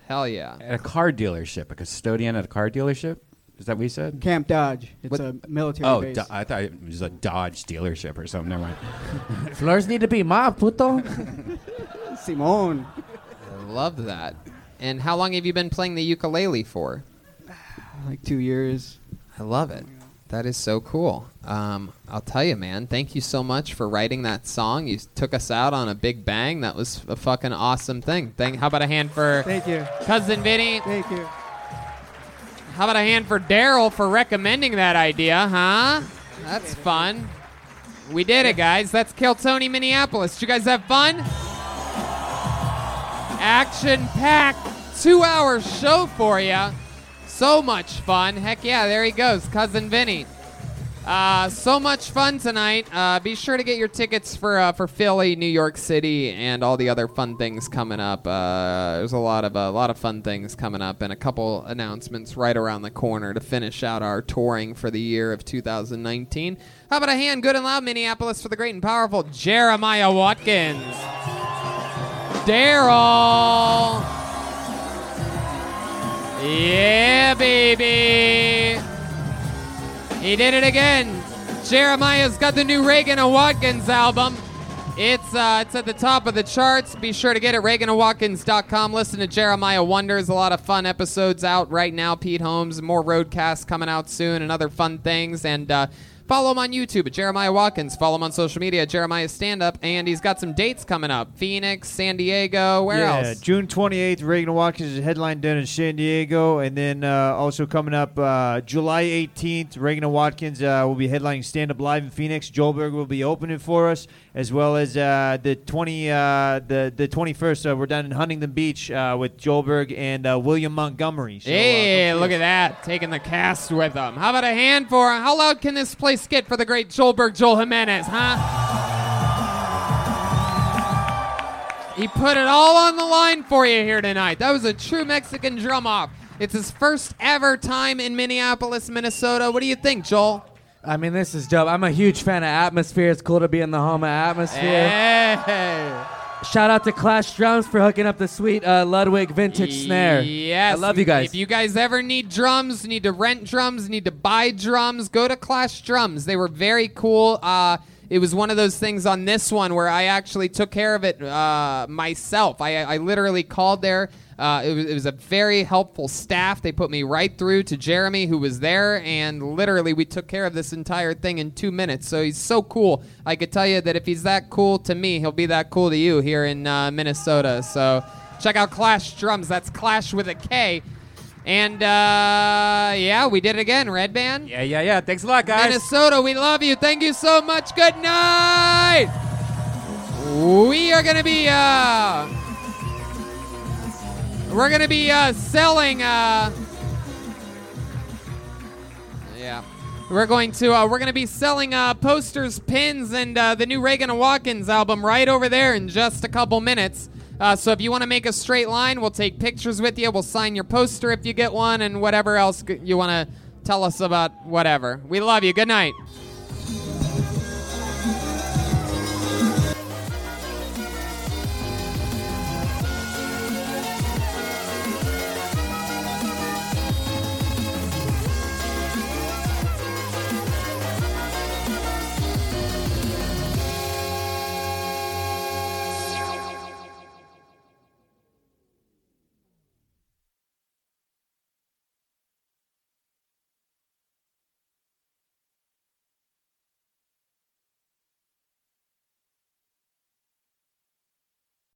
C: Hell yeah.
K: At a car dealership, a custodian at a car dealership. Is that what you said?
G: Camp Dodge. It's a military
K: oh,
G: base.
K: Do- I thought it was a Dodge dealership or something. Never mind.
O: Floors need to be mopped, puto.
G: Simone.
C: I love that. And how long have you been playing the ukulele for?
G: Like two years.
C: I love it. That is so cool. Um, I'll tell you, man. Thank you so much for writing that song. You took us out on a big bang. That was a fucking awesome thing. Thank. How about a hand for?
G: Thank you.
C: cousin Vinny.
G: Thank you.
C: How about a hand for Daryl for recommending that idea, huh? That's fun. We did it, guys. That's Kill Tony Minneapolis. Did you guys have fun? Action packed two hour show for you. So much fun. Heck yeah, there he goes, Cousin Vinny. Uh, so much fun tonight. Uh, be sure to get your tickets for uh, for Philly, New York City, and all the other fun things coming up. Uh, there's a lot of a lot of fun things coming up, and a couple announcements right around the corner to finish out our touring for the year of 2019. How about a hand, good and loud, Minneapolis for the great and powerful Jeremiah Watkins, Daryl. Yeah, baby. He did it again. Jeremiah's got the new Reagan and Watkins album. It's uh, it's at the top of the charts. Be sure to get it ReaganandWatkins.com. Listen to Jeremiah Wonders. A lot of fun episodes out right now. Pete Holmes, more roadcasts coming out soon, and other fun things. And uh, follow him on YouTube at Jeremiah Watkins. Follow him on social media at Jeremiah Stand Up. And he's got some dates coming up: Phoenix, San Diego. Where
E: yeah,
C: else?
E: June 28th, Reagan Watkins is headline dinner in San Diego. And then uh, also coming up uh, July 18th, Reagan and Watkins uh, will be headlining Stand Up Live in Phoenix. Joelberg will be opening for us, as well as uh, the 20 uh, the, the 21st. Uh, we're down in Huntington Beach uh, with Joelberg and uh, William Montgomery. So, uh,
C: hey, look at that. Taking the cast with them. How about a hand for how loud can this place get for the great Joelberg Joel Jimenez, huh? He put it all on the line for you here tonight. That was a true Mexican drum off. It's his first ever time in Minneapolis, Minnesota. What do you think, Joel?
O: I mean, this is dope. I'm a huge fan of Atmosphere. It's cool to be in the home of Atmosphere.
C: Eh. Hey.
O: Shout out to Clash Drums for hooking up the sweet uh, Ludwig vintage snare.
C: Yes.
O: I love you guys.
C: If you guys ever need drums, need to rent drums, need to buy drums, go to Clash Drums. They were very cool. Uh, it was one of those things on this one where I actually took care of it uh, myself. I, I literally called there. Uh, it, was, it was a very helpful staff. They put me right through to Jeremy, who was there, and literally we took care of this entire thing in two minutes. So he's so cool. I could tell you that if he's that cool to me, he'll be that cool to you here in uh, Minnesota. So Check out Clash Drums. That's Clash with a K. And uh, yeah, we did it again, Red Band.
K: Yeah, yeah, yeah. Thanks a lot, guys.
C: Minnesota, we love you. Thank you so much. Good night. We are gonna be uh, we're gonna be uh, selling uh, Yeah. We're going to uh, we're going to be selling uh, posters, pins, and uh, the new Reagan and Watkins album right over there in just a couple minutes. Uh, so if you want to make a straight line, we'll take pictures with you. We'll sign your poster if you get one, and whatever else g- you want to tell us about. Whatever. We love you. Good night.